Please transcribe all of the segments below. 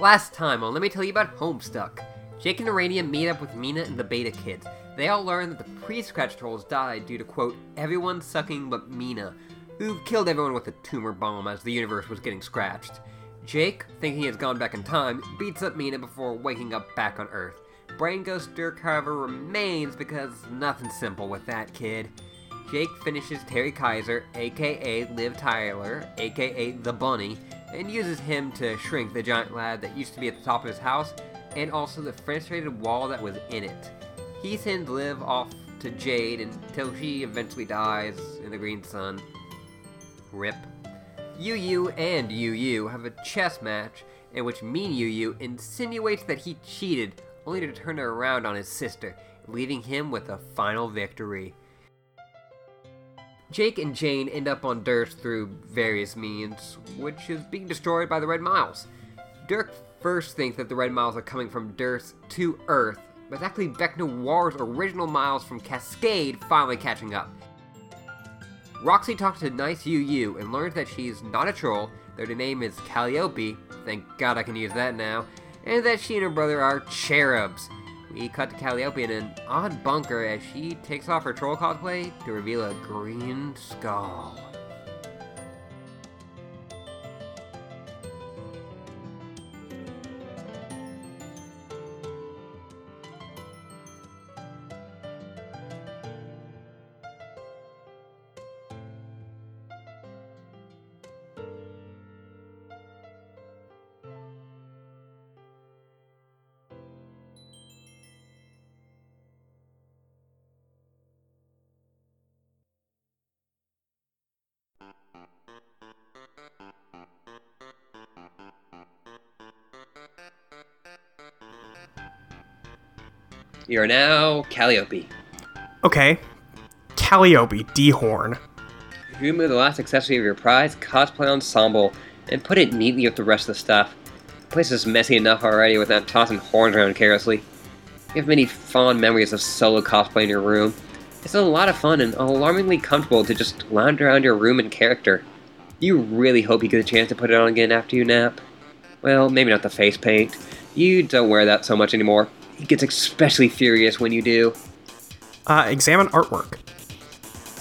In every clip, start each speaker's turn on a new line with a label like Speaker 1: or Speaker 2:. Speaker 1: Last time on Let Me Tell You About Homestuck, Jake and Urania meet up with Mina and the Beta Kids. They all learn that the pre-scratch trolls died due to, quote, everyone sucking but Mina, who killed everyone with a tumor bomb as the universe was getting scratched. Jake, thinking he has gone back in time, beats up Mina before waking up back on Earth. Brain Ghost Dirk, however, remains because nothing simple with that kid. Jake finishes Terry Kaiser, aka Liv Tyler, aka The Bunny, and uses him to shrink the giant lad that used to be at the top of his house and also the frustrated wall that was in it. He sends Liv off to Jade until she eventually dies in the green sun. Rip. Yu Yu and Yu Yu have a chess match in which Mean Yu Yu insinuates that he cheated, only to turn it around on his sister, leaving him with a final victory. Jake and Jane end up on Durst through various means, which is being destroyed by the Red Miles. Dirk first thinks that the Red Miles are coming from Durst to Earth, but it's actually Beck Noir's original Miles from Cascade finally catching up. Roxy talks to Nice Yu Yu and learns that she's not a troll, that her name is Calliope, thank god I can use that now, and that she and her brother are cherubs. We cut to Calliope in an odd bunker as she takes off her troll cosplay to reveal a green skull. You are now Calliope.
Speaker 2: Okay. Calliope D Horn.
Speaker 1: Remove the last accessory of your prize cosplay ensemble and put it neatly with the rest of the stuff. The place is messy enough already without tossing horns around carelessly. You have many fond memories of solo cosplay in your room. It's a lot of fun and alarmingly comfortable to just lounge around your room in character. You really hope you get a chance to put it on again after you nap. Well, maybe not the face paint. You don't wear that so much anymore. He gets especially furious when you do.
Speaker 2: Uh, examine artwork.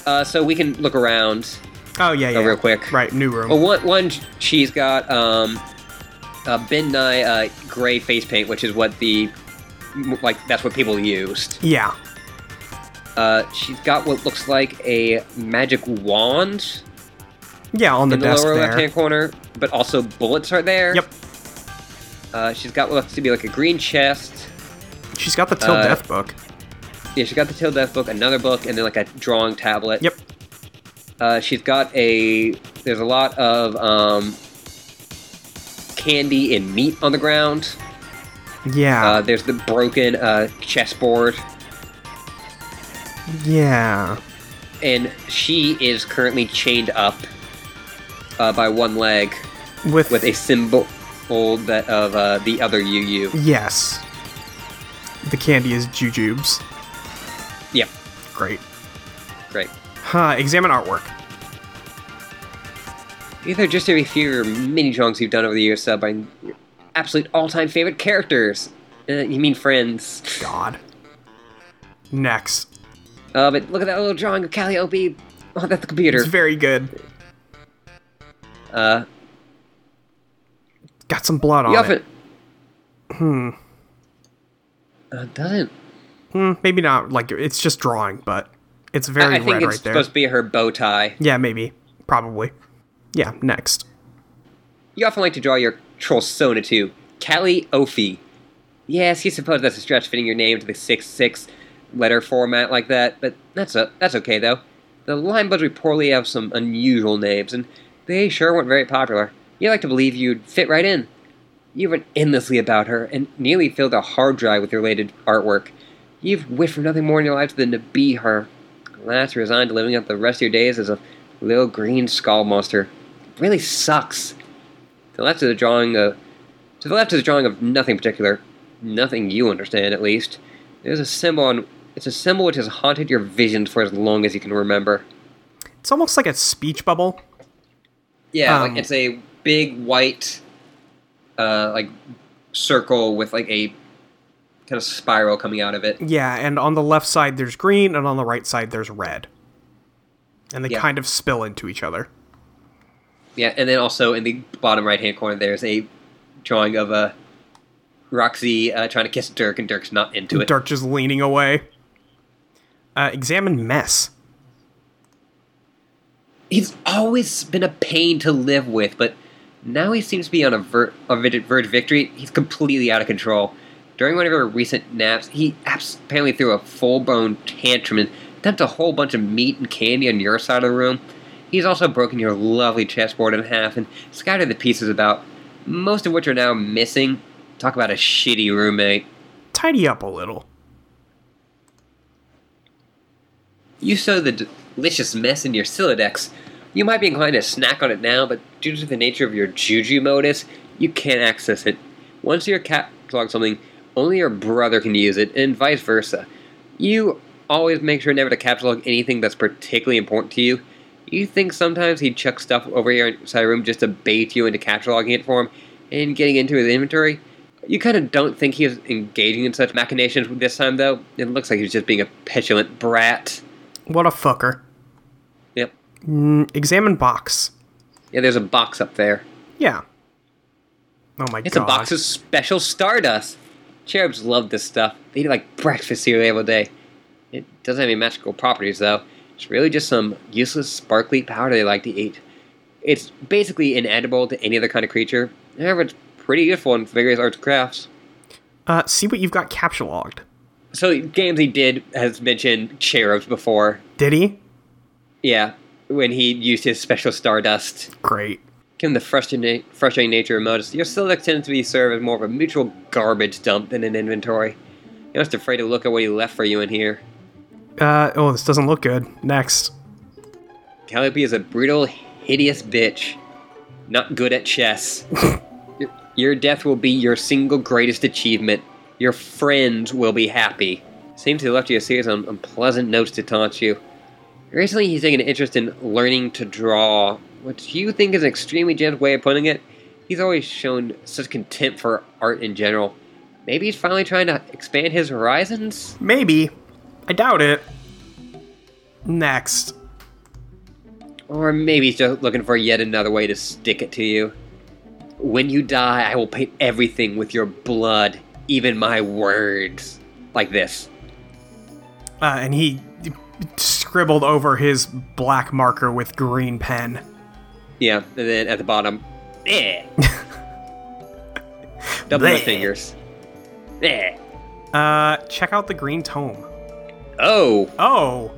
Speaker 1: Uh, so we can look around
Speaker 2: Oh yeah, yeah.
Speaker 1: uh, real quick.
Speaker 2: Right, new room.
Speaker 1: Well, one, Oh, one she's got um, uh, Ben Nye uh, gray face paint, which is what the like that's what people used.
Speaker 2: Yeah.
Speaker 1: Uh, she's got what looks like a magic wand
Speaker 2: Yeah, on the
Speaker 1: in the
Speaker 2: desk
Speaker 1: lower
Speaker 2: there.
Speaker 1: left-hand corner, but also bullets are there.
Speaker 2: Yep.
Speaker 1: Uh, she's got what looks to be like a green chest.
Speaker 2: She's got the Till
Speaker 1: Uh,
Speaker 2: Death book.
Speaker 1: Yeah, she's got the Till Death book, another book, and then like a drawing tablet.
Speaker 2: Yep.
Speaker 1: Uh, she's got a. There's a lot of um, candy and meat on the ground.
Speaker 2: Yeah.
Speaker 1: Uh, there's the broken uh, chessboard,
Speaker 2: yeah.
Speaker 1: and she is currently chained up uh, by one leg
Speaker 2: With,
Speaker 1: with a symbol that of uh, the other UU.
Speaker 2: Yes. The candy is jujubes.
Speaker 1: Yep,
Speaker 2: Great.
Speaker 1: great.
Speaker 2: Huh, examine artwork.
Speaker 1: These are just a few of your mini drawings you've done over the years, sub by your absolute all-time favorite characters. Uh, you mean friends?
Speaker 2: God. Next.
Speaker 1: Uh, but look at that little drawing of Calliope on the computer.
Speaker 2: It's very good.
Speaker 1: Uh,
Speaker 2: Got some blood on
Speaker 1: you often
Speaker 2: it. Hmm.
Speaker 1: uh, doesn't.
Speaker 2: Hmm, maybe not. Like it's just drawing, but it's very
Speaker 1: I, I think
Speaker 2: red
Speaker 1: it's
Speaker 2: right there.
Speaker 1: supposed to be her bow tie.
Speaker 2: Yeah, maybe. Probably. Yeah, next.
Speaker 1: You often like to draw your troll Sona too, Calliope. Yes, you suppose that's a stretch fitting your name to the six six letter format like that, but that's a, that's okay though. The line buds reportedly have some unusual names, and they sure weren't very popular. You like to believe you'd fit right in. You've written endlessly about her and nearly filled a hard drive with your related artwork. You've wished for nothing more in your life than to be her. Last resigned to living out the rest of your days as a little green skull monster. It really sucks. To the left of the drawing of to the left is a drawing of nothing particular, nothing you understand at least. There's a symbol on it's a symbol which has haunted your visions for as long as you can remember.
Speaker 2: It's almost like a speech bubble.
Speaker 1: Yeah,
Speaker 2: Um,
Speaker 1: like it's a big white uh, like circle with like a kind of spiral coming out of it.
Speaker 2: Yeah, and on the left side there's green, and on the right side there's red. And they
Speaker 1: Yeah.
Speaker 2: kind of spill into each other.
Speaker 1: Yeah, and then also in the bottom right hand corner there's a drawing of a Roxy uh, trying to kiss Dirk, and Dirk's not into it.
Speaker 2: Dirk just leaning away. Uh, examine mess.
Speaker 1: He's always been a pain to live with, but now he seems to be on a, ver- a vid- verge of victory. He's completely out of control. During one of our recent naps, he abs- apparently threw a full blown tantrum and dumped a whole bunch of meat and candy on your side of the room. He's also broken your lovely chessboard in half and scattered the pieces about, most of which are now missing. Talk about a shitty roommate.
Speaker 2: Tidy up a little.
Speaker 1: You saw the delicious mess in your Silodex. You might be inclined to snack on it now, but due to the nature of your juju modus, you can't access it. Once you're cataloged something, only your brother can use it, and vice versa. You always make sure never to catalog anything that's particularly important to you. You think sometimes he'd chuck stuff over your inside room just to bait you into cataloging it for him and getting into his inventory? You kind of don't think he was engaging in such machinations this time, though. It looks like he was just being a petulant brat.
Speaker 2: What a fucker.
Speaker 1: Yep.
Speaker 2: Mm, examine box.
Speaker 1: Yeah, there's a box up there.
Speaker 2: Yeah. Oh my
Speaker 1: It's
Speaker 2: god.
Speaker 1: a box of special stardust. Cherubs love this stuff. They eat it like breakfast cereal every day. It doesn't have any magical properties, though. It's really just some useless, sparkly powder they like to eat. It's basically inedible to any other kind of creature. However, it's pretty useful in various arts and crafts.
Speaker 2: Uh, see what you've got capture logged.
Speaker 1: So, games he did has mentioned cherubs before.
Speaker 2: Did he?
Speaker 1: Yeah, when he used his special stardust.
Speaker 2: Great.
Speaker 1: Given the frustrating, frustrating nature of Modus, your Silex tends to be served as more of a mutual garbage dump than an inventory. You're just afraid to look at what he left for you in here.
Speaker 2: Uh, oh, this doesn't look good. Next.
Speaker 1: Calliope is a brutal, hideous bitch. Not good at chess. your, your death will be your single greatest achievement. Your friends will be happy. Seems he left you a series of unpleasant notes to taunt you. Recently, he's taken an interest in learning to draw, which you think is an extremely gentle way of putting it. He's always shown such contempt for art in general. Maybe he's finally trying to expand his horizons?
Speaker 2: Maybe. I doubt it. Next.
Speaker 1: Or maybe he's just looking for yet another way to stick it to you. When you die, I will paint everything with your blood, even my words. Like this.
Speaker 2: Uh, and he scribbled over his black marker with green pen.
Speaker 1: Yeah, and then at the bottom, eh. Double my
Speaker 2: Bleh.
Speaker 1: fingers. Eh.
Speaker 2: Uh, check out the green tome.
Speaker 1: Oh,
Speaker 2: Oh.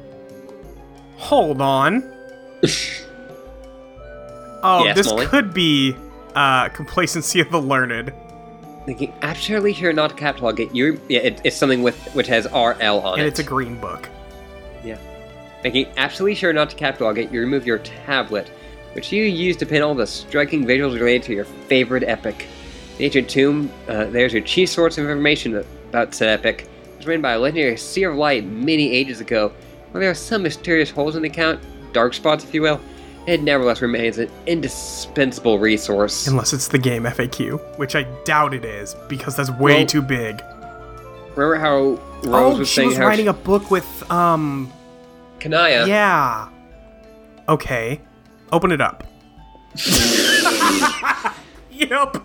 Speaker 2: Hold on. oh,
Speaker 1: Yeah,
Speaker 2: this
Speaker 1: Smalley?
Speaker 2: could be uh, complacency of the learned.
Speaker 1: thinking, I'm surely here not to catalog it. You're, yeah, it, it's something with which has RL on
Speaker 2: and
Speaker 1: it.
Speaker 2: it's a green book.
Speaker 1: Making absolutely sure not to catalog it, you remove your tablet, which you use to pin all the striking visuals related to your favorite epic. The ancient tomb, uh, there's your chief source of information about said epic. It was written by a legendary seer of light many ages ago. While there are some mysterious holes in the account, dark spots, if you will, it nevertheless remains an indispensable resource.
Speaker 2: Unless it's the game FAQ, which I doubt it is, because that's way
Speaker 1: Well,
Speaker 2: too big.
Speaker 1: Remember how Rose
Speaker 2: Oh,
Speaker 1: was
Speaker 2: she
Speaker 1: saying
Speaker 2: was
Speaker 1: how
Speaker 2: writing
Speaker 1: she,
Speaker 2: a book with, um,
Speaker 1: Kanaya?
Speaker 2: yeah. Okay. Open it up. yep.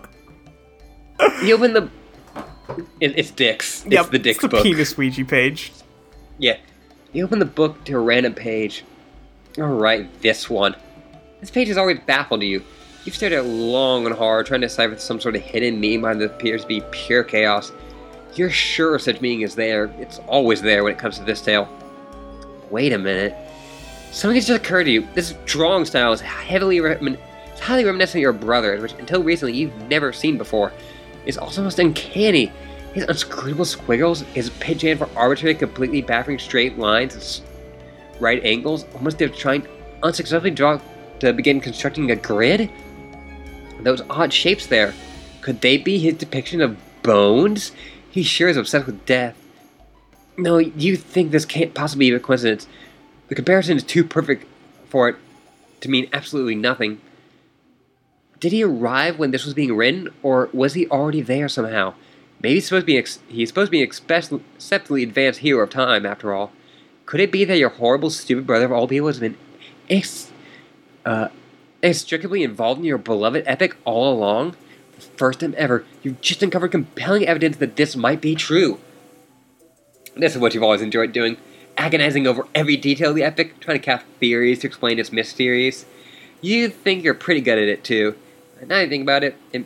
Speaker 1: You open the. It, it's Dick's.
Speaker 2: yep.
Speaker 1: It's the Dick's
Speaker 2: the
Speaker 1: book.
Speaker 2: penis Ouija page.
Speaker 1: Yeah. You open the book to a random page. Alright, this one. This page has always baffled you. You've stared at it long and hard, trying to decipher some sort of hidden meaning behind what appears to be pure chaos. You're sure such meaning is there. It's always there when it comes to this tale. Wait a minute. Something has just occurred to you. This drawing style is heavily remin- it's highly reminiscent of your brother's, which until recently you've never seen before. It's also most uncanny. His unscrutable squiggles, his pitch hand for arbitrary, completely baffling straight lines and s- right angles, almost they're trying unsuccessfully draw to begin constructing a grid. Those odd shapes there, could they be his depiction of bones? He sure is obsessed with death. No, you think this can't possibly be a coincidence. The comparison is too perfect for it to mean absolutely nothing. Did he arrive when this was being written, or was he already there somehow? Maybe he's supposed to be ex- he's supposed to be an expe- exceptionally advanced hero of time, after all. Could it be that your horrible, stupid brother of all people has been ex- uh, inextricably involved in your beloved epic all along? For the first time ever, you've just uncovered compelling evidence that this might be true. This is what you've always enjoyed doing agonizing over every detail of the epic, trying to craft theories to explain its mysteries. You think you're pretty good at it, too. But Now you think about it, and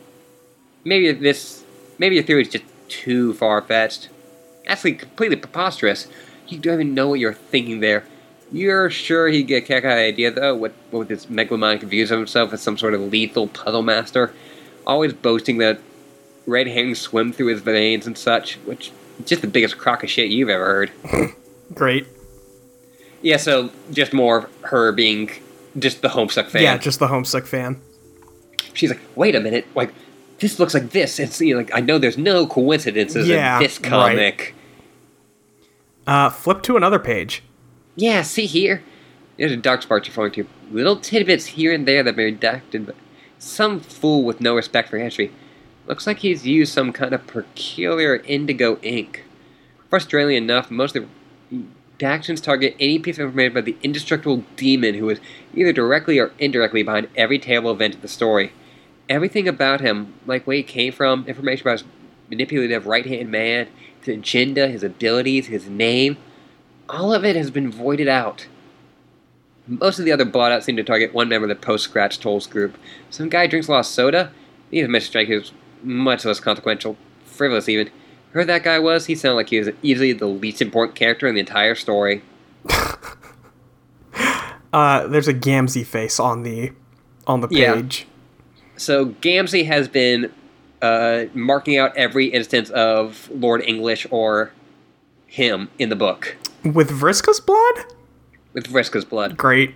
Speaker 1: maybe this. Maybe your theory is just too far fetched. Actually, completely preposterous. You don't even know what you're thinking there. You're sure he'd get a kick out of the idea, though, what, what with this megalomaniac views of himself as some sort of lethal puzzle master, always boasting that red herrings swim through his veins and such, which is just the biggest crock of shit you've ever heard.
Speaker 2: Great.
Speaker 1: Yeah, so just more of her being just the Homestuck fan.
Speaker 2: Yeah, just the homesick fan.
Speaker 1: She's like, wait a minute, like this looks like this. It's you know, like I know there's no coincidences
Speaker 2: Yeah,
Speaker 1: in this
Speaker 2: right.
Speaker 1: comic.
Speaker 2: Uh, flip to another page.
Speaker 1: Yeah, see here. There's a dark spark referring to little tidbits here and there that have been redacted, but some fool with no respect for history. Looks like he's used some kind of peculiar indigo ink. Frustratingly enough, most of the redactions target any piece of information about the indestructible demon who is either directly or indirectly behind every terrible event of the story. Everything about him, like where he came from, information about his manipulative right hand man, his agenda, his abilities, his name, all of it has been voided out. Most of the other blotouts seem to target one member of the post scratch tolls group. Some guy drinks a lot of soda. These are Mr. Strike who's much less consequential, frivolous even. Whoever that guy was, he sounded like he was easily the least important character in the entire story.
Speaker 2: Uh, there's a Gamzee face on the on the
Speaker 1: Yeah.
Speaker 2: page.
Speaker 1: So Gamzee has been uh, marking out every instance of Lord English or him in the book
Speaker 2: With Vriska's blood?
Speaker 1: with Vriska's blood.
Speaker 2: Great.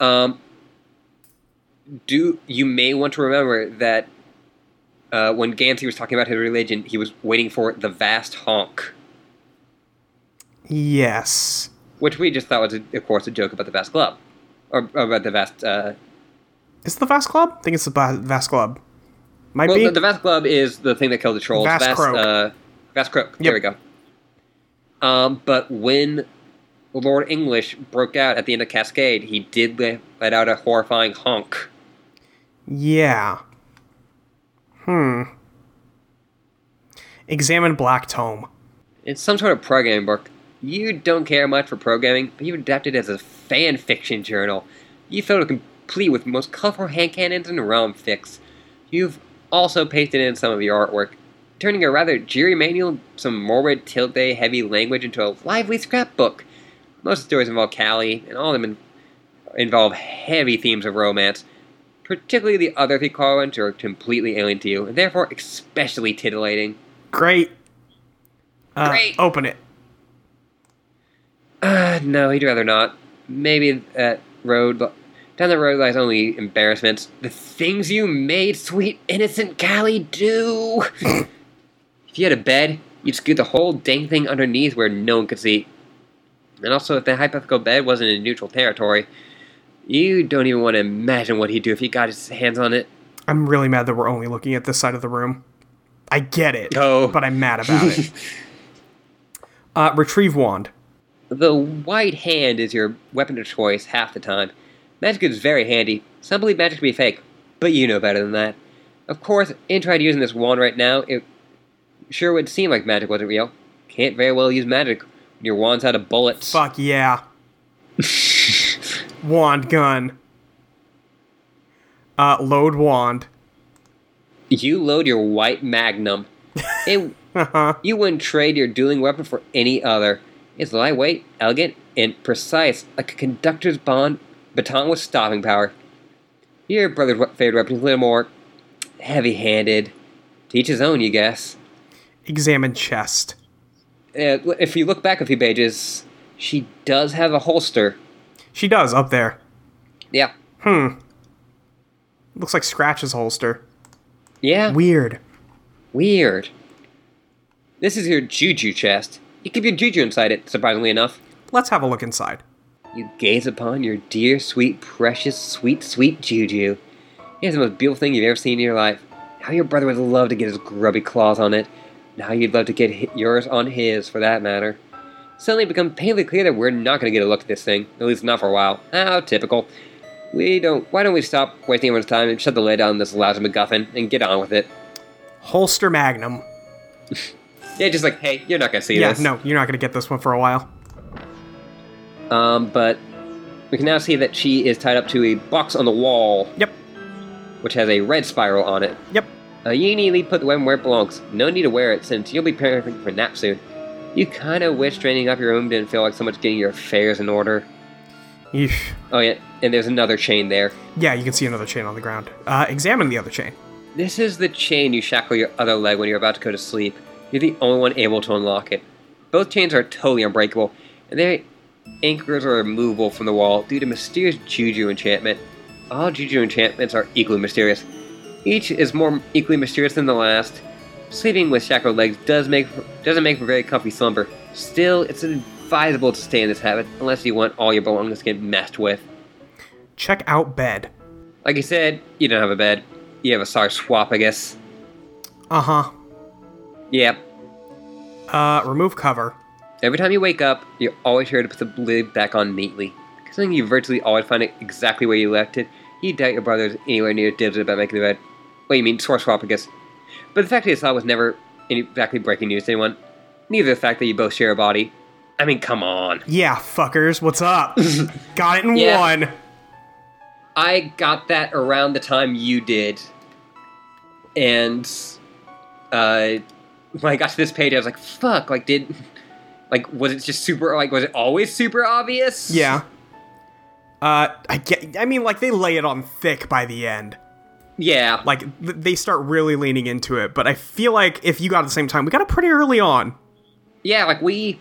Speaker 1: Um, do you may want to remember that uh, when Gansey was talking about his religion, he was waiting for the vast honk,
Speaker 2: Yes.
Speaker 1: which we just thought was, a, of course, a joke about the vast club, or, or about the vast. Uh,
Speaker 2: Is it the Vast Club? I think it's the Va- Vast Club. Might
Speaker 1: well,
Speaker 2: be.
Speaker 1: the, the vast club is the thing that killed the trolls.
Speaker 2: Vast croak.
Speaker 1: Uh, vast croak. There we go. Um, but when Lord English broke out at the end of Cascade, he did let, let out a horrifying honk.
Speaker 2: yeah. Hmm. Examine Black Tome.
Speaker 1: It's some sort of programming book. You don't care much for programming, but you adapted it as a fan fiction journal. You filled it complete with most colorful hand cannons and ROM fix. You've also pasted in some of your artwork, turning a rather dreary manual, some morbid tilde heavy language into a lively scrapbook. Most of the stories involve Callie, and all of them in- involve heavy themes of romance. Particularly the other three columns are completely alien to you, and therefore especially titillating.
Speaker 2: Great. Uh,
Speaker 1: Great.
Speaker 2: Open it.
Speaker 1: Uh, no, he'd rather not. Maybe that road. Down the road lies only embarrassments. The things you made sweet, innocent Callie do! if you had a bed, you'd scoot the whole dang thing underneath where no one could see. And also, if the hypothetical bed wasn't in neutral territory, you don't even want to imagine what he'd do if he got his hands on it.
Speaker 2: I'm really mad that we're only looking at this side of the room. I get it.
Speaker 1: Oh.
Speaker 2: But I'm mad about it. Uh, retrieve wand.
Speaker 1: The white hand is your weapon of choice half the time. Magic is very handy. Some believe magic to be fake, but you know better than that. Of course, in tried using this wand right now, it sure would seem like magic wasn't real. Can't very well use magic when your wand's out of bullets.
Speaker 2: Fuck yeah. wand gun. Uh, load wand.
Speaker 1: You load your white magnum. It,
Speaker 2: Uh-huh.
Speaker 1: you wouldn't trade your dueling weapon for any other. It's lightweight, elegant, and precise, like a conductor's bond baton with stopping power. Your brother's we- favorite weapon is a little more heavy-handed. To each his own, you guess.
Speaker 2: Examine chest.
Speaker 1: Uh, if you look back a few pages, she does have a holster.
Speaker 2: She does up there.
Speaker 1: Yeah.
Speaker 2: Hmm. Looks like Scratch's holster.
Speaker 1: Yeah.
Speaker 2: Weird.
Speaker 1: Weird. This is your juju chest. You keep your juju inside it, surprisingly enough.
Speaker 2: Let's have a look inside.
Speaker 1: You gaze upon your dear, sweet, precious, sweet, sweet Juju. It is the most beautiful thing you've ever seen in your life. How your brother would love to get his grubby claws on it, and how you'd love to get hi- yours on his, for that matter. Suddenly, it becomes painfully clear that we're not going to get a look at this thing, at least not for a while. How typical. We don't. Why don't we stop wasting everyone's time and shut the lid on this lousy MacGuffin and get on with it?
Speaker 2: Holster Magnum.
Speaker 1: Yeah, just like, hey, you're not going to see
Speaker 2: yeah,
Speaker 1: this.
Speaker 2: no, you're not going to get this one for a while.
Speaker 1: Um, but we can now see that she is tied up to a box on the wall,
Speaker 2: Yep,
Speaker 1: which has a red spiral on it.
Speaker 2: yep.
Speaker 1: Uh, you need to put the weapon where it belongs. No need to wear it since you'll be preparing for a nap soon. You kind of wish training up your room didn't feel like so much getting your affairs in order.
Speaker 2: Yeesh.
Speaker 1: Oh yeah, and there's another chain there.
Speaker 2: Yeah, you can see another chain on the ground. Uh, examine the other chain.
Speaker 1: This is the chain you shackle your other leg when you're about to go to sleep. You're the only one able to unlock it. Both chains are totally unbreakable, and their anchors are removable from the wall due to mysterious juju enchantment. All juju enchantments are equally mysterious. Each is more equally mysterious than the last. Sleeping with shackled legs does make doesn't make for very comfy slumber. Still, it's advisable to stay in this habit unless you want all your belongings to get messed with.
Speaker 2: Check out bed.
Speaker 1: Like you said, you don't have a bed. You have a sorry swap, I guess.
Speaker 2: Uh huh.
Speaker 1: Yep,
Speaker 2: Uh, remove cover.
Speaker 1: Every time you wake up, you're always sure to put the lid back on neatly. Considering you virtually always find it exactly where you left it, you doubt your brother's anywhere near dibs about making the bed. Well, you mean source swap, I guess. But the fact that you saw was never any- exactly breaking news to anyone. Neither the fact that you both share a body. I mean, come on.
Speaker 2: Yeah, fuckers, what's up? Got it in
Speaker 1: Yeah.
Speaker 2: one.
Speaker 1: I got that around the time you did. And uh when I got to this page I was like, fuck, like did like was it just super like was it always super obvious?
Speaker 2: Yeah. Uh, I get. I mean, like they lay it on thick by the end.
Speaker 1: Yeah.
Speaker 2: Like th- they start really leaning into it. But I feel like if you got it at the same time, we got it pretty early on.
Speaker 1: Yeah, like we.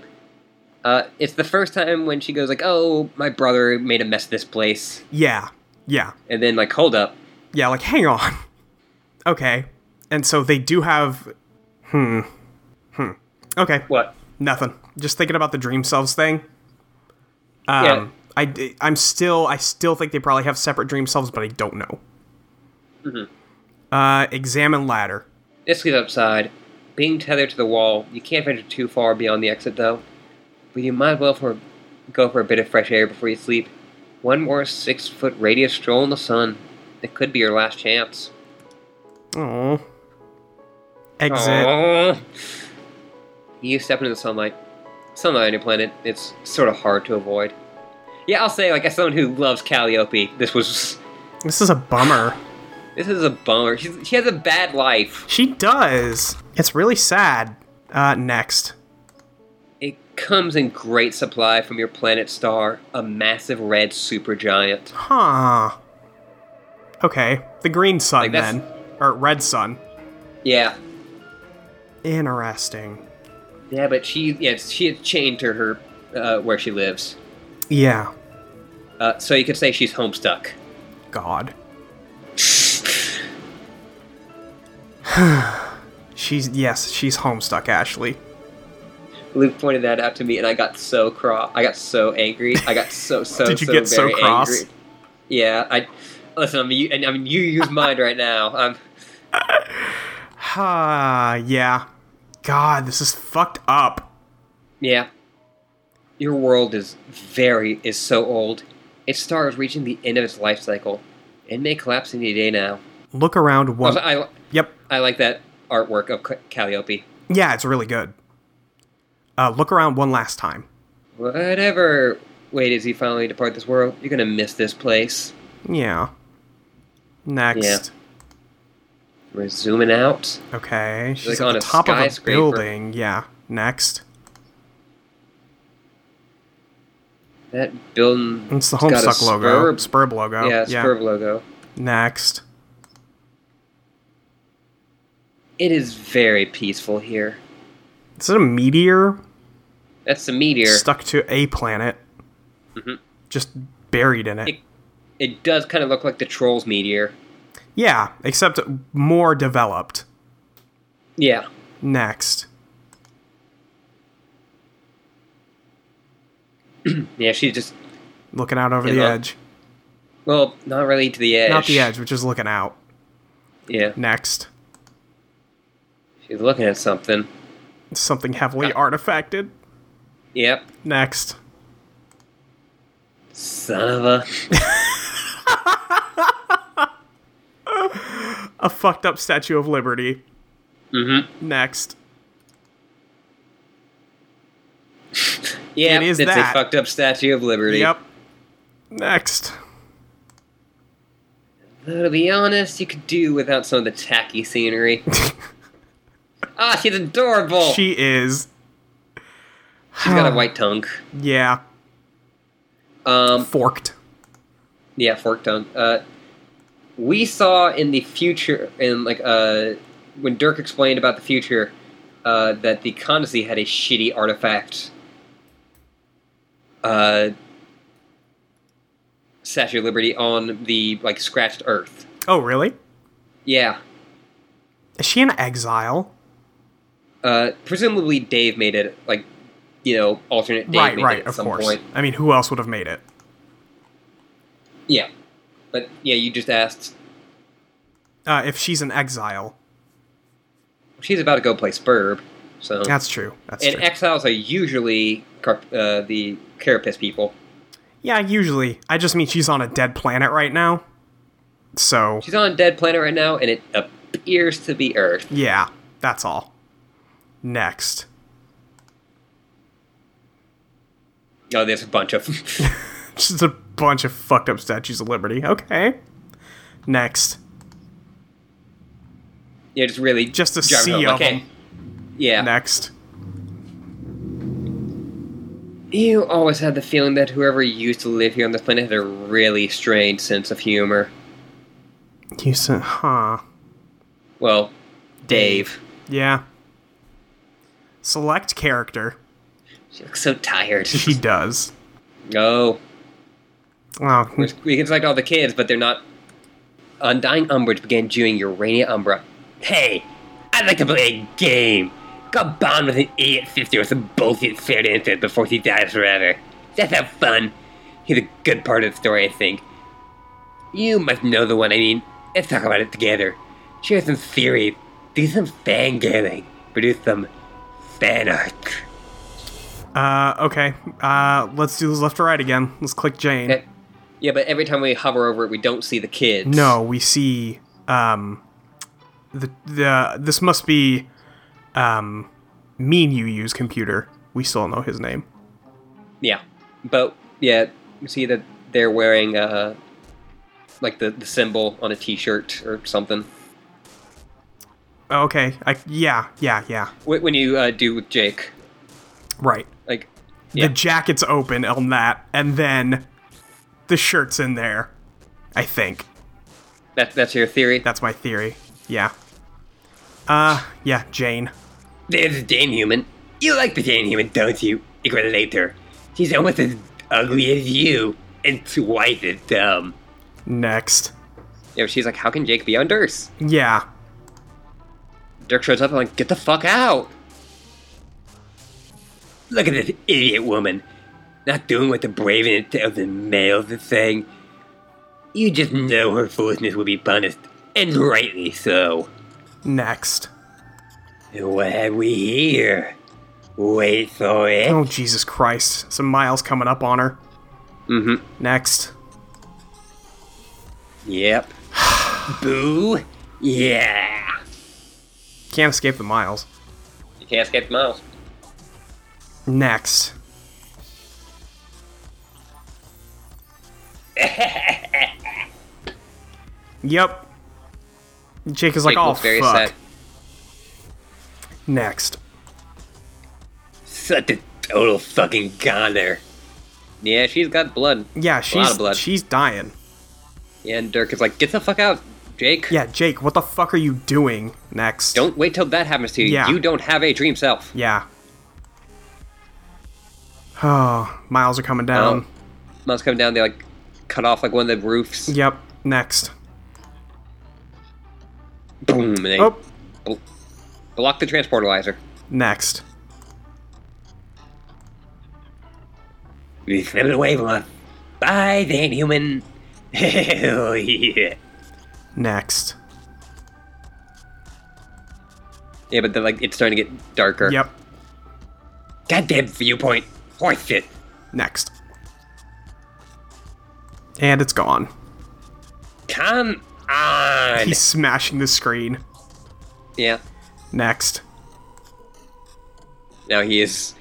Speaker 1: Uh, it's the first time when she goes like, "Oh, my brother made a mess of this place,"
Speaker 2: Yeah. Yeah.
Speaker 1: and then like, "Hold up,
Speaker 2: Yeah. Like, hang on. okay. And so they do have. Hmm. Hmm. Okay.
Speaker 1: what?"
Speaker 2: Nothing. Just thinking about the dream selves thing. Um,
Speaker 1: Yeah.
Speaker 2: I, I'm still, I still think they probably have separate dream selves, but I don't know. Uh, examine ladder.
Speaker 1: This leads outside. Being tethered to the wall, you can't venture too far beyond the exit though. But you might as well for go for a bit of fresh air before you sleep. One more six-foot radius stroll in the sun. It could be your last chance.
Speaker 2: Oh. Exit.
Speaker 1: Aww. You step into the sunlight. Sunlight on your planet, it's sort of hard to avoid. Yeah, I'll say, like, as someone who loves Calliope, this was.
Speaker 2: This is a bummer.
Speaker 1: This is a bummer. She's, she has a bad life.
Speaker 2: She does. It's really sad. Uh, next.
Speaker 1: It comes in great supply from your planet star, a massive red supergiant.
Speaker 2: Huh. Okay. The green sun
Speaker 1: Like, that's-
Speaker 2: then, or red sun.
Speaker 1: Yeah.
Speaker 2: Interesting.
Speaker 1: Yeah, but she, yeah, she is chained to her, uh, where she lives.
Speaker 2: Yeah.
Speaker 1: Uh, so you could say she's homestuck.
Speaker 2: God. she's yes, she's homestuck, Ashley.
Speaker 1: Luke pointed that out to me, and I got so cross. I got so angry. I got so so.
Speaker 2: Did you
Speaker 1: so
Speaker 2: get so
Speaker 1: very
Speaker 2: cross?
Speaker 1: Angry. Yeah, I listen. I mean, you, and I mean, you use mine right now. Um, I'm,
Speaker 2: Ah, yeah. God, this is fucked up.
Speaker 1: yeah, your world is very is so old. Its star is reaching the end of its life cycle, and may collapse any day now.
Speaker 2: Look around one.
Speaker 1: Also, I
Speaker 2: yep.
Speaker 1: I like that artwork of Ca- Calliope.
Speaker 2: Yeah, it's really good. Uh, look around one last time.
Speaker 1: Whatever. Wait, as you finally depart this world, you're gonna miss this place.
Speaker 2: Yeah. Next.
Speaker 1: We're zooming out.
Speaker 2: Okay. She's
Speaker 1: on
Speaker 2: at the
Speaker 1: a
Speaker 2: top of a
Speaker 1: skyscraper.
Speaker 2: building. Yeah. Next.
Speaker 1: That building.
Speaker 2: It's the
Speaker 1: got a
Speaker 2: Homestuck logo.
Speaker 1: spurb-
Speaker 2: Spurb logo.
Speaker 1: yeah, Spurb logo.
Speaker 2: Next.
Speaker 1: It is very peaceful here.
Speaker 2: Is it a meteor
Speaker 1: That's the meteor.
Speaker 2: stuck to a planet?
Speaker 1: Mm-hmm.
Speaker 2: Just buried in it.
Speaker 1: It- It does kind of look like the troll's meteor.
Speaker 2: Yeah, except more developed.
Speaker 1: Yeah.
Speaker 2: Next.
Speaker 1: Yeah, she just
Speaker 2: Looking out over
Speaker 1: Yeah,
Speaker 2: the
Speaker 1: look.
Speaker 2: edge.
Speaker 1: Well, not really to the edge.
Speaker 2: Not the edge, which is looking out.
Speaker 1: Yeah,
Speaker 2: Next.
Speaker 1: she's looking at something.
Speaker 2: Something heavily artifacted.
Speaker 1: Yep.
Speaker 2: Next.
Speaker 1: Son of a.
Speaker 2: A fucked up Statue of Liberty.
Speaker 1: Mm-hmm.
Speaker 2: Next.
Speaker 1: Yeah,
Speaker 2: It is
Speaker 1: it's
Speaker 2: that.
Speaker 1: a fucked up Statue of Liberty.
Speaker 2: Yep. Next.
Speaker 1: Though, to be honest, you could do without some of the tacky scenery. ah, she's adorable.
Speaker 2: She is.
Speaker 1: she's got a white tongue.
Speaker 2: Yeah.
Speaker 1: Um,
Speaker 2: Forked.
Speaker 1: yeah, forked tongue. Uh, we saw in the future, in like uh, when Dirk explained about the future, uh, that the Condesi had a shitty artifact. Uh, Statue of Liberty on the like scratched earth.
Speaker 2: Oh, really?
Speaker 1: Yeah.
Speaker 2: Is she in exile?
Speaker 1: Uh, presumably Dave made it like, you know, alternate Dave
Speaker 2: right,
Speaker 1: made
Speaker 2: right,
Speaker 1: it at
Speaker 2: of
Speaker 1: some
Speaker 2: course.
Speaker 1: point.
Speaker 2: I mean, who else would have made it?
Speaker 1: Yeah, but yeah, you just asked.
Speaker 2: Uh, if she's in exile.
Speaker 1: She's about to go play Spurb, so
Speaker 2: That's true. That's
Speaker 1: and
Speaker 2: true.
Speaker 1: exiles are usually car- uh, the Carapace people.
Speaker 2: yeah, usually. I just mean she's on a dead planet right now. So,
Speaker 1: She's on a dead planet right now, and it appears to be Earth.
Speaker 2: yeah, that's all. Next.
Speaker 1: Oh, there's a bunch of
Speaker 2: Just a bunch of fucked up statues of liberty. Okay. Next.
Speaker 1: yeah, just really
Speaker 2: Just a
Speaker 1: driving
Speaker 2: sea
Speaker 1: home,
Speaker 2: of
Speaker 1: okay.
Speaker 2: them.
Speaker 1: Yeah,
Speaker 2: Next.
Speaker 1: you always had the feeling that whoever used to live here on this planet had a really strange sense of humor.
Speaker 2: You said, huh.
Speaker 1: Well, Dave,
Speaker 2: Yeah. Select character.
Speaker 1: she looks so tired.
Speaker 2: She does.
Speaker 1: oh,
Speaker 2: Oh,
Speaker 1: There's- We can select all the kids, but they're not. Undying Umbrage began doing Urania Umbra. Hey, I'd like to play a game. Got bound with an idiot sister with some bullshit shared infant before she dies forever. That's have fun. Here's a good part of the story, I think. You must know the one I mean. Let's talk about it together. Share some theories. Do some fangirling. Produce some fan art.
Speaker 2: uh, okay. Uh, let's do this left to right again. Let's click Jane.
Speaker 1: Okay. Yeah, but every time we hover over it, we don't see the kids.
Speaker 2: No, we see um the the this must be um mean you use computer. We still don't know his name.
Speaker 1: Yeah, but yeah, you see that they're wearing uh, like the the symbol on a T-shirt or something.
Speaker 2: Okay. I yeah, yeah, yeah.
Speaker 1: Wh- When you uh, do with Jake,
Speaker 2: Right.
Speaker 1: like yeah,
Speaker 2: The jacket's open on that and then the shirt's in there. I think.
Speaker 1: that that's your theory.
Speaker 2: That's my theory. Yeah. Uh yeah, Jane.
Speaker 1: There's a Dane human. You like the Dane human, don't you? You can relate to her. She's almost as ugly as you and twice as dumb.
Speaker 2: Next.
Speaker 1: Yeah, but she's like, how can Jake be on Dirk's?
Speaker 2: Yeah.
Speaker 1: Dirk shows up and like, get the fuck out. Look at this idiot woman. Not doing what the brave and intelligent males are saying. You just know her foolishness will be punished, and rightly so.
Speaker 2: Next.
Speaker 1: And what have we here? Wait for it.
Speaker 2: Oh Jesus Christ. Some miles coming up on her.
Speaker 1: Mm-hmm.
Speaker 2: Next.
Speaker 1: Yep. Boo. Yeah.
Speaker 2: Can't escape the miles.
Speaker 1: You can't escape the miles.
Speaker 2: Next. yep. Jake is like, oh fuck. Next.
Speaker 1: Such a total fucking goner. Yeah, she's got blood.
Speaker 2: Yeah, she's
Speaker 1: of blood.
Speaker 2: she's dying.
Speaker 1: Yeah, and Dirk is like, get the fuck out, Jake.
Speaker 2: Yeah, Jake, what the fuck are you doing? Next.
Speaker 1: Don't wait till that happens to you.
Speaker 2: Yeah.
Speaker 1: You don't have a dream self.
Speaker 2: Yeah. Oh, miles are coming down.
Speaker 1: Um, Mom's coming down, they like cut off like one of the roofs.
Speaker 2: Yep. Next.
Speaker 1: Boom. And they
Speaker 2: Oh,
Speaker 1: bl- block the transportalizer.
Speaker 2: next.
Speaker 1: You slipped away from us. Bye, Dan Human. Hell yeah.
Speaker 2: Next.
Speaker 1: Yeah, but the, like it's starting to get darker.
Speaker 2: Yep.
Speaker 1: Goddamn viewpoint. Horse shit.
Speaker 2: Next. And it's gone.
Speaker 1: Come on.
Speaker 2: He's smashing the screen.
Speaker 1: yeah.
Speaker 2: Next.
Speaker 1: Now he is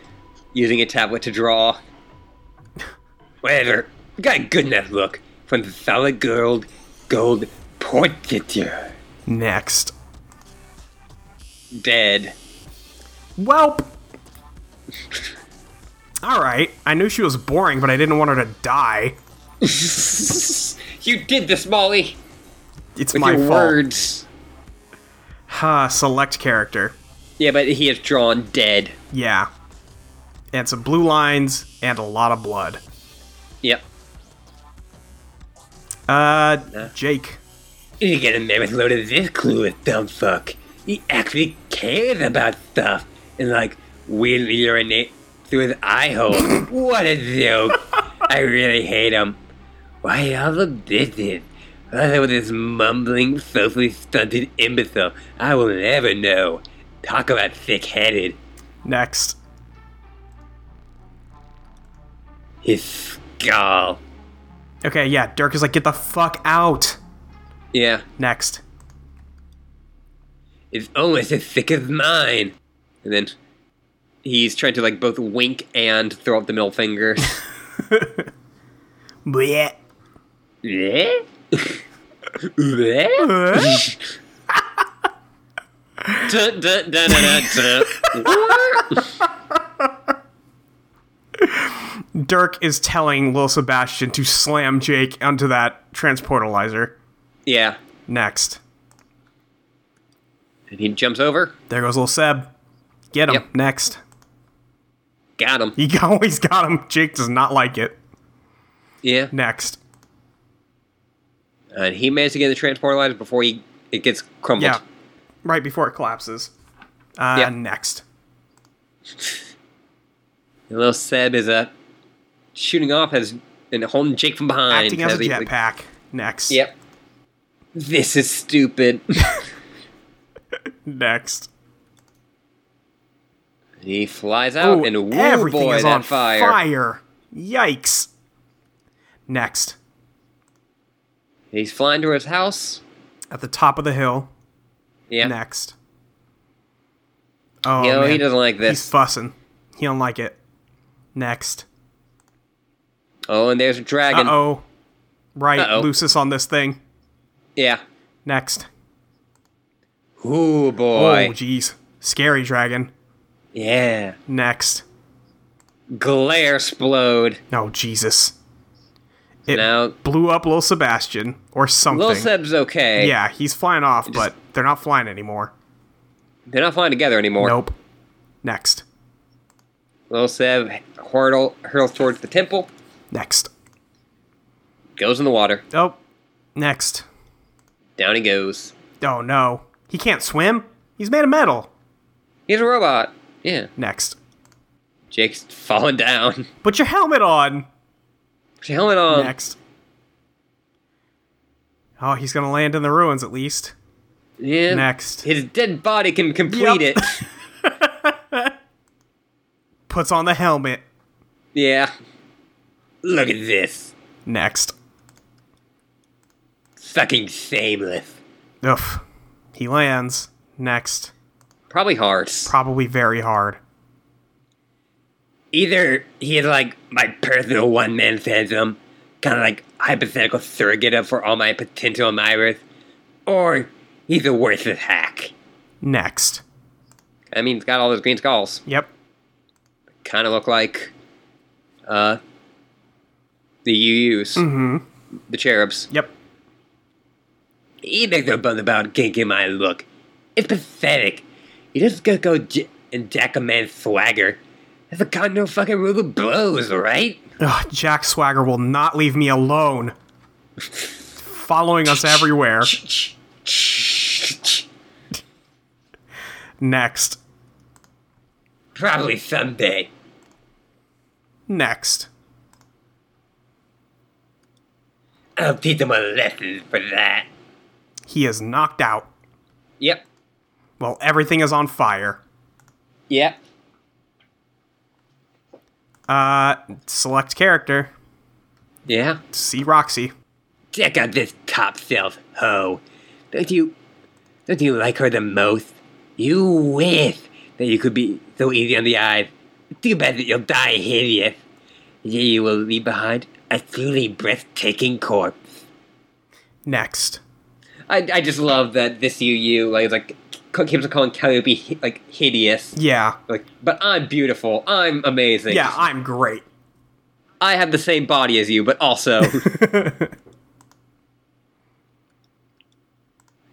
Speaker 1: using a tablet to draw. Whatever. We got a good enough look from the solid gold gold portraiture.
Speaker 2: Next.
Speaker 1: Dead.
Speaker 2: Welp. All right. I knew she was boring, but I didn't want her to die.
Speaker 1: you did this, Molly.
Speaker 2: It's
Speaker 1: With
Speaker 2: my
Speaker 1: your
Speaker 2: fault.
Speaker 1: words.
Speaker 2: Huh, select character.
Speaker 1: Yeah, but he is drawn dead.
Speaker 2: Yeah. And some blue lines and a lot of blood.
Speaker 1: Yep.
Speaker 2: Uh, Jake.
Speaker 1: You get a mammoth load of this clueless dumb fuck. He actually cares about stuff and like weirdly urinate through his eye hole. what a joke! I really hate him. Why all the business? What's up with this mumbling, socially stunted imbecile? I will never know. Talk about thick-headed.
Speaker 2: Next.
Speaker 1: His skull.
Speaker 2: Okay, yeah, Dirk is like, get the fuck out.
Speaker 1: Yeah,
Speaker 2: Next.
Speaker 1: it's almost as thick as mine. And then he's trying to like both wink and throw up the middle finger.
Speaker 2: Bleh.
Speaker 1: Bleh? Bleh?
Speaker 2: Uh,
Speaker 1: Duh, duh, duh, duh, duh, duh.
Speaker 2: Dirk is telling Lil Sebastian to slam Jake onto that transportalizer.
Speaker 1: yeah.
Speaker 2: Next.
Speaker 1: And he jumps over.
Speaker 2: There goes Lil Seb. Get him.
Speaker 1: Yep.
Speaker 2: Next.
Speaker 1: Got him.
Speaker 2: He always got him. Jake does not like it.
Speaker 1: Yeah. Uh,
Speaker 2: Next.
Speaker 1: And he managed to get in the transporter ladder before he it gets crumbled.
Speaker 2: Yeah. Right before it collapses. Uh,
Speaker 1: Yeah.
Speaker 2: Next.
Speaker 1: And little Seb is uh, shooting off as and holding Jake from behind.
Speaker 2: Acting as a
Speaker 1: he, like-
Speaker 2: jetpack. Next.
Speaker 1: yep. This is stupid.
Speaker 2: Next.
Speaker 1: he flies out
Speaker 2: Ooh,
Speaker 1: and woo
Speaker 2: everything
Speaker 1: boy
Speaker 2: is
Speaker 1: that
Speaker 2: on
Speaker 1: fire.
Speaker 2: fire. Yikes. Next.
Speaker 1: He's flying to his house.
Speaker 2: At the top of the hill.
Speaker 1: Yeah.
Speaker 2: Next. Oh,
Speaker 1: You know, he
Speaker 2: man.
Speaker 1: doesn't like
Speaker 2: He's
Speaker 1: this.
Speaker 2: fussing. He don't like it. Next.
Speaker 1: oh, and there's a
Speaker 2: Uh
Speaker 1: dragon.
Speaker 2: oh. Right,
Speaker 1: Uh-oh.
Speaker 2: Lucis on this thing.
Speaker 1: Yeah.
Speaker 2: Next.
Speaker 1: Ooh
Speaker 2: Oh,
Speaker 1: boy.
Speaker 2: jeez. Scary dragon.
Speaker 1: yeah.
Speaker 2: Next.
Speaker 1: Glare explode.
Speaker 2: Oh, Jesus. It
Speaker 1: Now-
Speaker 2: blew up Lil Sebastian or something.
Speaker 1: Lil Seb's okay.
Speaker 2: yeah, he's flying off, but they're not flying anymore.
Speaker 1: They're not flying together anymore.
Speaker 2: Nope. Next.
Speaker 1: Lil Seb hurtle, hurls towards the temple,
Speaker 2: Next.
Speaker 1: goes in the water.
Speaker 2: Oh. Next.
Speaker 1: Down he goes.
Speaker 2: Oh, no. He can't swim. He's made of metal.
Speaker 1: He's a robot. Yeah.
Speaker 2: Next.
Speaker 1: Jake's falling down.
Speaker 2: Put your helmet on.
Speaker 1: Put your helmet on.
Speaker 2: Next. Oh, he's gonna land in the ruins at least.
Speaker 1: Yeah.
Speaker 2: Next.
Speaker 1: His dead body can complete
Speaker 2: Yep.
Speaker 1: it.
Speaker 2: Puts on the helmet.
Speaker 1: yeah. Look at this.
Speaker 2: Next.
Speaker 1: Fucking shameless.
Speaker 2: Ugh. He lands. Next.
Speaker 1: Probably hearts.
Speaker 2: Probably very hard.
Speaker 1: Either he is like my personal one man phantom, kind of like hypothetical surrogate of for all my potential admirers, or he's a worthless hack.
Speaker 2: Next.
Speaker 1: I mean, he's got all those green skulls.
Speaker 2: Yep.
Speaker 1: Kind of look like, uh, the UUs,
Speaker 2: Mm-hmm.
Speaker 1: the cherubs.
Speaker 2: Yep.
Speaker 1: He makes no bones about ganking my look. It's pathetic. You just gotta go j- and jack a man's swagger. That's a kind no fucking rule of blows, right?
Speaker 2: Ugh, Jack Swagger will not leave me alone. Following us everywhere. Next.
Speaker 1: Probably someday.
Speaker 2: Next.
Speaker 1: I'll teach him a lesson for that.
Speaker 2: He is knocked out.
Speaker 3: Yep.
Speaker 2: Well, everything is on fire.
Speaker 3: Yep.
Speaker 2: Uh, select character.
Speaker 3: Yeah.
Speaker 2: See Roxy.
Speaker 1: Check out this top shelf hoe. Don't you, don't you like her the most? You wish that you could be so easy on the eyes. Too bad that you'll die hideous. Yet you will leave behind a truly breathtaking corpse.
Speaker 2: Next.
Speaker 3: I, I just love that this UU like it's like c- keeps on calling Calliope hi- like hideous.
Speaker 2: Yeah.
Speaker 3: Like, but I'm beautiful. I'm amazing.
Speaker 2: Yeah, I'm great.
Speaker 3: I have the same body as you, but also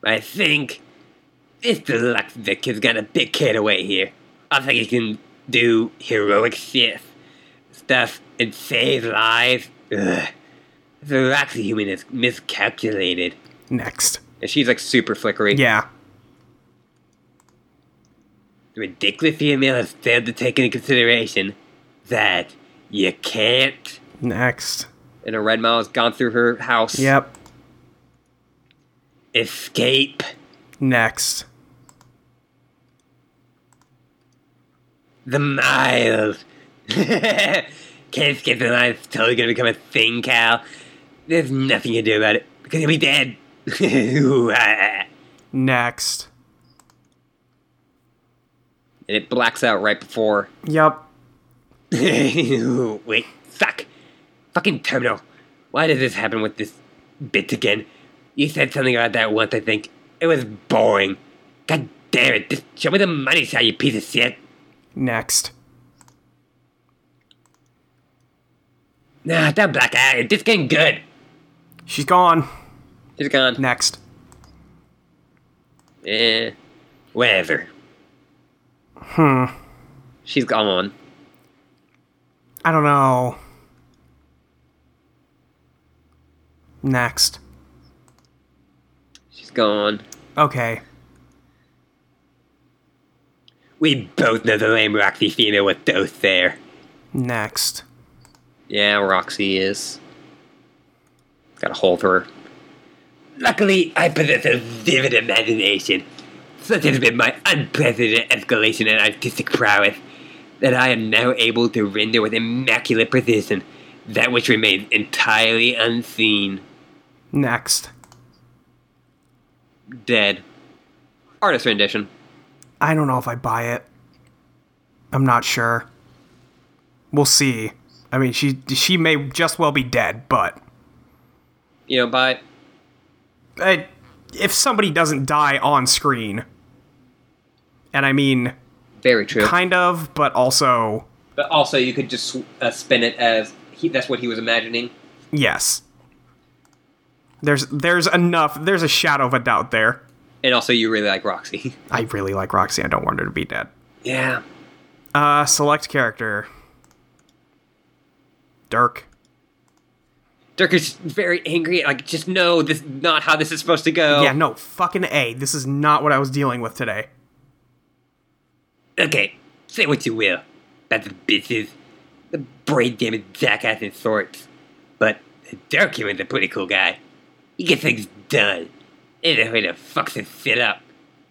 Speaker 1: I think this deluxe Vic has got a big kid away here. I think he can do heroic shit, stuff, and save lives. Ugh. The Roxy human is miscalculated.
Speaker 2: Next.
Speaker 3: and she's like super flickery.
Speaker 2: Yeah.
Speaker 1: The ridiculous female has failed to take into consideration that you can't.
Speaker 2: Next.
Speaker 3: And a red mile has gone through her house.
Speaker 2: Yep.
Speaker 1: escape.
Speaker 2: Next.
Speaker 1: The miles. Can't skip the line. It's totally gonna become a thing, Cal. There's nothing you can do about it because you'll be dead. and
Speaker 2: Next.
Speaker 3: And it blacks out right before.
Speaker 2: Yep.
Speaker 1: Wait, fuck. Fucking terminal. Why does this happen with this bitch again? You said something about that once, I think. It was boring. God damn it. Just show me the money shot, you piece of shit.
Speaker 2: Next.
Speaker 1: Nah, that black eye. It's just getting good.
Speaker 2: She's gone.
Speaker 3: She's gone.
Speaker 2: Next.
Speaker 3: Eh.
Speaker 1: Whatever.
Speaker 2: Hmm.
Speaker 3: She's gone.
Speaker 2: I don't know. Next.
Speaker 3: She's gone.
Speaker 2: Okay.
Speaker 1: We both know the lame Roxy female with those there.
Speaker 2: Next.
Speaker 3: Yeah, Roxy is. Got a hold of her.
Speaker 1: Luckily, I possess a vivid imagination. Such has been my unprecedented escalation in artistic prowess that I am now able to render with immaculate precision that which remains entirely unseen.
Speaker 2: Next.
Speaker 3: Dead. Artist rendition.
Speaker 2: I don't know if I buy it. I'm not sure. We'll see. I mean, she she may just well be dead, but
Speaker 3: You know, by
Speaker 2: uh, if somebody doesn't die on screen, and I mean
Speaker 3: very true.
Speaker 2: kind of, but also
Speaker 3: But also, you could just uh, spin it as he, that's what he was imagining.
Speaker 2: yes. There's there's enough. There's a shadow of a doubt there.
Speaker 3: And also, you really like Roxy.
Speaker 2: I really like Roxy. I don't want her to be dead.
Speaker 3: Yeah.
Speaker 2: Uh, select character. Dirk.
Speaker 3: Dirk is very angry. Like, just no, this not how this is supposed to
Speaker 1: Oh.
Speaker 3: go.
Speaker 2: Yeah, no, fucking A. This is not what I was dealing with today.
Speaker 1: Okay, say what you will about the bitches, the brain damaged jackass and sorts, but the Dark Human's a pretty cool guy. He gets things done. Ain't a way to fuck this shit up.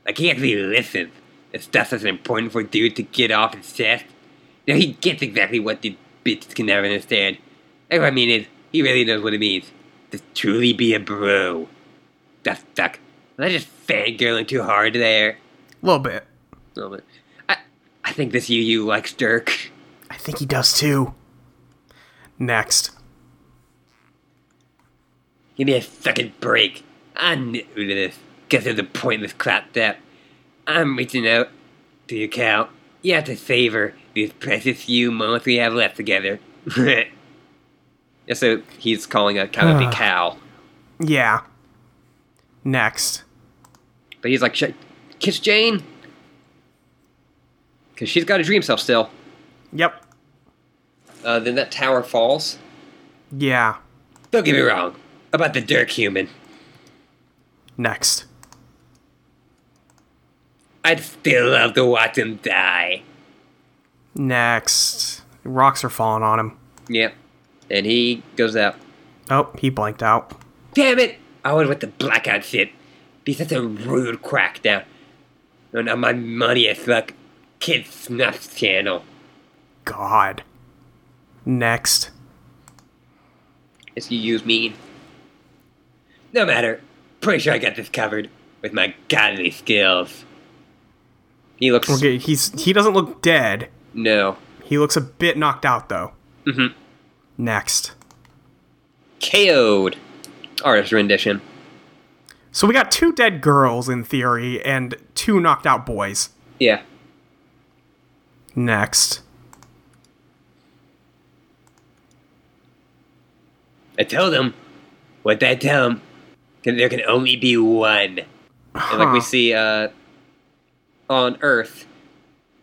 Speaker 1: Like, he actually listens. The stuff that's important for a dude to get off his chest. Now, he gets exactly what these bitches can never understand. And what I mean is, he really knows what it means to truly be a bro. That's duck. Was I just fangirling too hard there?
Speaker 2: A little bit.
Speaker 3: No, but-
Speaker 1: I, I think this UU likes Dirk.
Speaker 2: I think he does too. Next.
Speaker 1: Give me a fucking break. I knew this. Guess there's a pointless crap that I'm reaching out to you, Cal. You have to savor these precious few moments we have left together.
Speaker 3: yeah, so he's calling a kind of
Speaker 2: Ah.
Speaker 3: a cow.
Speaker 2: Yeah. Next.
Speaker 3: But he's like, "Sh- kiss Jane. Because she's got to dream self still.
Speaker 2: Yep.
Speaker 3: Uh, then that tower falls.
Speaker 2: Yeah.
Speaker 1: Don't get me wrong about the Dirk human.
Speaker 2: Next.
Speaker 1: I'd still love to watch him die.
Speaker 2: Next. Rocks are falling on him.
Speaker 3: Yep. And he goes out.
Speaker 2: Oh, he blanked out.
Speaker 1: damn it! I was with the blackout shit. Be such a rude crack now. And on my money, it's like Kid Snuff's channel.
Speaker 2: God. Next.
Speaker 1: As you use mean. No matter. Pretty sure I got this covered with my godly skills. He looks
Speaker 2: Okay, he's he doesn't look dead.
Speaker 1: no.
Speaker 2: He looks a bit knocked out though.
Speaker 1: Mhm.
Speaker 2: Next.
Speaker 1: KO'd. Artist rendition.
Speaker 2: So we got two dead girls in theory and two knocked out boys.
Speaker 1: Yeah.
Speaker 2: Next.
Speaker 1: I told him. What did I tell him? That there can only be one. And like we
Speaker 2: Huh.
Speaker 1: see uh, on Earth,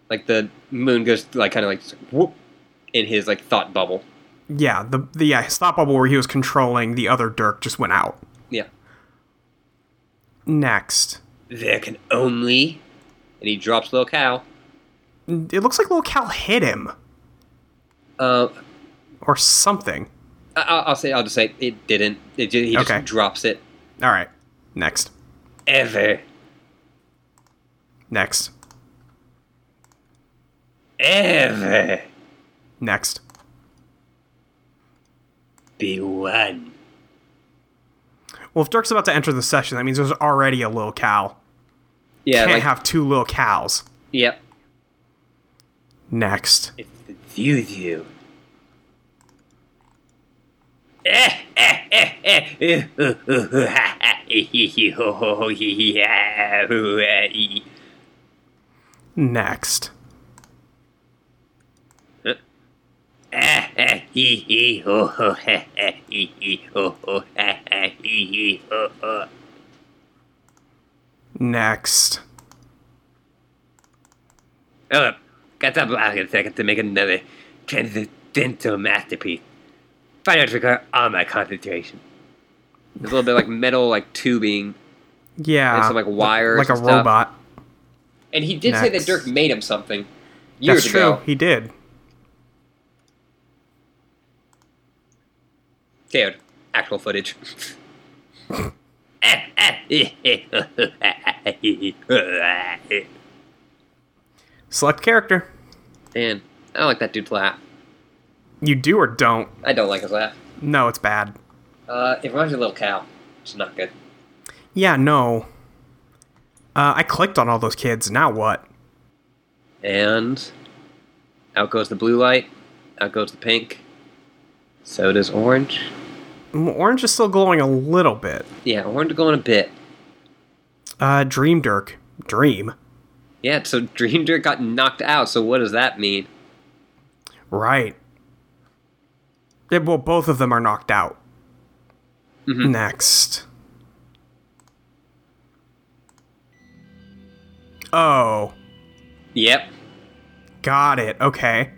Speaker 1: like the moon goes like kind of like whoop in his like thought bubble.
Speaker 2: Yeah, the the yeah, his thought bubble where he was controlling the other Dirk just went out.
Speaker 1: Yeah.
Speaker 2: Next.
Speaker 1: There can only, and he drops little cow.
Speaker 2: It looks like Lil Cal hit him
Speaker 1: Uh,
Speaker 2: or something.
Speaker 1: I- I'll, I'll say I'll just say it didn't. It ju- he just
Speaker 2: Okay.
Speaker 1: drops it.
Speaker 2: All right. Next.
Speaker 1: Ever,
Speaker 2: Next.
Speaker 1: ever
Speaker 2: Next.
Speaker 1: be one.
Speaker 2: Well, if Dirk's about to enter the session, that means there's already a Lil Cal.
Speaker 1: Yeah.
Speaker 2: Can't
Speaker 1: Like,
Speaker 2: have two Lil Cals.
Speaker 1: yep.
Speaker 2: Next.
Speaker 1: It's the Zuzu. Eh, eh, eh, eh, eh, ooh, ooh, ooh, ha, ha, eh, hee, hee, ho, ho, ho, hee, hee, ha, ooh, eh, ee.
Speaker 2: Next.
Speaker 1: Eh, eh, hee, hee, ho, ho, ha, ha, hee, hee, ho, ho, ha, ha, hee, hee, ho, ho.
Speaker 2: Next.
Speaker 1: Oh, got that block in a second to make another eh, transcendental masterpiece. Finally, require all my concentration. It's a little bit like metal, like tubing,
Speaker 2: Yeah.
Speaker 1: and some like wires,
Speaker 2: Uh, like a
Speaker 1: and stuff.
Speaker 2: robot.
Speaker 1: And he did say that
Speaker 2: Next.
Speaker 1: Dirk made him something years
Speaker 2: That's true.
Speaker 1: ago.
Speaker 2: He did.
Speaker 1: Dude, actual footage. Man,
Speaker 2: Select character.
Speaker 1: I don't like that dude's laugh.
Speaker 2: You do or don't.
Speaker 1: I don't like his laugh.
Speaker 2: No, it's bad.
Speaker 1: Uh, it reminds me of a little cow. It's not good.
Speaker 2: Yeah, no. Uh, I clicked on all those kids. Now what?
Speaker 1: And out goes the blue light. Out goes the pink. So does orange.
Speaker 2: Mm, Orange is still glowing a little bit.
Speaker 1: Yeah, orange going a bit.
Speaker 2: Uh, Dream Dirk. Dream.
Speaker 1: Yeah, so Dream Dirk got knocked out. So what does that mean?
Speaker 2: Right. Yeah, well, both of them are knocked out.
Speaker 1: Mhm.
Speaker 2: Next. Oh,
Speaker 1: Yep,
Speaker 2: got it. Okay.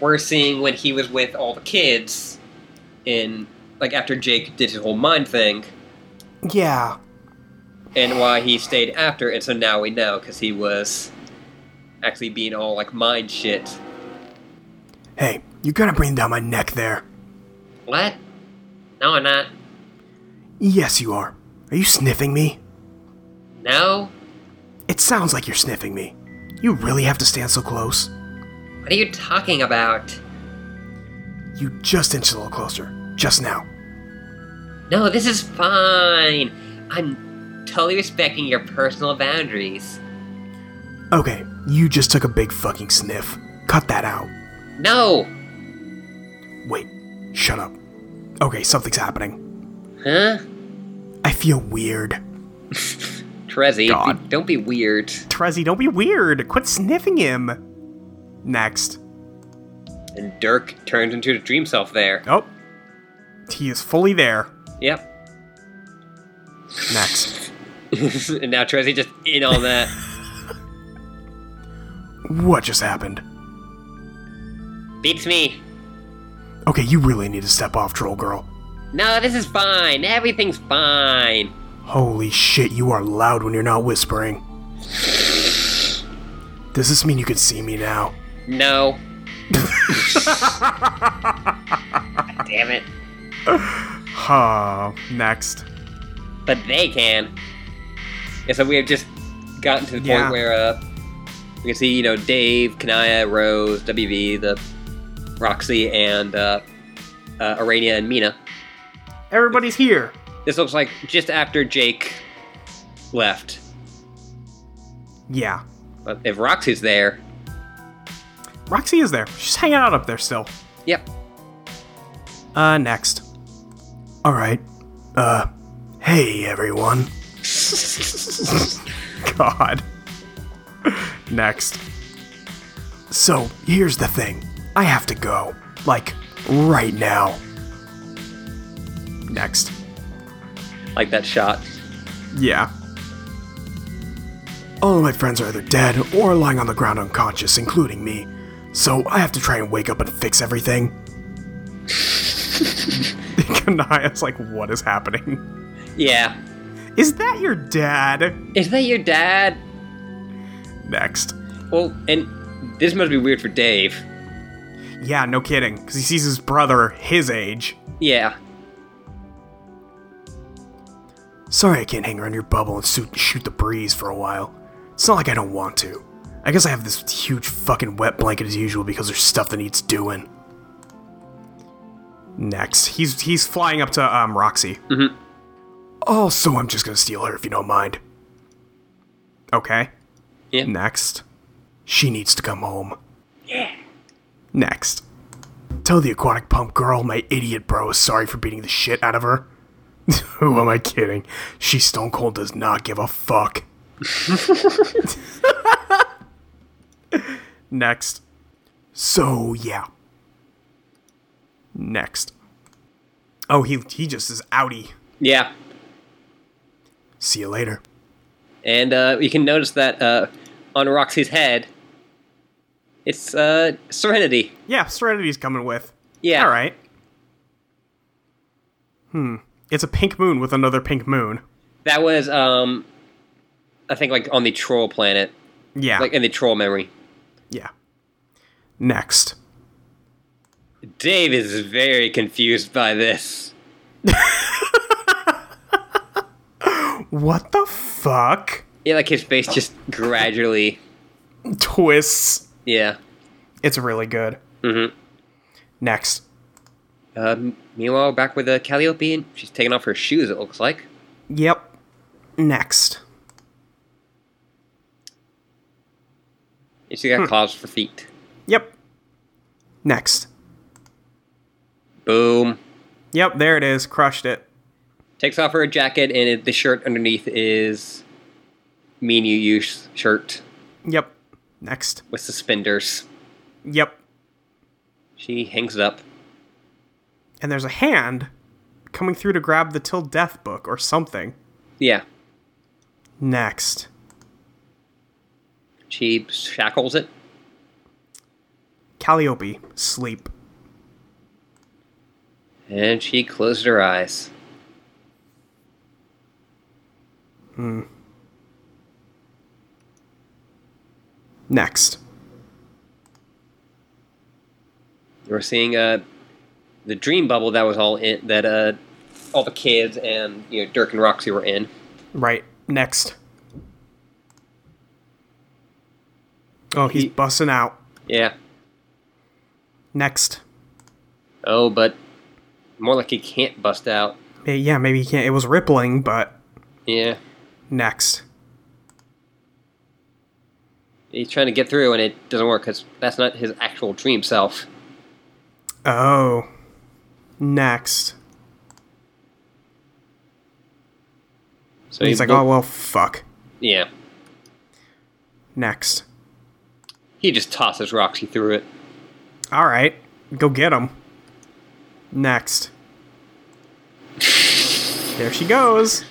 Speaker 1: we're seeing when he was with all the kids in like after Jake did his whole mind thing
Speaker 2: Yeah.
Speaker 1: and why he stayed after and so now we know cuz he was actually being all like mind shit.
Speaker 2: Hey, you gotta bring down my neck there.
Speaker 1: What? No, I'm not.
Speaker 2: Yes, you are. Are you sniffing me?
Speaker 1: No.
Speaker 2: It sounds like you're sniffing me. You really have to stand so close.
Speaker 1: What are you talking about?
Speaker 2: You just inched a little closer. Just now.
Speaker 1: No, this is fine. I'm totally respecting your personal boundaries.
Speaker 2: Okay, you just took a big fucking sniff. Cut that out.
Speaker 1: No.
Speaker 2: Wait, shut up. Okay, something's happening.
Speaker 1: Huh?
Speaker 2: I feel weird.
Speaker 1: Trezzy,
Speaker 2: God.
Speaker 1: don't be weird.
Speaker 2: Trezzy, don't be weird. Quit sniffing him. Next.
Speaker 1: And Dirk turned into his dream self there.
Speaker 2: Oh. He is fully there.
Speaker 1: Yep.
Speaker 2: Next.
Speaker 1: and now Trezzy just in on that.
Speaker 2: What just happened?
Speaker 1: Beats me.
Speaker 2: Okay, you really need to step off, troll girl.
Speaker 1: No, this is fine. Everything's fine.
Speaker 2: Holy shit, you are loud when you're not whispering. Does this mean you can see me now?
Speaker 1: No. God damn it.
Speaker 2: Ha. next.
Speaker 1: but they can. And so we have just gotten to the
Speaker 2: Yeah.
Speaker 1: point where uh, we can see, you know, Dave, Kanaya, Rose, WV, the Roxy, and uh, uh, Arania and Mina.
Speaker 2: Everybody's here.
Speaker 1: This looks like just after Jake left.
Speaker 2: Yeah.
Speaker 1: But if Roxy's there,
Speaker 2: Roxy is there. She's hanging out up there still.
Speaker 1: yep.
Speaker 2: Uh, next. All right. Uh, hey everyone. God. next. So here's the thing. I have to go. Like right now. Next.
Speaker 1: Like that shot.
Speaker 2: Yeah. All of my friends are either dead or lying on the ground unconscious, including me. So I have to try and wake up and fix everything. Kanaya's like, what is happening?
Speaker 1: Yeah.
Speaker 2: Is that your dad?
Speaker 1: Is that your dad?
Speaker 2: Next.
Speaker 1: Well, and this must be weird for Dave.
Speaker 2: Yeah, no kidding, because he sees his brother his age.
Speaker 1: Yeah.
Speaker 2: Sorry I can't hang around your bubble and shoot, shoot the breeze for a while. It's not like I don't want to. I guess I have this huge fucking wet blanket as usual because there's stuff that needs doing. Next, he's he's flying up to um Roxy. Mm-hmm. Also, I'm just gonna steal her if you don't mind. Okay.
Speaker 1: Yeah.
Speaker 2: Next, she needs to come home. Yeah. Next, tell the aquatic pump girl my idiot bro is sorry for beating the shit out of her. Who am I kidding? She stone cold does not give a fuck. Next. So yeah. Next. Oh, he he just is outie.
Speaker 1: Yeah.
Speaker 2: See you later.
Speaker 1: And uh, you can notice that uh, on Roxy's head, it's uh, Serenity.
Speaker 2: Yeah, Serenity's coming with.
Speaker 1: Yeah.
Speaker 2: All right. Hmm. It's a pink moon with another pink moon.
Speaker 1: That was, um, I think, like on the troll planet,
Speaker 2: Yeah.
Speaker 1: like in the troll memory.
Speaker 2: yeah. Next.
Speaker 1: Dave is very confused by this.
Speaker 2: What the fuck?
Speaker 1: Yeah, like his face just gradually.
Speaker 2: Twists.
Speaker 1: Yeah.
Speaker 2: It's really good.
Speaker 1: Mhm.
Speaker 2: Next.
Speaker 1: Um, meanwhile, back with uh, Calliope, and she's taking off her shoes. It looks like.
Speaker 2: Yep. Next.
Speaker 1: And she got claws for feet.
Speaker 2: Yep. Next.
Speaker 1: Boom.
Speaker 2: Yep, there it is. Crushed it.
Speaker 1: Takes off her jacket, and it, the shirt underneath is mean you use shirt
Speaker 2: Yep. Next.
Speaker 1: with suspenders.
Speaker 2: Yep.
Speaker 1: She hangs it up.
Speaker 2: And there's a hand coming through to grab the Till Death book or something.
Speaker 1: Yeah.
Speaker 2: Next.
Speaker 1: She shackles it.
Speaker 2: Calliope. Sleep.
Speaker 1: And she closed her eyes.
Speaker 2: Next.
Speaker 1: We're seeing uh, the dream bubble that was all in that uh, all the kids and you know Dirk and Roxy were in.
Speaker 2: Right. Next. Oh, he's
Speaker 1: He-
Speaker 2: busting out.
Speaker 1: Yeah.
Speaker 2: Next.
Speaker 1: Oh, but more like he can't bust out.
Speaker 2: Eh, Yeah, maybe he can't. It was rippling, but
Speaker 1: Yeah.
Speaker 2: next.
Speaker 1: He's trying to get through, and it doesn't work because that's not his actual dream self.
Speaker 2: Oh. Next.
Speaker 1: So
Speaker 2: he's
Speaker 1: he
Speaker 2: like,
Speaker 1: bo-
Speaker 2: oh, well, fuck.
Speaker 1: yeah.
Speaker 2: Next.
Speaker 1: He just tosses Roxy through it.
Speaker 2: All right. Go get him. Next. there she goes.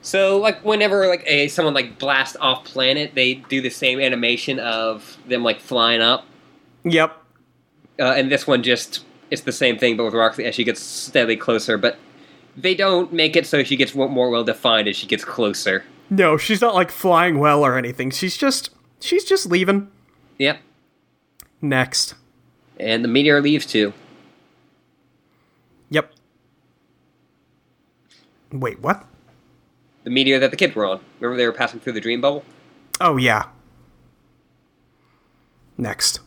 Speaker 1: So, like, whenever like a someone like blasts off planet, they do the same animation of them like flying up.
Speaker 2: Yep.
Speaker 1: uh, and this one just it's the same thing but with roxy as she gets steadily closer but they don't make it so she gets wa- more well defined as she gets closer
Speaker 2: No, she's not like flying well or anything. She's just she's just leaving.
Speaker 1: yep
Speaker 2: Next.
Speaker 1: And the meteor leaves too.
Speaker 2: Yep. Wait, what?
Speaker 1: The meteor that the kids were on. Remember they were passing through the dream bubble?
Speaker 2: Oh, yeah. Next.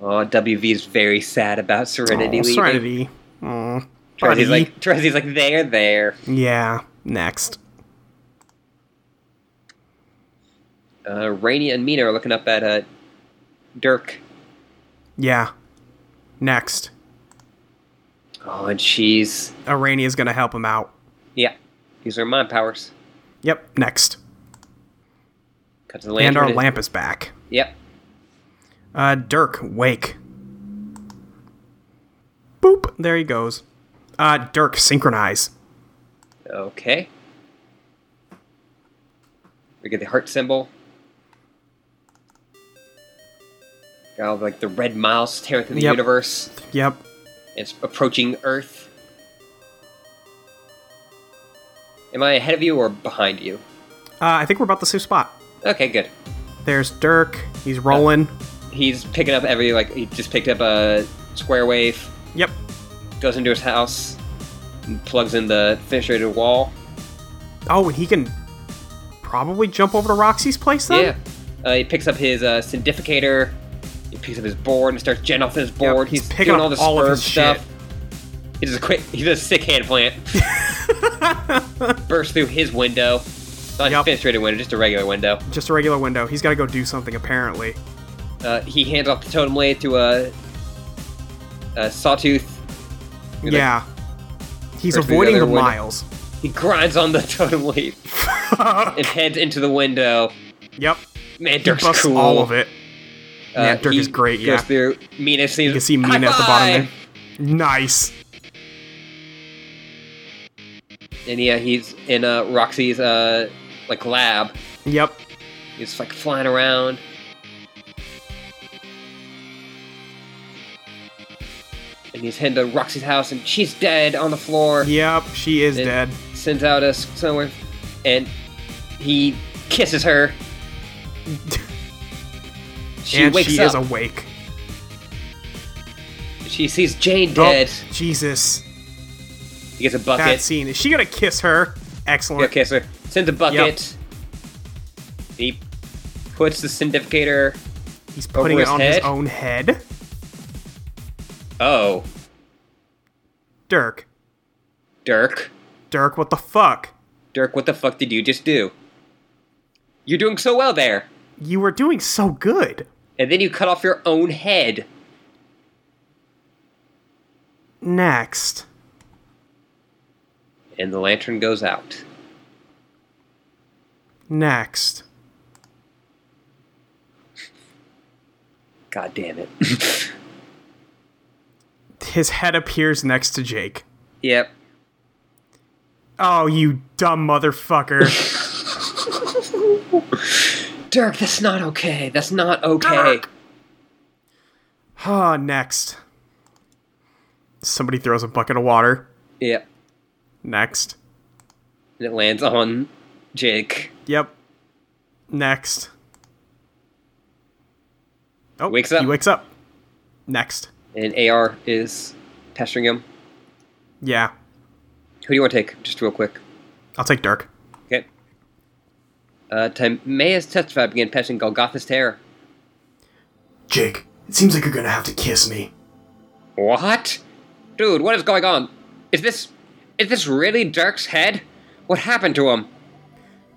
Speaker 1: Oh, WV's very sad about Serenity
Speaker 2: Oh,
Speaker 1: leaving.
Speaker 2: Serenity. Aw, buddy.
Speaker 1: Trezi's like, Trezi's like, they're there.
Speaker 2: yeah, next.
Speaker 1: Uh, Rainy and Mina are looking up at uh, Dirk.
Speaker 2: Yeah. Next.
Speaker 1: Oh, and she's.
Speaker 2: Irania's gonna help him out.
Speaker 1: Yeah. These are mind powers.
Speaker 2: Yep, next.
Speaker 1: Cut to the
Speaker 2: And
Speaker 1: lantern.
Speaker 2: our lamp is back.
Speaker 1: Yep.
Speaker 2: Uh, Dirk, wake. Boop, there he goes. Uh, Dirk, synchronize.
Speaker 1: Okay. We get the heart symbol. Got all, like the red miles tearing through the
Speaker 2: Yep.
Speaker 1: universe.
Speaker 2: Yep.
Speaker 1: It's approaching Earth. Am I ahead of you or behind you?
Speaker 2: Uh, I think we're about the same spot.
Speaker 1: Okay, good.
Speaker 2: There's Dirk. He's rolling.
Speaker 1: He's picking up every like he just picked up a square wave,
Speaker 2: Yep.
Speaker 1: goes into his house, and plugs in the fissurated wall.
Speaker 2: Oh, and he can probably jump over to Roxy's place then?
Speaker 1: Yeah. Uh, he picks up his uh, syndicator. He picks up his board and starts jetting off his board.
Speaker 2: he's
Speaker 1: he's
Speaker 2: picking
Speaker 1: doing
Speaker 2: up
Speaker 1: all this
Speaker 2: all of
Speaker 1: spurb
Speaker 2: his
Speaker 1: stuff. He does a quick. He does a sick hand plant. Bursts through his window. Not
Speaker 2: Yep.
Speaker 1: a fenestrated window, just a regular window.
Speaker 2: Just a regular window. He's gotta go do something, apparently.
Speaker 1: Uh, he hands off the totem blade to a, a sawtooth. He, like,
Speaker 2: yeah. He's
Speaker 1: Or to the
Speaker 2: avoiding the
Speaker 1: other window.
Speaker 2: miles.
Speaker 1: he grinds on the totem blade and heads into the window.
Speaker 2: yep.
Speaker 1: Man,
Speaker 2: He
Speaker 1: Dirk's
Speaker 2: busts
Speaker 1: cool.
Speaker 2: all of it.
Speaker 1: Uh,
Speaker 2: Yeah, Dirk
Speaker 1: he
Speaker 2: is great,
Speaker 1: Goes
Speaker 2: yeah.
Speaker 1: through. Mina sees.
Speaker 2: You can see Mina at the bottom there. Nice.
Speaker 1: and yeah, he's in uh, Roxy's uh, like lab.
Speaker 2: Yep.
Speaker 1: He's like flying around. And he's heading to Roxy's house, and she's dead on the floor.
Speaker 2: Yep. She is
Speaker 1: And-
Speaker 2: dead.
Speaker 1: Sends out us somewhere, and he kisses her. She
Speaker 2: and
Speaker 1: wakes
Speaker 2: she
Speaker 1: up.
Speaker 2: is awake.
Speaker 1: she sees Jane
Speaker 2: Oh,
Speaker 1: dead.
Speaker 2: Jesus.
Speaker 1: He gets a
Speaker 2: That
Speaker 1: bucket.
Speaker 2: scene. Is she gonna kiss her?
Speaker 1: He'll
Speaker 2: Excellent.
Speaker 1: kiss her. Sends a bucket. He puts the syndicator.
Speaker 2: He's putting it
Speaker 1: his
Speaker 2: on his
Speaker 1: head?
Speaker 2: own head.
Speaker 1: Oh,
Speaker 2: Dirk.
Speaker 1: Dirk.
Speaker 2: Dirk, what the fuck?
Speaker 1: Dirk, what the fuck did you just do? You're doing so well there.
Speaker 2: You were doing so good.
Speaker 1: And then you cut off your own head.
Speaker 2: Next.
Speaker 1: And the lantern goes out.
Speaker 2: Next.
Speaker 1: God damn it.
Speaker 2: His head appears next to Jake.
Speaker 1: yep.
Speaker 2: Oh, you dumb motherfucker.
Speaker 1: Dirk, that's not okay. That's not okay.
Speaker 2: Dirk! Ah, next. Somebody throws a bucket of water.
Speaker 1: Yep.
Speaker 2: Next.
Speaker 1: And it lands on Jake.
Speaker 2: Yep. Next. Oh,
Speaker 1: Wakes up.
Speaker 2: He wakes up. Next.
Speaker 1: And AR is pestering him.
Speaker 2: Yeah.
Speaker 1: Who do you want to take? Just real quick.
Speaker 2: I'll take Dirk.
Speaker 1: Okay. Uh, Timaeus testified began pestering Golgotha's terror.
Speaker 2: Jake, it seems like you're gonna have to kiss me.
Speaker 1: What? Dude, what is going on? Is this. Is this really Dirk's head? What happened to him?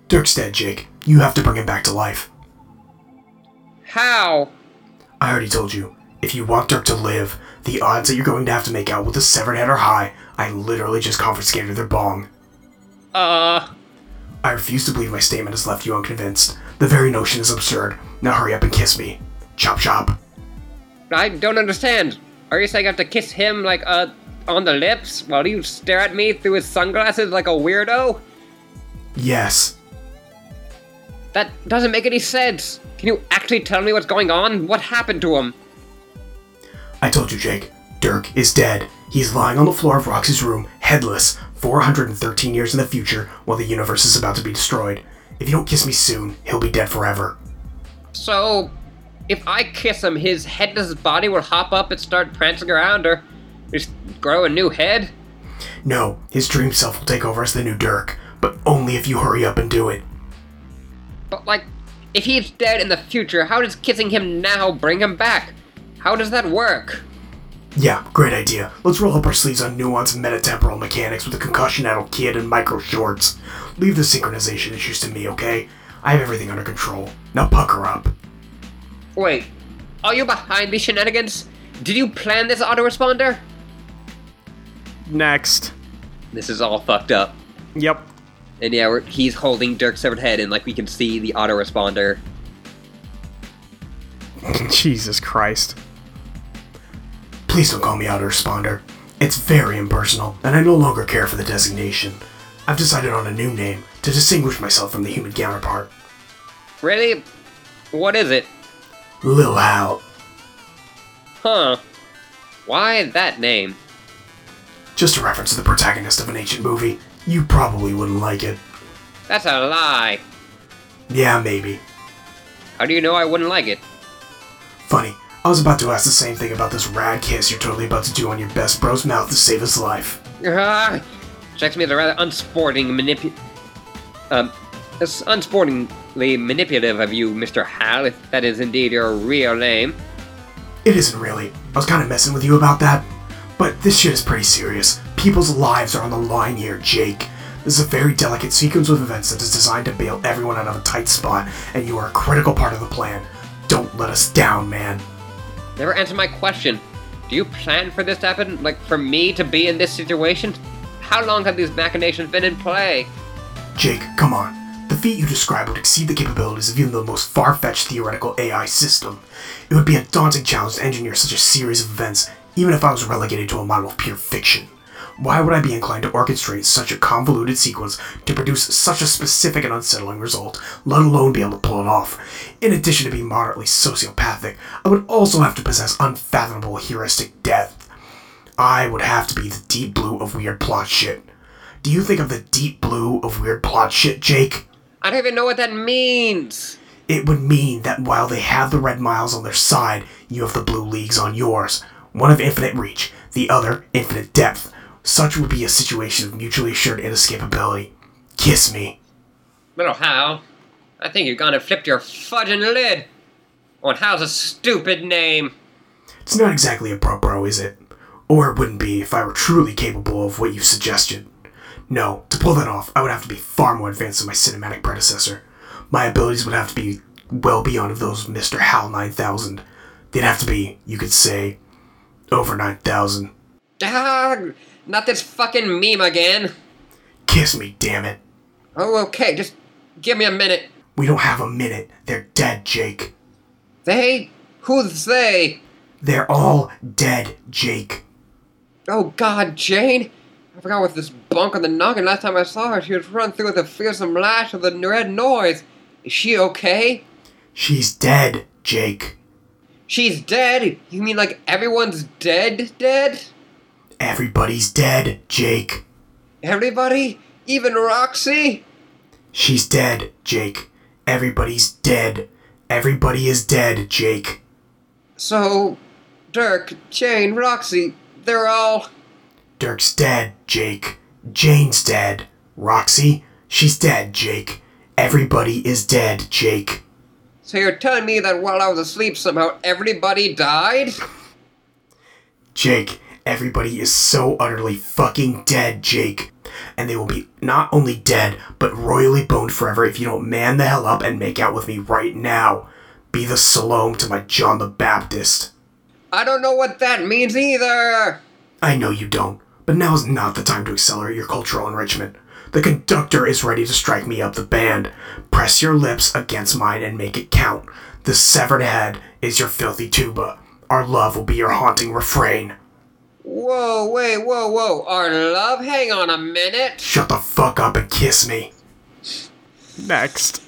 Speaker 2: Dirk's dead, Jake. You have to bring him back to life.
Speaker 1: How?
Speaker 2: I already told you. If you want Dirk to live, the odds that you're going to have to make out with a severed head are high. I literally just confiscated their bong.
Speaker 1: Uh.
Speaker 2: I refuse to believe my statement has left you unconvinced. The very notion is absurd. Now hurry up and kiss me. Chop chop.
Speaker 1: I don't understand. Are you saying I have to kiss him, like, uh, on the lips while you stare at me through his sunglasses like a weirdo?
Speaker 2: Yes.
Speaker 1: That doesn't make any sense. Can you actually tell me what's going on? What happened to him?
Speaker 2: I told you, Jake. Dirk is dead. He's lying on the floor of Roxy's room, headless, 413 years in the future, while the universe is about to be destroyed. If you don't kiss me soon, he'll be dead forever.
Speaker 1: So, If I kiss him, his headless body will hop up and start prancing around her. Just grow a new head.
Speaker 2: No, his dream self will take over as the new Dirk, but only if you hurry up and do it.
Speaker 1: But, like, if he's dead in the future, how does kissing him now bring him back? How does that work?
Speaker 2: Yeah, great idea. Let's roll up our sleeves on nuance and metatemporal mechanics with a concussion addled kid and micro shorts. Leave the synchronization issues to me, okay? I have everything under control. Now pucker up.
Speaker 1: Wait, are you behind these shenanigans? Did you plan this autoresponder?
Speaker 2: Next.
Speaker 1: This is all fucked up.
Speaker 2: Yep.
Speaker 1: And yeah, we're, he's holding Dirk's severed head, and like we can see the autoresponder.
Speaker 2: Jesus Christ. Please don't call me autoresponder. It's very impersonal, and I no longer care for the designation. I've decided on a new name to distinguish myself from the human counterpart.
Speaker 1: Really? What is it?
Speaker 2: Lil Hal.
Speaker 1: Huh. Why that name?
Speaker 2: Just a reference to the protagonist of an ancient movie. You probably wouldn't like it.
Speaker 1: That's a lie.
Speaker 2: Yeah, maybe.
Speaker 1: How do you know I wouldn't like it?
Speaker 2: Funny, I was about to ask the same thing about this rad kiss you're totally about to do on your best bro's mouth to save his life.
Speaker 1: Ah, strikes me as a rather unsporting manipu- Um, it's unsportingly manipulative of you, Mr. Hal, if that is indeed your real name.
Speaker 2: It isn't really. I was kind of messing with you about that. But this shit is pretty serious. People's lives are on the line here, Jake. This is a very delicate sequence of events that is designed to bail everyone out of a tight spot, and you are a critical part of the plan. Don't let us down, man.
Speaker 1: Never answer my question. Do you plan for this to happen? Like, for me to be in this situation? How long have these machinations been in play?
Speaker 2: Jake, come on. The feat you describe would exceed the capabilities of even the most far fetched theoretical AI system. It would be a daunting challenge to engineer such a series of events, even if I was relegated to a model of pure fiction. Why would I be inclined to orchestrate such a convoluted sequence to produce such a specific and unsettling result, let alone be able to pull it off? In addition to being moderately sociopathic, I would also have to possess unfathomable heuristic depth. I would have to be the deep blue of weird plot shit. Do you think of the deep blue of weird plot shit, Jake?
Speaker 1: I don't even know what that means!
Speaker 2: It would mean that while they have the red miles on their side, you have the blue leagues on yours. One of infinite reach, the other infinite depth. Such would be a situation of mutually assured inescapability. Kiss me.
Speaker 1: Little Hal, I think you've gone and flipped your fudging lid on Hal's a stupid name.
Speaker 2: It's not exactly a pro bro, is it? Or it wouldn't be if I were truly capable of what you suggested. No, to pull that off, I would have to be far more advanced than my cinematic predecessor. My abilities would have to be well beyond of those of Mr. Hal 9000. They'd have to be, you could say, over 9000.
Speaker 1: Ah, not this fucking meme again.
Speaker 2: Kiss me, damn it.
Speaker 1: Oh, okay, just give me a minute.
Speaker 2: We don't have a minute. They're dead, Jake.
Speaker 1: They? Who's they?
Speaker 2: They're all dead, Jake.
Speaker 1: Oh god, Jane! I forgot what this bunk on the noggin last time I saw her. She was run through with a fearsome lash of the red noise. Is she okay?
Speaker 2: She's dead, Jake.
Speaker 1: She's dead? You mean like everyone's dead dead?
Speaker 2: Everybody's dead, Jake.
Speaker 1: Everybody? Even Roxy?
Speaker 2: She's dead, Jake. Everybody's dead. Everybody is dead, Jake.
Speaker 1: So, Dirk, Jane, Roxy, they're all.
Speaker 2: Dirk's dead, Jake. Jane's dead. Roxy, she's dead, Jake. Everybody is dead, Jake.
Speaker 1: So you're telling me that while I was asleep, somehow everybody died?
Speaker 2: Jake, everybody is so utterly fucking dead, Jake. And they will be not only dead, but royally boned forever if you don't man the hell up and make out with me right now. Be the Salome to my John the Baptist.
Speaker 1: I don't know what that means either!
Speaker 2: I know you don't, but now is not the time to accelerate your cultural enrichment. The conductor is ready to strike me up the band. Press your lips against mine and make it count. The severed head is your filthy tuba. Our love will be your haunting refrain.
Speaker 1: Whoa, wait, whoa, whoa, our love? Hang on a minute!
Speaker 2: Shut the fuck up and kiss me. Next.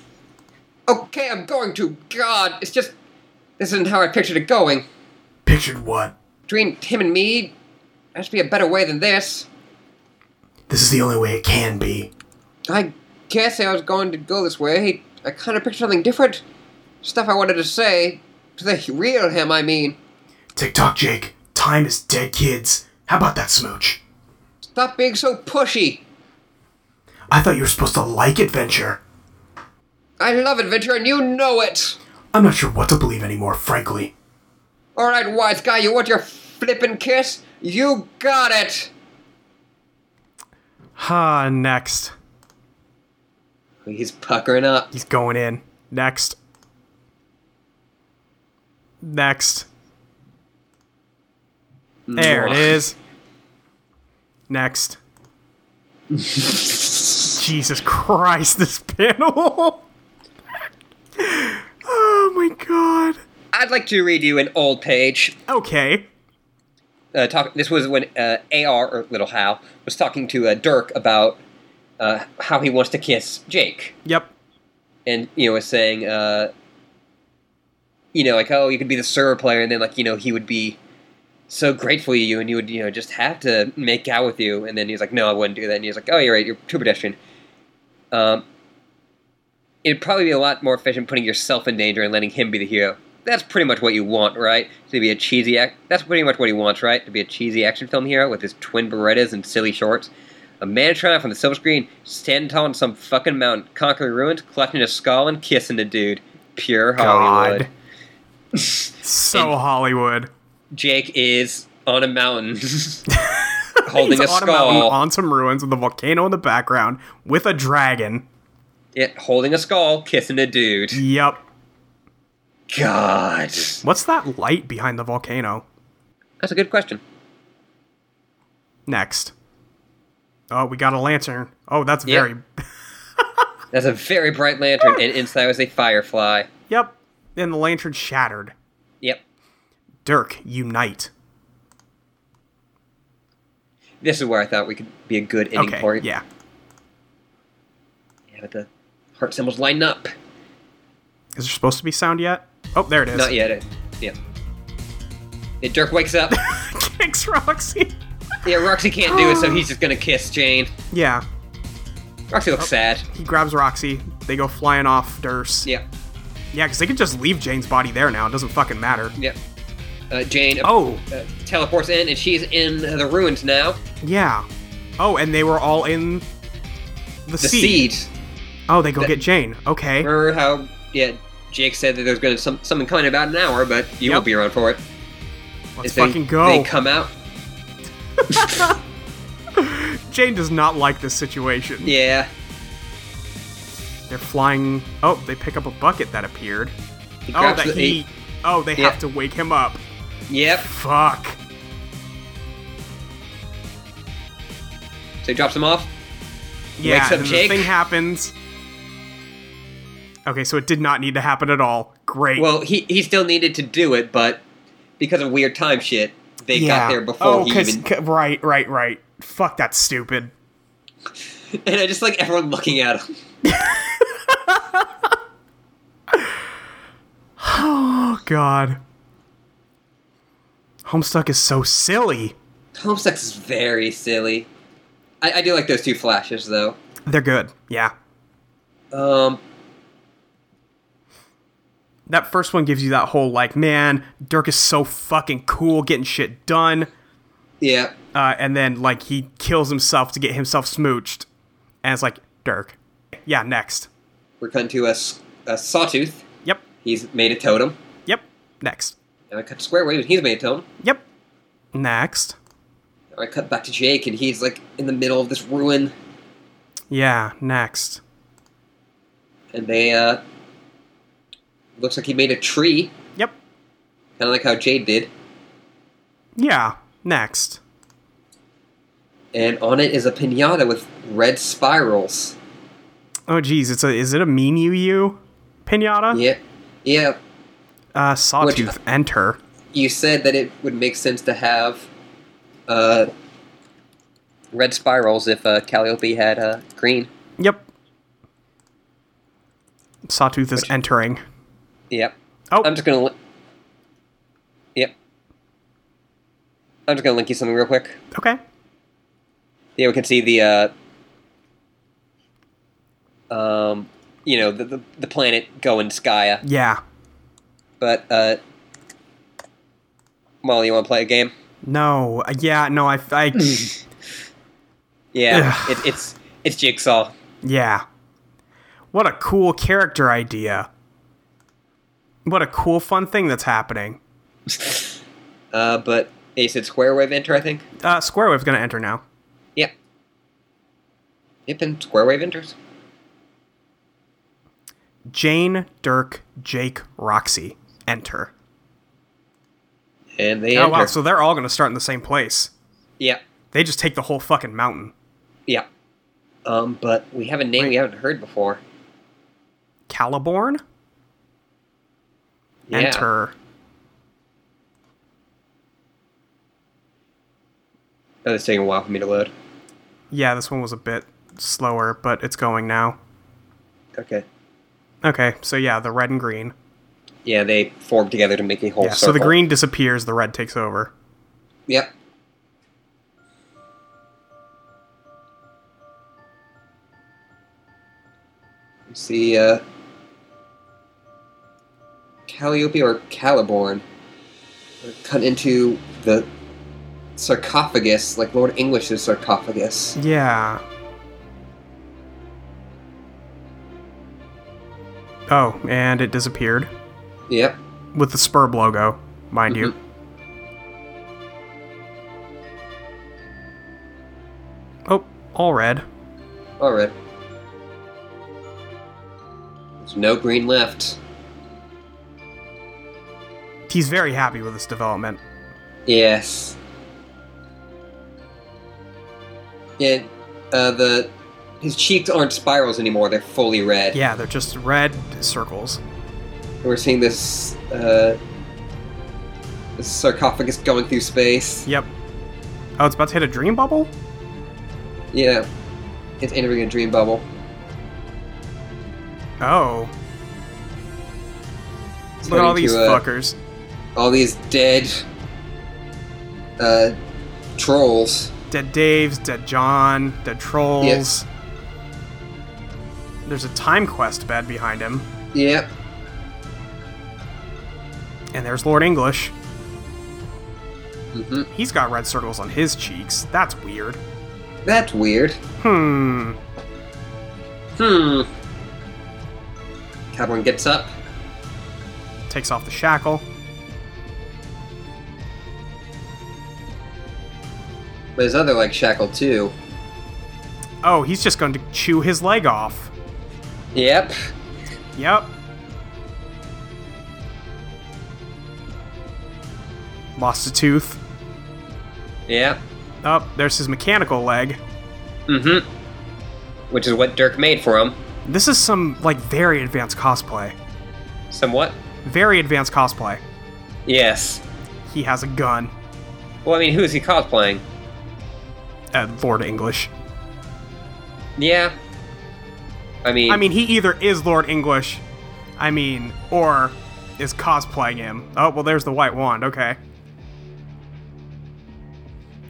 Speaker 1: Okay, I'm going to. God, it's just. This isn't how I pictured it going.
Speaker 2: Pictured what?
Speaker 1: Between him and me, there has to be a better way than this.
Speaker 2: This is the only way it can be.
Speaker 1: I guess I was going to go this way. I kind of pictured something different. Stuff I wanted to say. The real him, I mean.
Speaker 2: TikTok Jake, time is dead kids. How about that smooch?
Speaker 1: Stop being so pushy.
Speaker 2: I thought you were supposed to like adventure.
Speaker 1: I love adventure and you know it.
Speaker 2: I'm not sure what to believe anymore, frankly.
Speaker 1: Alright, wise guy, you want your flippin' kiss? You got it.
Speaker 2: Ha, next.
Speaker 1: He's puckering up.
Speaker 2: He's going in. Next. Next. There it is. Next. Jesus Christ, this panel. oh my god.
Speaker 1: I'd like to read you an old page.
Speaker 2: Okay.
Speaker 1: uh, talk, this was when uh, AR, or Little Hal, was talking to uh, Dirk about uh, how he wants to kiss Jake.
Speaker 2: Yep.
Speaker 1: And, you know, was saying, uh, you know, like, oh, you could be the server player, and then, like, you know, he would be so grateful to you, and you would, you know, just have to make out with you. And then he's like, no, I wouldn't do that. And he's like, oh, you're right, you're too pedestrian. Um, it'd probably be a lot more efficient putting yourself in danger and letting him be the hero. That's pretty much what you want, right? To be a cheesy act. That's pretty much what he wants, right? To be a cheesy action film hero with his twin Berettas and silly shorts. A man shot off on the silver screen, standing tall on some fucking mountain, conquering ruins, collecting a skull, and kissing the dude. Pure Hollywood.
Speaker 2: God. so Hollywood.
Speaker 1: Jake is on a mountain, holding
Speaker 2: He's
Speaker 1: a
Speaker 2: on mountain
Speaker 1: skull.
Speaker 2: on some ruins with a volcano in the background with a dragon.
Speaker 1: yeah, holding a skull, kissing a dude.
Speaker 2: Yep.
Speaker 1: God,
Speaker 2: What's that light behind the volcano?
Speaker 1: that's a good question.
Speaker 2: Next. Oh, we got a lantern. Oh, that's very.
Speaker 1: That's a very bright lantern, and inside was a firefly.
Speaker 2: Yep. And the lantern shattered.
Speaker 1: Yep.
Speaker 2: Dirk, unite.
Speaker 1: This is where I thought we could be a good ending
Speaker 2: Okay.
Speaker 1: point.
Speaker 2: Yeah.
Speaker 1: Yeah, but the heart symbols line up.
Speaker 2: Is there supposed to be sound yet? Oh, there it is.
Speaker 1: Not yet. It, yeah. And Dirk wakes up.
Speaker 2: Thanks, Roxy.
Speaker 1: yeah, Roxy can't do it, so he's just gonna kiss Jane.
Speaker 2: Yeah.
Speaker 1: Roxy
Speaker 2: Oh.
Speaker 1: looks sad.
Speaker 2: He grabs Roxy. They go flying off Durst.
Speaker 1: Yeah,
Speaker 2: Yeah, because they could just leave Jane's body there now. It doesn't fucking matter.
Speaker 1: yeah. Uh, Jane uh,
Speaker 2: Oh,
Speaker 1: uh, teleports in, and she's in the ruins now.
Speaker 2: yeah. Oh, and they were all in the,
Speaker 1: The
Speaker 2: sea.
Speaker 1: seed.
Speaker 2: Oh, they go
Speaker 1: The-
Speaker 2: get Jane. Okay.
Speaker 1: Remember how? Yeah, Jake said that there's gonna some something coming in about an hour, but you
Speaker 2: Yep.
Speaker 1: won't be around for it.
Speaker 2: Let's
Speaker 1: And so
Speaker 2: fucking
Speaker 1: They
Speaker 2: go.
Speaker 1: come out.
Speaker 2: Jane does not like this situation.
Speaker 1: Yeah.
Speaker 2: They're flying. Oh, they pick up a bucket that appeared.
Speaker 1: He
Speaker 2: Oh,
Speaker 1: grabs
Speaker 2: that
Speaker 1: the-
Speaker 2: he. Oh, they
Speaker 1: Yeah.
Speaker 2: have to wake him up.
Speaker 1: Yep.
Speaker 2: Fuck.
Speaker 1: So he drops him off.
Speaker 2: Yeah,
Speaker 1: Wakes up
Speaker 2: and
Speaker 1: Jake.
Speaker 2: the thing happens. Okay, so it did not need to happen at all. Great.
Speaker 1: Well, he he still needed to do it, but because of weird time shit, they got there before
Speaker 2: oh,
Speaker 1: he
Speaker 2: 'cause-
Speaker 1: even.
Speaker 2: c- right, right, right. Fuck, that's stupid.
Speaker 1: And I just like everyone looking at him.
Speaker 2: Oh god. Homestuck is so silly.
Speaker 1: Homestuck is very silly. I, I do like those two flashes though.
Speaker 2: They're good. Yeah.
Speaker 1: Um,
Speaker 2: That first one gives you that whole like, man, Dirk is so fucking cool getting shit done.
Speaker 1: yeah,
Speaker 2: Uh, and then like he kills himself to get himself smooched. And it's like, Dirk. Yeah, next.
Speaker 1: we're cutting to a, s- a sawtooth.
Speaker 2: Yep.
Speaker 1: He's made a totem.
Speaker 2: Yep. Next.
Speaker 1: And I cut to Square Wave, and he's made a totem.
Speaker 2: Yep. Next.
Speaker 1: And I cut back to Jake, and he's like in the middle of this ruin,
Speaker 2: Yeah, next.
Speaker 1: and they uh, looks like he made a tree,
Speaker 2: Yep.
Speaker 1: kind of like how Jade did.
Speaker 2: Yeah, next.
Speaker 1: And on it is a pinata with red spirals.
Speaker 2: Oh geez, it's a is it a mean you you pinata?
Speaker 1: Yeah, yeah.
Speaker 2: Uh Sawtooth, enter.
Speaker 1: You said that it would make sense to have uh, red spirals if uh, Calliope had uh, green.
Speaker 2: Yep. Sawtooth is entering.
Speaker 1: Yep.
Speaker 2: Oh,
Speaker 1: I'm just gonna. Li- yep. I'm just gonna link you something real quick.
Speaker 2: okay.
Speaker 1: Yeah, we can see the. Uh, um, you know the the, the planet going skya,
Speaker 2: Yeah.
Speaker 1: But uh, Molly, you want to play a game?
Speaker 2: No, uh, yeah, no, I, I
Speaker 1: Yeah,
Speaker 2: Ugh.
Speaker 1: it, it's it's Jigsaw.
Speaker 2: yeah. What a cool character idea. What a cool, fun thing that's happening.
Speaker 1: Uh, but they said square wave enter, I think.
Speaker 2: Uh, Squarewave's gonna enter now.
Speaker 1: Yeah. Yep, and square wave enters.
Speaker 2: Jane, Dirk, Jake, Roxy, enter.
Speaker 1: And they
Speaker 2: Oh
Speaker 1: enter.
Speaker 2: wow, so they're all gonna start in the same place.
Speaker 1: yeah,
Speaker 2: They just take the whole fucking mountain.
Speaker 1: yeah. Um, but we have a name we haven't heard before.
Speaker 2: Caliborn?
Speaker 1: Yeah.
Speaker 2: Enter.
Speaker 1: Oh, it's taking a while for me to load.
Speaker 2: Yeah, this one was a bit slower, but it's going now.
Speaker 1: Okay.
Speaker 2: Okay, so yeah, the red and green.
Speaker 1: Yeah, they form together to make a whole
Speaker 2: Yeah,
Speaker 1: circle.
Speaker 2: so the green disappears, the red takes over.
Speaker 1: Yep. You see, uh. Calliope or Caliborn are cut into the sarcophagus, like Lord English's sarcophagus.
Speaker 2: Yeah. Oh, and it disappeared.
Speaker 1: Yep.
Speaker 2: With the Spurb logo, mind you.
Speaker 1: Mm-hmm.
Speaker 2: Oh, all red.
Speaker 1: Alright. There's no green left.
Speaker 2: He's very happy with this development.
Speaker 1: Yes. Yeah, uh, the his cheeks aren't spirals anymore; they're fully red.
Speaker 2: Yeah, they're just red circles.
Speaker 1: And we're seeing this, uh, this sarcophagus going through space.
Speaker 2: Yep. Oh, it's about to hit a dream bubble?
Speaker 1: Yeah, it's entering a dream bubble.
Speaker 2: Oh.
Speaker 1: It's
Speaker 2: Look at all
Speaker 1: going
Speaker 2: these
Speaker 1: to, uh,
Speaker 2: fuckers.
Speaker 1: all these dead uh, trolls.
Speaker 2: Dead Dave's, Dead John, Dead Trolls.
Speaker 1: Yes.
Speaker 2: There's a time quest bed behind him,
Speaker 1: Yep.
Speaker 2: and there's Lord English.
Speaker 1: hmm
Speaker 2: He's got red circles on his cheeks. That's weird.
Speaker 1: That's weird.
Speaker 2: Hmm.
Speaker 1: Hmm. Cadwin gets up.
Speaker 2: Takes off the shackle.
Speaker 1: But his other leg shackled too.
Speaker 2: Oh, he's just going to chew his leg off.
Speaker 1: Yep.
Speaker 2: Yep. Lost a tooth.
Speaker 1: Yep.
Speaker 2: Oh, there's his mechanical leg.
Speaker 1: Mm-hmm. Which is what Dirk made for him.
Speaker 2: This is some, like, very advanced cosplay.
Speaker 1: Somewhat.
Speaker 2: Very advanced cosplay.
Speaker 1: Yes.
Speaker 2: He has a gun.
Speaker 1: Well, I mean, who is he cosplaying?
Speaker 2: Uh, Lord English.
Speaker 1: Yeah. I mean.
Speaker 2: I mean, he either is Lord English, I mean, or is cosplaying him. Oh, well, there's the white wand. Okay.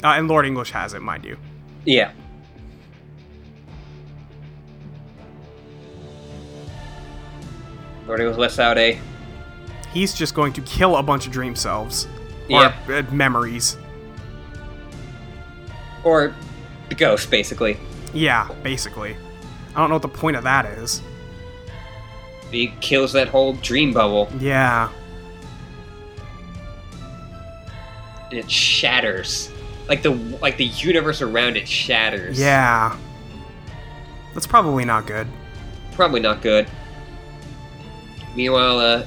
Speaker 2: Uh, and Lord English has it, mind you.
Speaker 1: Yeah. Lord Eagles lets out a.
Speaker 2: He's just going to kill a bunch of dream selves. Or
Speaker 1: Yeah.
Speaker 2: uh, memories.
Speaker 1: Or the ghost, basically.
Speaker 2: Yeah, basically. I don't know what the point of that is.
Speaker 1: He kills that whole dream bubble,
Speaker 2: Yeah.
Speaker 1: and it shatters. Like the like the universe around it shatters.
Speaker 2: Yeah. That's probably not good.
Speaker 1: Probably not good. Meanwhile, uh,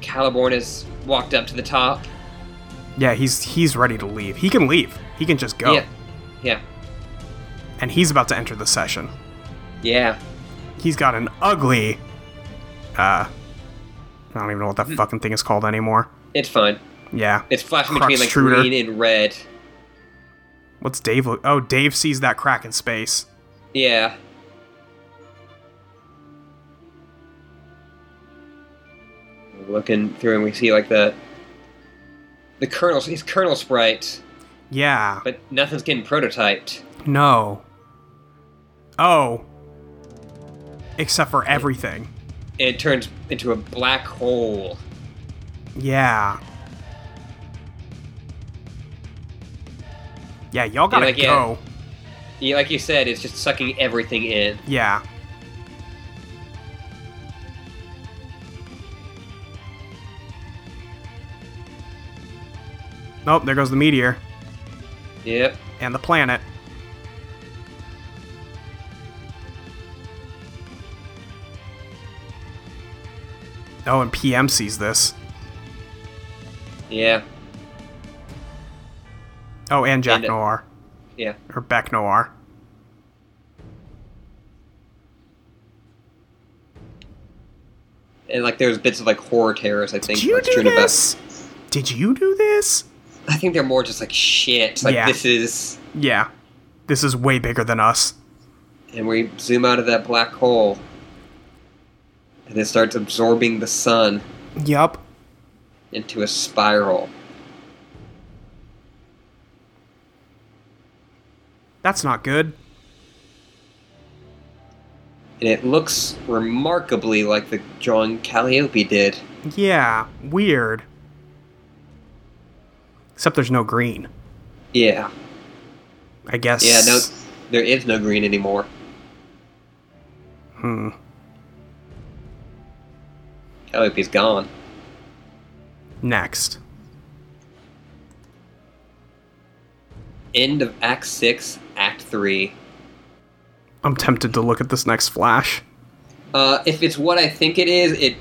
Speaker 1: Caliborn has walked up to the top.
Speaker 2: Yeah, he's he's ready to leave. He can leave. He can just go.
Speaker 1: Yeah. Yeah.
Speaker 2: And he's about to enter the session.
Speaker 1: Yeah.
Speaker 2: He's got an ugly uh I don't even know what
Speaker 1: Hmm.
Speaker 2: that fucking thing is called anymore.
Speaker 1: It's fine.
Speaker 2: Yeah.
Speaker 1: It's flashing between like
Speaker 2: Crotchtruder.
Speaker 1: green and red.
Speaker 2: What's Dave look Oh, Dave sees that crack in space.
Speaker 1: Yeah. Looking through, and we see like the the kernel. His kernel sprite,
Speaker 2: Yeah.
Speaker 1: but nothing's getting prototyped.
Speaker 2: No. Oh. Except for everything.
Speaker 1: and it turns into a black hole.
Speaker 2: Yeah. Yeah, y'all gotta
Speaker 1: like, yeah.
Speaker 2: go.
Speaker 1: Yeah, like you said, it's just sucking everything in.
Speaker 2: Yeah. Nope, there goes the meteor
Speaker 1: Yep.
Speaker 2: and the planet. Oh, and PM sees this.
Speaker 1: Yeah.
Speaker 2: Oh, and Jack
Speaker 1: And it-
Speaker 2: Noir.
Speaker 1: Yeah.
Speaker 2: Or Beck Noir.
Speaker 1: And like there's bits of like horror terrors. I think
Speaker 2: Did you
Speaker 1: that's
Speaker 2: do
Speaker 1: true
Speaker 2: this? Did you do this?
Speaker 1: about. I think they're more just like shit. Like
Speaker 2: Yeah.
Speaker 1: this is,
Speaker 2: Yeah. This is way bigger than us.
Speaker 1: and we zoom out of that black hole, and it starts absorbing the sun
Speaker 2: Yup.
Speaker 1: into a spiral.
Speaker 2: That's not good.
Speaker 1: and it looks remarkably like the drawing Calliope did.
Speaker 2: Yeah, weird. Except there's no green.
Speaker 1: Yeah,
Speaker 2: I guess.
Speaker 1: yeah. No, there is no green anymore.
Speaker 2: Hmm.
Speaker 1: Calliope's gone.
Speaker 2: Next.
Speaker 1: End of Act Six, Act Three.
Speaker 2: I'm tempted to look at this next flash.
Speaker 1: Uh, if it's what I think it is, it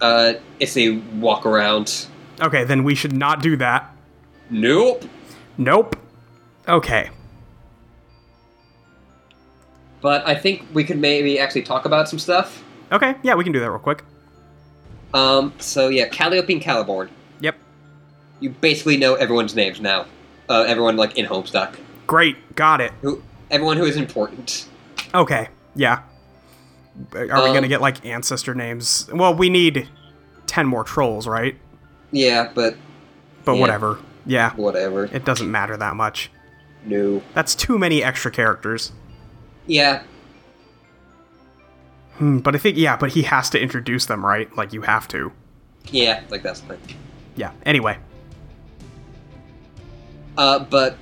Speaker 1: uh, it's a walk around.
Speaker 2: Okay, then we should not do that.
Speaker 1: Nope.
Speaker 2: Nope. Okay.
Speaker 1: But I think we could maybe actually talk about some stuff.
Speaker 2: Okay, yeah, we can do that real quick.
Speaker 1: Um, so yeah, Calliope and Caliborn.
Speaker 2: Yep.
Speaker 1: You basically know everyone's names now. Uh, everyone like in Homestuck.
Speaker 2: Great, got it.
Speaker 1: Who? Everyone who is important.
Speaker 2: Okay, yeah. Are we
Speaker 1: Um,
Speaker 2: gonna get like ancestor names? Well, we need 10 more trolls, right?
Speaker 1: Yeah, but
Speaker 2: But
Speaker 1: Yeah.
Speaker 2: whatever. Yeah,
Speaker 1: whatever.
Speaker 2: it doesn't matter that much.
Speaker 1: No.
Speaker 2: That's too many extra characters.
Speaker 1: Yeah,
Speaker 2: Hmm, but I think, yeah, but he has to introduce them, right? Like, you have to.
Speaker 1: Yeah, like that's the thing.
Speaker 2: Yeah, anyway.
Speaker 1: Uh, but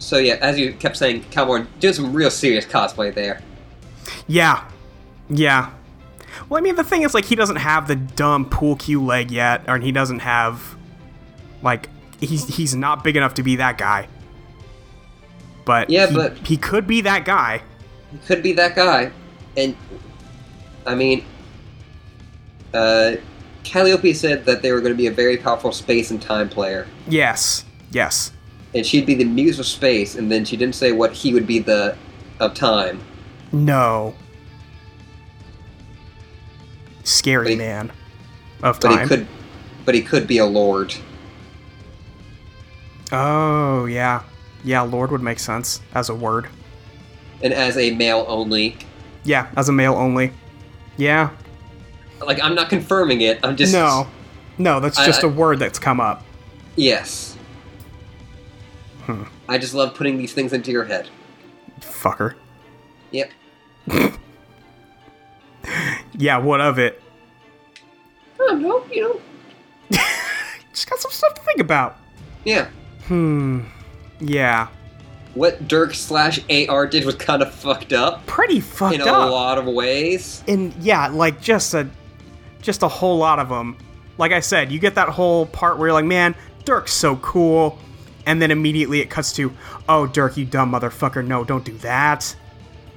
Speaker 1: so yeah, as you kept saying, Calborn doing some real serious cosplay there.
Speaker 2: Yeah. Yeah. Well, I mean, the thing is, like, he doesn't have the dumb pool cue leg yet, or he doesn't have, like, he's he's not big enough to be that guy. But
Speaker 1: Yeah,
Speaker 2: he,
Speaker 1: but-
Speaker 2: he could be that guy.
Speaker 1: He could be that guy, and I mean, uh, Calliope said that they were going to be a very powerful space and time player,
Speaker 2: Yes. Yes.
Speaker 1: and she'd be the muse of space, and then she didn't say what he would be the of time.
Speaker 2: No. Scary
Speaker 1: But he-
Speaker 2: man of
Speaker 1: But
Speaker 2: time.
Speaker 1: he could, but he could be a lord.
Speaker 2: Oh, yeah. Yeah, Lord would make sense as a word.
Speaker 1: And as a male only,
Speaker 2: Yeah, as a male only. Yeah.
Speaker 1: like I'm not confirming it. I'm just
Speaker 2: no. No, that's
Speaker 1: I-
Speaker 2: just a
Speaker 1: I-
Speaker 2: word that's come up.
Speaker 1: Yes.
Speaker 2: Hmm.
Speaker 1: I just love putting these things into your head.
Speaker 2: Fucker.
Speaker 1: Yep.
Speaker 2: Yeah, what of it?
Speaker 1: Oh no, you know.
Speaker 2: Just got some stuff to think about.
Speaker 1: Yeah.
Speaker 2: Hmm. Yeah.
Speaker 1: What Dirk slash AR did was kind of fucked up
Speaker 2: Pretty fucked
Speaker 1: in a
Speaker 2: up.
Speaker 1: lot of ways.
Speaker 2: And yeah, like just a just a whole lot of them. Like I said, you get that whole part where you're like, "Man, Dirk's so cool." And then immediately it cuts to, "Oh, Dirk, you dumb motherfucker. No, don't do that."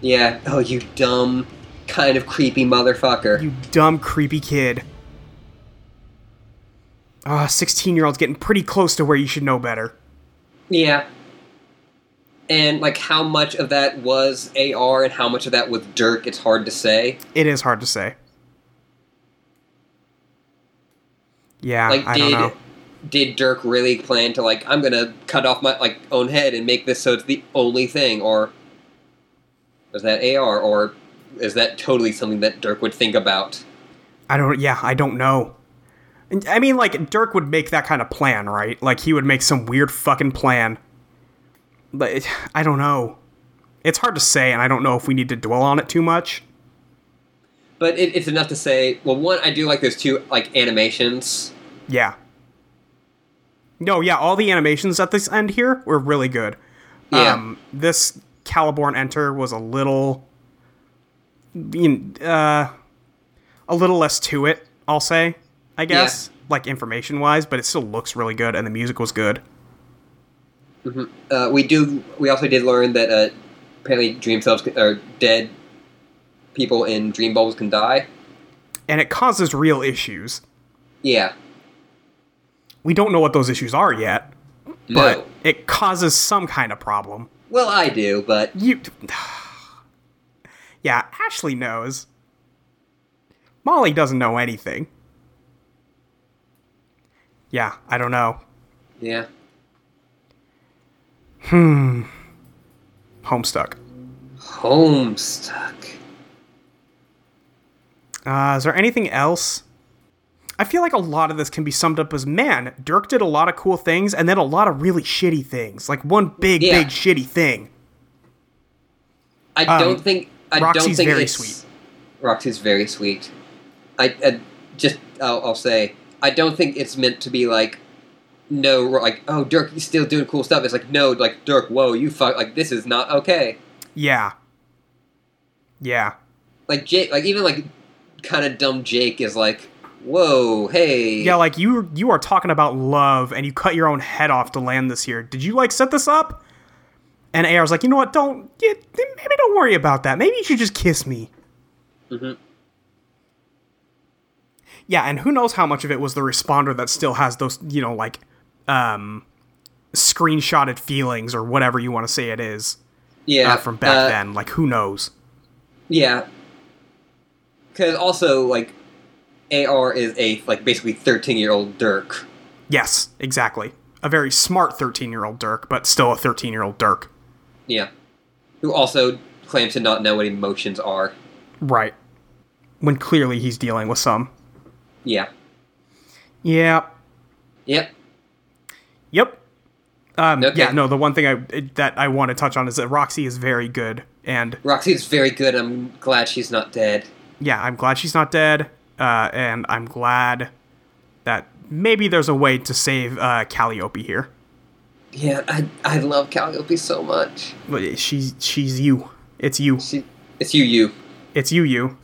Speaker 1: Yeah. Oh, you dumb, kind of creepy motherfucker.
Speaker 2: You dumb, creepy kid. Ah, 16 year old's getting pretty close to where you should know better.
Speaker 1: yeah. And like how much of that was AR and how much of that was Dirk, it's hard to say.
Speaker 2: It is hard to say. Yeah,
Speaker 1: Like
Speaker 2: I
Speaker 1: did
Speaker 2: don't know.
Speaker 1: did Dirk really plan to like I'm gonna cut off my like own head and make this so it's the only thing, or was that AR, or is that totally something that Dirk would think about?
Speaker 2: I don't. Yeah, I don't know. And- I mean, like Dirk would make that kind of plan, right? Like he would make some weird fucking plan. But it- I don't know. It's hard to say, and I don't know if we need to dwell on it too much.
Speaker 1: But it, it's enough to say, well, one, I do like those two like animations.
Speaker 2: Yeah. No, yeah, all the animations at this end here were really good.
Speaker 1: Yeah.
Speaker 2: Um, this Caliborn Enter was a little, you kn- uh, a little less to it. I'll say, I guess, like information wise, but it still looks really good, and the music was good.
Speaker 1: Uh, we do. We also did learn that uh, apparently dream selves can, or dead people in dream bubbles can die.
Speaker 2: And it causes real issues.
Speaker 1: Yeah.
Speaker 2: We don't know what those issues are yet, but
Speaker 1: No.
Speaker 2: it causes some kind of problem.
Speaker 1: Well, I do, but
Speaker 2: You. yeah, Ashley knows. Molly doesn't know anything. Yeah, I don't know.
Speaker 1: yeah.
Speaker 2: Hmm. Homestuck.
Speaker 1: Homestuck.
Speaker 2: Uh, is there anything else? I feel like a lot of this can be summed up as man, Dirk did a lot of cool things and then a lot of really shitty things. Like one big,
Speaker 1: Yeah.
Speaker 2: big shitty thing.
Speaker 1: I
Speaker 2: Um,
Speaker 1: don't think. I don't
Speaker 2: Roxy's
Speaker 1: think
Speaker 2: very
Speaker 1: it's,
Speaker 2: sweet.
Speaker 1: Roxy's very sweet. I, I just I'll, I'll say I don't think it's meant to be like no Ro- like oh Dirk you still doing cool stuff. It's like no like Dirk whoa you fuck like this is not okay.
Speaker 2: Yeah. Yeah.
Speaker 1: Like Jake like even like kind of dumb Jake is like whoa hey
Speaker 2: Yeah, like you you are talking about love and you cut your own head off to land this here. Did you like set this up? And AR's like, you know what, don't yeah, maybe don't worry about that. Maybe you should just kiss me.
Speaker 1: Mhm.
Speaker 2: Yeah, and who knows how much of it was the responder that still has those, you know, like um screenshotted feelings or whatever you want to say it is
Speaker 1: yeah
Speaker 2: uh, from back
Speaker 1: uh,
Speaker 2: then. Like who knows?
Speaker 1: yeah because also like AR is a like basically thirteen year old Dirk
Speaker 2: Yes, exactly. A very smart 13-year-old Dirk, but still a 13-year-old Dirk.
Speaker 1: yeah who also claims to not know what emotions are
Speaker 2: Right. When clearly he's dealing with some.
Speaker 1: yeah
Speaker 2: Yeah.
Speaker 1: yep
Speaker 2: Yep. Um,
Speaker 1: Okay.
Speaker 2: Yeah. No. The one thing I it- that I want to touch on is that Roxy is very good, and
Speaker 1: Roxy's very good. I'm glad she's not dead.
Speaker 2: yeah, I'm glad she's not dead, uh, and I'm glad that maybe there's a way to save uh, Calliope here.
Speaker 1: Yeah, I, I love Calliope so much.
Speaker 2: But She's she's you. It's you.
Speaker 1: She, it's you, you.
Speaker 2: It's you. You.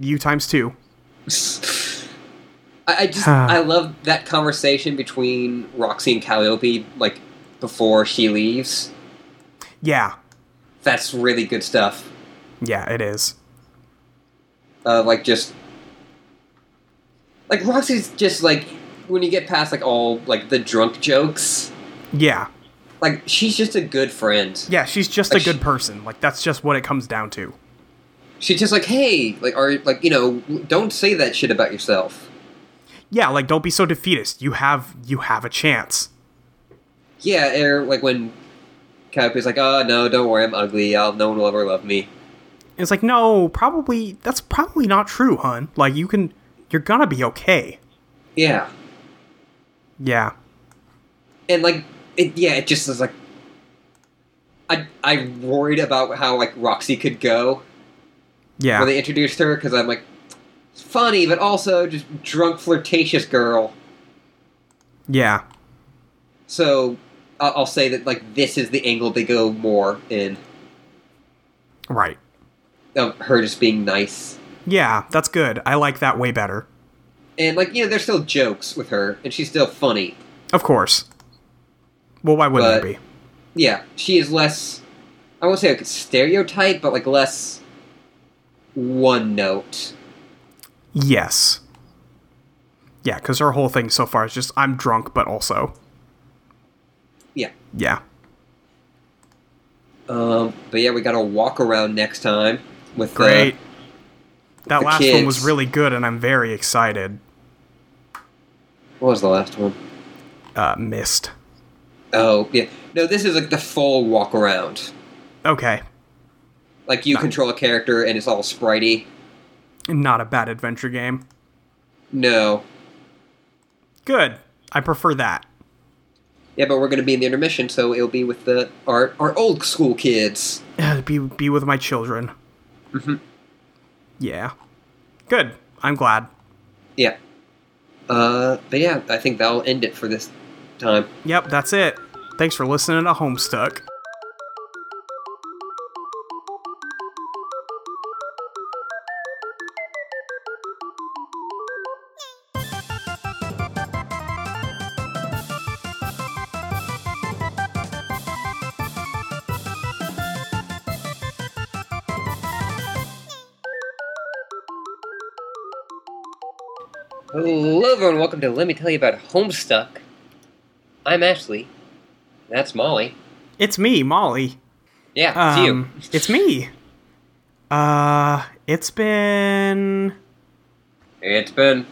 Speaker 2: You times two.
Speaker 1: I, I just
Speaker 2: Huh.
Speaker 1: I love that conversation between Roxy and Calliope, like before she leaves.
Speaker 2: Yeah.
Speaker 1: That's really good stuff.
Speaker 2: Yeah. It is.
Speaker 1: Uh, like just like Roxy's just like when you get past like all like the drunk jokes,
Speaker 2: Yeah.
Speaker 1: like she's just a good friend.
Speaker 2: Yeah. She's just
Speaker 1: Like
Speaker 2: a good
Speaker 1: she-
Speaker 2: person. Like that's just what it comes down to.
Speaker 1: She's just like, hey, like are like you know, don't say that shit about yourself.
Speaker 2: Yeah. Like don't be so defeatist. You have you have a chance.
Speaker 1: Yeah, or like when Calliope's like, "Oh no, don't worry, I'm ugly. I'll, no one will ever love me."
Speaker 2: And it's like, no, probably that's probably not true, hun. Like you can you're gonna be okay.
Speaker 1: Yeah,
Speaker 2: Yeah.
Speaker 1: and like, it, yeah, it just is like, I I worried about how like Roxy could go
Speaker 2: Yeah.
Speaker 1: when they introduced her because I'm like, it's funny, but also just drunk flirtatious girl.
Speaker 2: yeah.
Speaker 1: So I'll, I'll say that like this is the angle they go more in
Speaker 2: Right.
Speaker 1: of her just being nice.
Speaker 2: Yeah, that's good. I like that way better.
Speaker 1: And like you know, there's still jokes with her, and she's still funny.
Speaker 2: Of course. Well, why wouldn't it be?
Speaker 1: yeah, she is less. I won't say like stereotype, but like less one note.
Speaker 2: Yes. Yeah, because her whole thing so far is just I'm drunk, but also.
Speaker 1: Yeah.
Speaker 2: Yeah.
Speaker 1: Um, but yeah, we got a walk around next time with
Speaker 2: Great. that
Speaker 1: Uh, the
Speaker 2: last one was
Speaker 1: kids.
Speaker 2: really good, and I'm very excited.
Speaker 1: The, what was the last one?
Speaker 2: Uh, missed.
Speaker 1: Oh yeah, no, this is like the full walk around.
Speaker 2: Okay.
Speaker 1: Like you control a character and it's all spritey.
Speaker 2: Not a bad adventure game.
Speaker 1: No,
Speaker 2: Good. I prefer that.
Speaker 1: yeah, but we're gonna be in the intermission, so it'll be with the our our old school kids. Mm-hmm.
Speaker 2: Uh, be be with my children.
Speaker 1: Mhm.
Speaker 2: Yeah. Good. I'm glad.
Speaker 1: Yeah. Uh, but yeah, I think that'll end it for this time.
Speaker 2: Yep, that's it. Thanks for listening to Homestuck.
Speaker 1: Hello, everyone. Welcome to Let Me Tell You About Homestuck. I'm Ashley. That's Molly.
Speaker 2: It's me, Molly.
Speaker 1: Yeah,
Speaker 2: Um,
Speaker 1: it's you.
Speaker 2: it's me. Uh, it's been.
Speaker 1: It's been.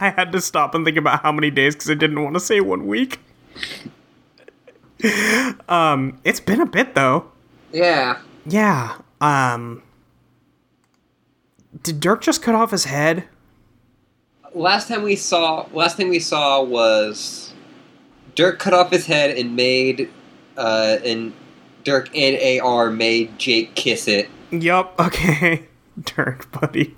Speaker 2: I had to stop and think about how many days because I didn't want to say one week. um, it's been a bit though.
Speaker 1: Yeah.
Speaker 2: Yeah. Um. Did Dirk just cut off his head?
Speaker 1: Last time we saw, last thing we saw was Dirk cut off his head and made, uh, and Dirk and AR made Jake kiss it.
Speaker 2: Yup. Okay. Dirk, buddy.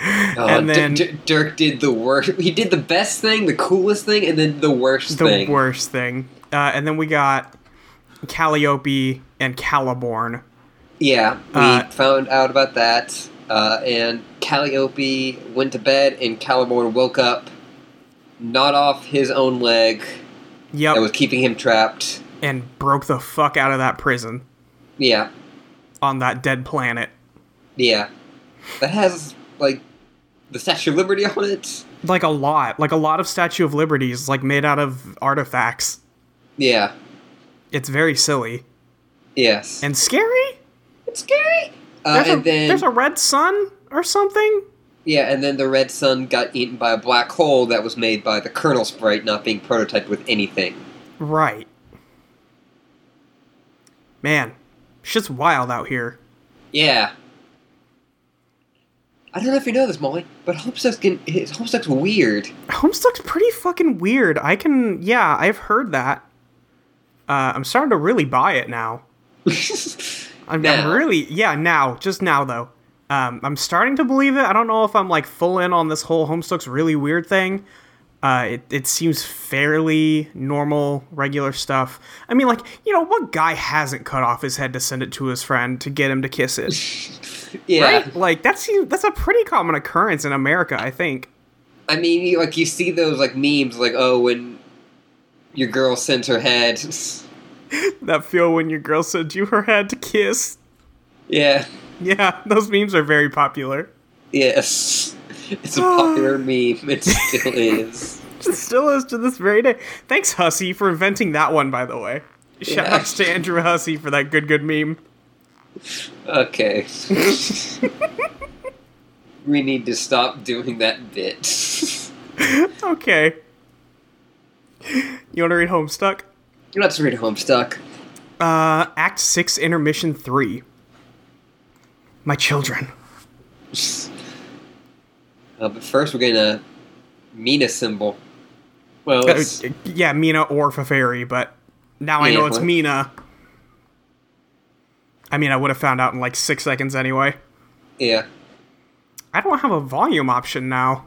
Speaker 1: Uh,
Speaker 2: Oh, and
Speaker 1: D-
Speaker 2: then
Speaker 1: D- Dirk did the worst. He did the best thing, the coolest thing, and then the worst
Speaker 2: the
Speaker 1: thing.
Speaker 2: worst thing. Uh, and then we got Calliope and Caliborn.
Speaker 1: Yeah, we
Speaker 2: Uh,
Speaker 1: found out about that, uh, and Calliope went to bed, and Caliborn woke up, gnawed off his own leg
Speaker 2: Yep.
Speaker 1: that was keeping him trapped.
Speaker 2: and broke the fuck out of that prison
Speaker 1: Yeah,
Speaker 2: on that dead planet.
Speaker 1: yeah, that has like the Statue of Liberty on it.
Speaker 2: Like a lot. Like a lot of Statue of Liberty is like made out of artifacts.
Speaker 1: Yeah,
Speaker 2: It's very silly
Speaker 1: yes,
Speaker 2: and scary.
Speaker 1: it's scary. Uh,
Speaker 2: There's,
Speaker 1: and
Speaker 2: a,
Speaker 1: then
Speaker 2: there's a red sun or something.
Speaker 1: yeah, and then the red sun got eaten by a black hole that was made by the kernel sprite not being prototyped with anything.
Speaker 2: Right. Man, shit's wild out here.
Speaker 1: Yeah. I don't know if you know this, Molly, but Homestuck's can, his Homestuck's weird.
Speaker 2: Homestuck's pretty fucking weird. I can, yeah, I've heard that. Uh, I'm starting to really buy it now. I'm, I'm
Speaker 1: Now.
Speaker 2: really, yeah, now, just now though. Um, I'm starting to believe it. I don't know if I'm like full in on this whole Homestuck's really weird thing. Uh, it, it seems fairly normal, regular stuff. I mean, like, you know, what guy hasn't cut off his head to send it to his friend to get him to kiss it?
Speaker 1: yeah.
Speaker 2: Right? Like, that's, that's a pretty common occurrence in America, I think.
Speaker 1: I mean, you, like you see those like memes, like oh, when your girl sends her head.
Speaker 2: That feel when your girl sends you her head to kiss.
Speaker 1: yeah.
Speaker 2: Yeah, those memes are very popular.
Speaker 1: Yes. It's a popular meme. It still is.
Speaker 2: It still is to this very day. Thanks, Hussey, for inventing that one, by the way. Shout
Speaker 1: Yeah.
Speaker 2: outs to Andrew Hussey for that good, good meme.
Speaker 1: Okay. we need to stop doing that bit.
Speaker 2: Okay. You want to read Homestuck?
Speaker 1: Let's read Homestuck.
Speaker 2: Uh, Act 6, Intermission 3. My children.
Speaker 1: Uh, but first, we're gonna Mina symbol. Well,
Speaker 2: Uh,
Speaker 1: it's,
Speaker 2: yeah, Mina or Fafari, but now I
Speaker 1: Yeah,
Speaker 2: know it's
Speaker 1: what?
Speaker 2: Mina. I mean, I would have found out in like six seconds anyway.
Speaker 1: yeah,
Speaker 2: I don't have a volume option now.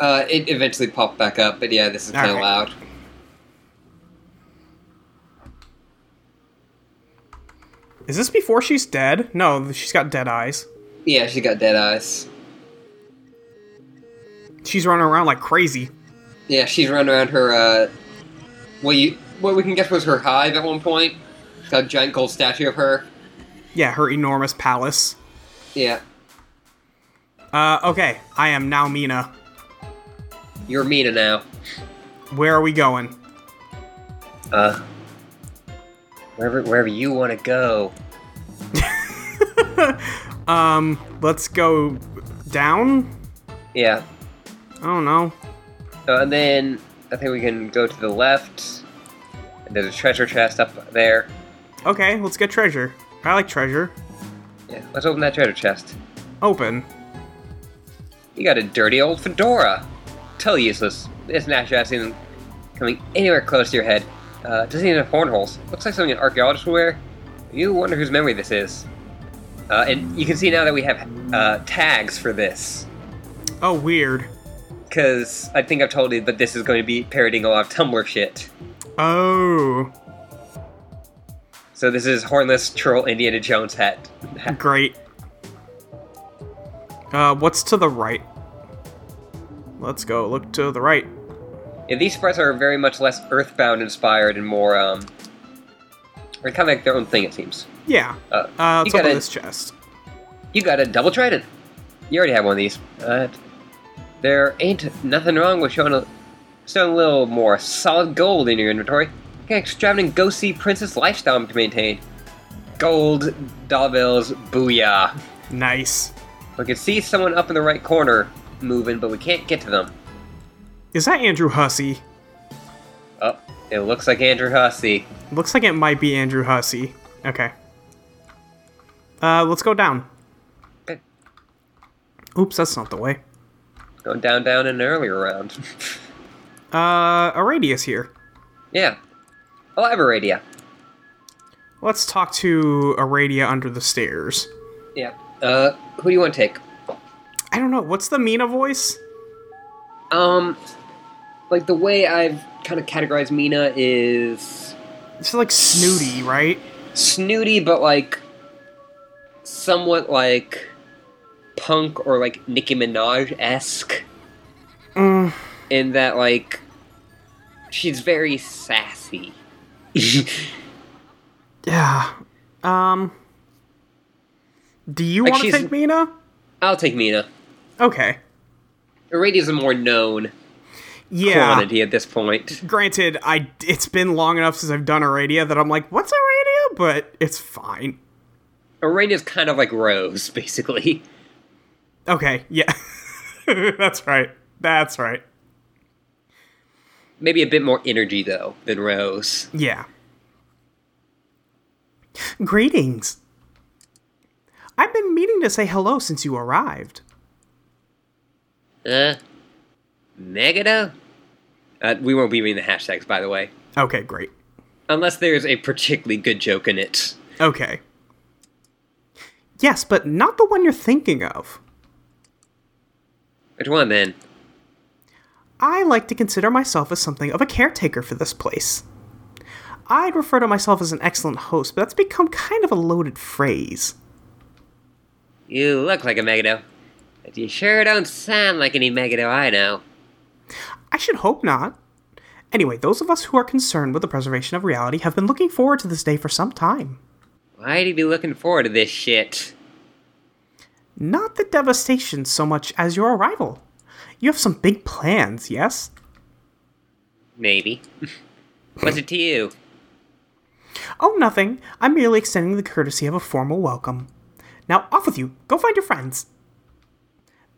Speaker 1: uh, it eventually popped back up, but yeah, this is kind of
Speaker 2: Alright.
Speaker 1: loud.
Speaker 2: Is this before she's dead? No, she's got dead eyes.
Speaker 1: Yeah, she got dead eyes.
Speaker 2: She's running around like crazy.
Speaker 1: Yeah, she's running around her. Uh, well, you what we can guess was her hive at one point. It's got a giant gold statue of her.
Speaker 2: Yeah, her enormous palace.
Speaker 1: Yeah,
Speaker 2: Uh, okay, I am now Mina.
Speaker 1: you're Mina now.
Speaker 2: Where are we going?
Speaker 1: Uh, wherever wherever you want to go.
Speaker 2: Um, let's go down?
Speaker 1: Yeah,
Speaker 2: I don't know.
Speaker 1: uh, and then I think we can go to the left. And there's a treasure chest up there.
Speaker 2: Okay, let's get treasure. I like treasure.
Speaker 1: Yeah, let's open that treasure chest.
Speaker 2: Open.
Speaker 1: You got a dirty old fedora. Totally useless. It's natural. I've seen them coming anywhere close to your head. Uh, doesn't even have horn holes. Looks like something an archaeologist would wear. You wonder whose memory this is. Uh, and you can see now that we have uh, tags for this.
Speaker 2: Oh, weird.
Speaker 1: Because I think I've told you that this is going to be parodying a lot of Tumblr shit.
Speaker 2: Oh,
Speaker 1: So this is Hornless Troll Indiana Jones hat. hat.
Speaker 2: great. Uh, what's to the right? Let's go look to the right.
Speaker 1: Yeah, these sprites are very much less Earthbound inspired and more, um. They're kind of like their own thing, it seems.
Speaker 2: Yeah.
Speaker 1: Uh,
Speaker 2: Uh,
Speaker 1: you
Speaker 2: let's
Speaker 1: got
Speaker 2: open
Speaker 1: a-
Speaker 2: this chest.
Speaker 1: You got a double trident. You already have one of these. Uh, there ain't nothing wrong with showing a, showing a little more solid gold in your inventory. Okay, extravagant go see princess lifestyle to maintain. Gold, doorbells, booyah.
Speaker 2: Nice.
Speaker 1: We can see someone up in the right corner moving, but we can't get to them.
Speaker 2: Is that Andrew Hussey?
Speaker 1: Oh, it looks like Andrew Hussey.
Speaker 2: Looks like it might be Andrew Hussey. Okay. Uh, let's go down.
Speaker 1: Okay,
Speaker 2: Oops, that's not the way.
Speaker 1: Going down, down in an earlier round.
Speaker 2: Uh, Aradius here.
Speaker 1: yeah. Oh, Elaboradia.
Speaker 2: Let's talk to Aradia under the stairs.
Speaker 1: Yeah. Uh, who do you want to take?
Speaker 2: I don't know. What's the Mina voice?
Speaker 1: Um, like the way I've kind of categorized Mina is
Speaker 2: It's like snooty, right?
Speaker 1: snooty, but like somewhat like punk or like Nicki Minaj esque
Speaker 2: Mm,
Speaker 1: in that like she's very sassy.
Speaker 2: yeah. Um. Do you
Speaker 1: Like
Speaker 2: want to
Speaker 1: she's-
Speaker 2: take Mina?
Speaker 1: I'll take Mina.
Speaker 2: Okay.
Speaker 1: Iradia's a more known
Speaker 2: Yeah.
Speaker 1: quantity at this point.
Speaker 2: Granted, I it's been long enough since I've done Aradia that I'm like, what's Aradia? But it's fine.
Speaker 1: Iradia's kind of like Rose, basically.
Speaker 2: Okay. Yeah. That's right. That's right.
Speaker 1: Maybe a bit more energy though than Rose.
Speaker 2: Yeah. Greetings. I've been meaning to say hello since you arrived.
Speaker 1: Uh, Megado? Uh, we won't be reading the hashtags, by the way.
Speaker 2: Okay, great.
Speaker 1: Unless there's a particularly good joke in it.
Speaker 2: Okay. Yes, but not the one you're thinking of.
Speaker 1: Which one then?
Speaker 2: I like to consider myself as something of a caretaker for this place. I'd refer to myself as an excellent host, but that's become kind of a loaded phrase.
Speaker 1: You look like a Megado. But you sure don't sound like any Megado I know.
Speaker 2: I should hope not. Anyway, those of us who are concerned with the preservation of reality have been looking forward to this day for some time.
Speaker 1: Why'd you be looking forward to this shit?
Speaker 2: Not the devastation so much as your arrival. You have some big plans, yes?
Speaker 1: Maybe. What's it to you?
Speaker 2: Oh, nothing. I'm merely extending the courtesy of a formal welcome. Now, off with you. Go find your friends.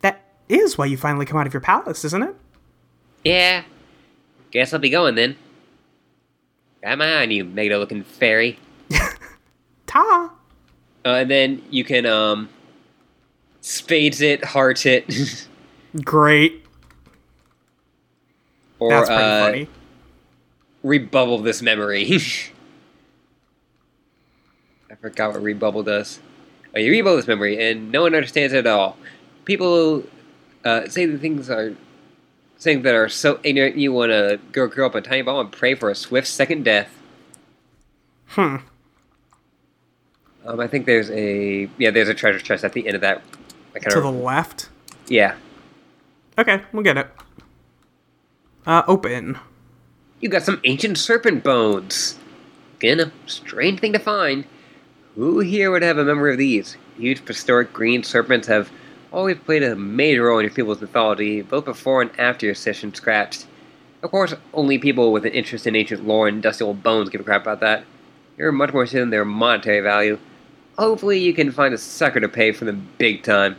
Speaker 2: That is why you finally come out of your palace, isn't it?
Speaker 1: Yeah. Guess I'll be going then. Come on, you Megado looking fairy.
Speaker 2: Ta!
Speaker 1: Uh, and then you can, um. Spades it, heart it.
Speaker 2: Great.
Speaker 1: or,
Speaker 2: That's pretty
Speaker 1: uh,
Speaker 2: funny.
Speaker 1: rebubble this memory. I forgot what rebubble does. Oh, you rebubble this memory, and no one understands it at all. People uh, say the things are saying that are so ignorant. You want to go curl up a tiny ball and pray for a swift second death.
Speaker 2: Hmm.
Speaker 1: Um, I think there's a yeah, there's a treasure chest at the end of that. I kind
Speaker 2: To
Speaker 1: of
Speaker 2: the left.
Speaker 1: yeah.
Speaker 2: Okay, we'll get it. Uh, open.
Speaker 1: You got some ancient serpent bones. Again, a strange thing to find. Who here would have a memory of these? Huge prehistoric green serpents have always played a major role in your people's mythology, both before and after your session scrapped. Of course, only people with an interest in ancient lore and dusty old bones give a crap about that. You're much more interested in their monetary value. Hopefully, you can find a sucker to pay for them big time.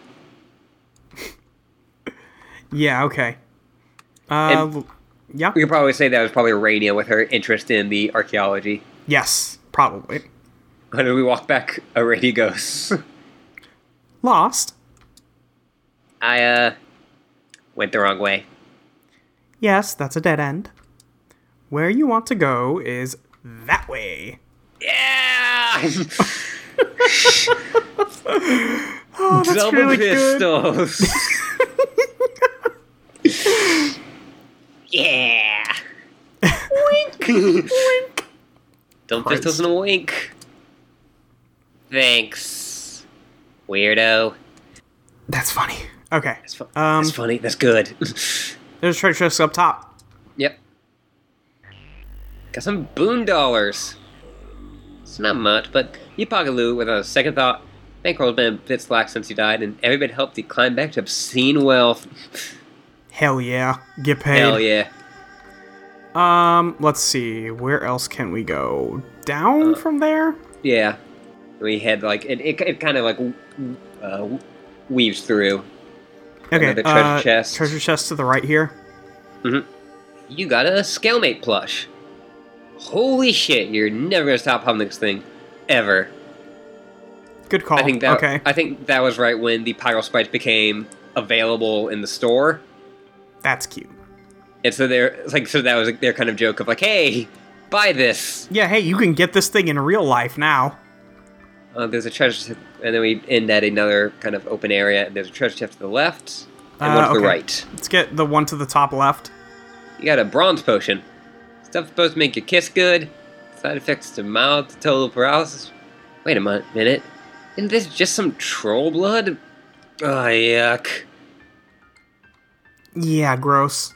Speaker 2: Yeah, okay. Uh,
Speaker 1: And-
Speaker 2: l- yeah.
Speaker 1: We could probably say that was probably Rania with her interest in the archaeology.
Speaker 2: Yes, probably.
Speaker 1: How do we walk back? Already goes.
Speaker 2: Lost?
Speaker 1: I uh went the wrong way.
Speaker 2: Yes, that's a dead end. Where you want to go is that way.
Speaker 1: Yeah.
Speaker 2: Oh, That's
Speaker 1: double
Speaker 2: really good.
Speaker 1: pistols. yeah. wink. wink. Double
Speaker 2: Christ.
Speaker 1: pistols and a wink. Thanks, weirdo.
Speaker 2: That's funny. Okay.
Speaker 1: That's, fu-
Speaker 2: Um,
Speaker 1: that's funny. That's good.
Speaker 2: There's treasure chest up top.
Speaker 1: yep. Got some boon dollars. It's not much, but Yipagalu, without a second thought, bankroll's been a bit slack since he died, and every bit helped he climb back to obscene wealth.
Speaker 2: Hell yeah. Get paid.
Speaker 1: Hell yeah.
Speaker 2: Um, let's see. Where else can we go?
Speaker 1: Uh,
Speaker 2: Down from there?
Speaker 1: Yeah. We had like it. It, it kind of like uh, weaves through.
Speaker 2: Okay.
Speaker 1: another treasure
Speaker 2: uh,
Speaker 1: chest.
Speaker 2: Treasure chest to the right here.
Speaker 1: You got a scalemate plush. Holy shit! You're never gonna stop humming this thing, ever.
Speaker 2: Good call.
Speaker 1: I think that
Speaker 2: Oh, okay.
Speaker 1: I think that was right when the pyro sprites became available in the store.
Speaker 2: That's cute.
Speaker 1: And so they're it's like so that was their kind of joke of like, hey, buy this.
Speaker 2: Yeah, hey, you can get this thing in real life now.
Speaker 1: Uh, there's a treasure, chest- and then we end at another kind of open area. And there's a treasure chest to the left and one
Speaker 2: Uh,
Speaker 1: to the
Speaker 2: okay.
Speaker 1: right.
Speaker 2: Let's get the one to the top left.
Speaker 1: You got a bronze potion. Stuff supposed to make your kiss good. Side effects to mild to total paralysis. Wait a mon- minute. Isn't this just some troll blood? Oh, yuck.
Speaker 2: Yeah, gross.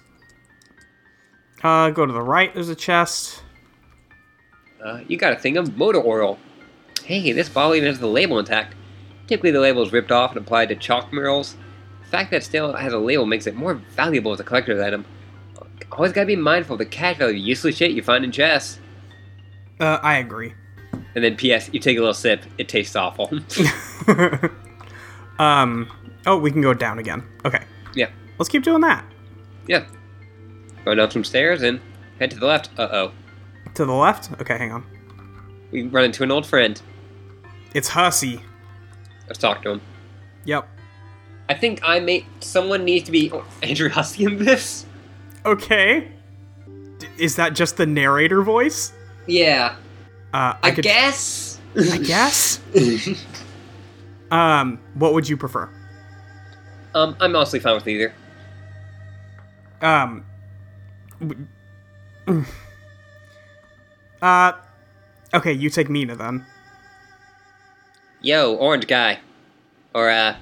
Speaker 2: Uh, go to the right. There's a chest.
Speaker 1: Uh, you got a thing of motor oil. Hey, this bottle even has the label intact. Typically, the label is ripped off and applied to chalk murals. The fact that it still has a label makes it more valuable as a collector's item. Always gotta be mindful of the cash value of useless shit you find in chests.
Speaker 2: Uh, I agree.
Speaker 1: And then, P.S. You take a little sip, it tastes awful.
Speaker 2: um, oh, we can go down again. Okay.
Speaker 1: yeah.
Speaker 2: Let's keep doing that.
Speaker 1: Yeah. Go down some stairs and head to the left. Uh oh.
Speaker 2: To the left. Okay, hang on.
Speaker 1: We run into an old friend.
Speaker 2: It's Hussy.
Speaker 1: Let's talk to him.
Speaker 2: Yep.
Speaker 1: I think I may. Someone needs to be oh, Andrew Husky in this.
Speaker 2: Okay. D- is that just the narrator voice?
Speaker 4: Yeah,
Speaker 2: Uh,
Speaker 4: I,
Speaker 2: could-
Speaker 4: guess.
Speaker 2: I guess. um, what would you prefer?
Speaker 1: Um, I'm honestly fine with either.
Speaker 2: Um. w- Uh. Okay, you take Mina then.
Speaker 1: Yo, orange guy, or uh,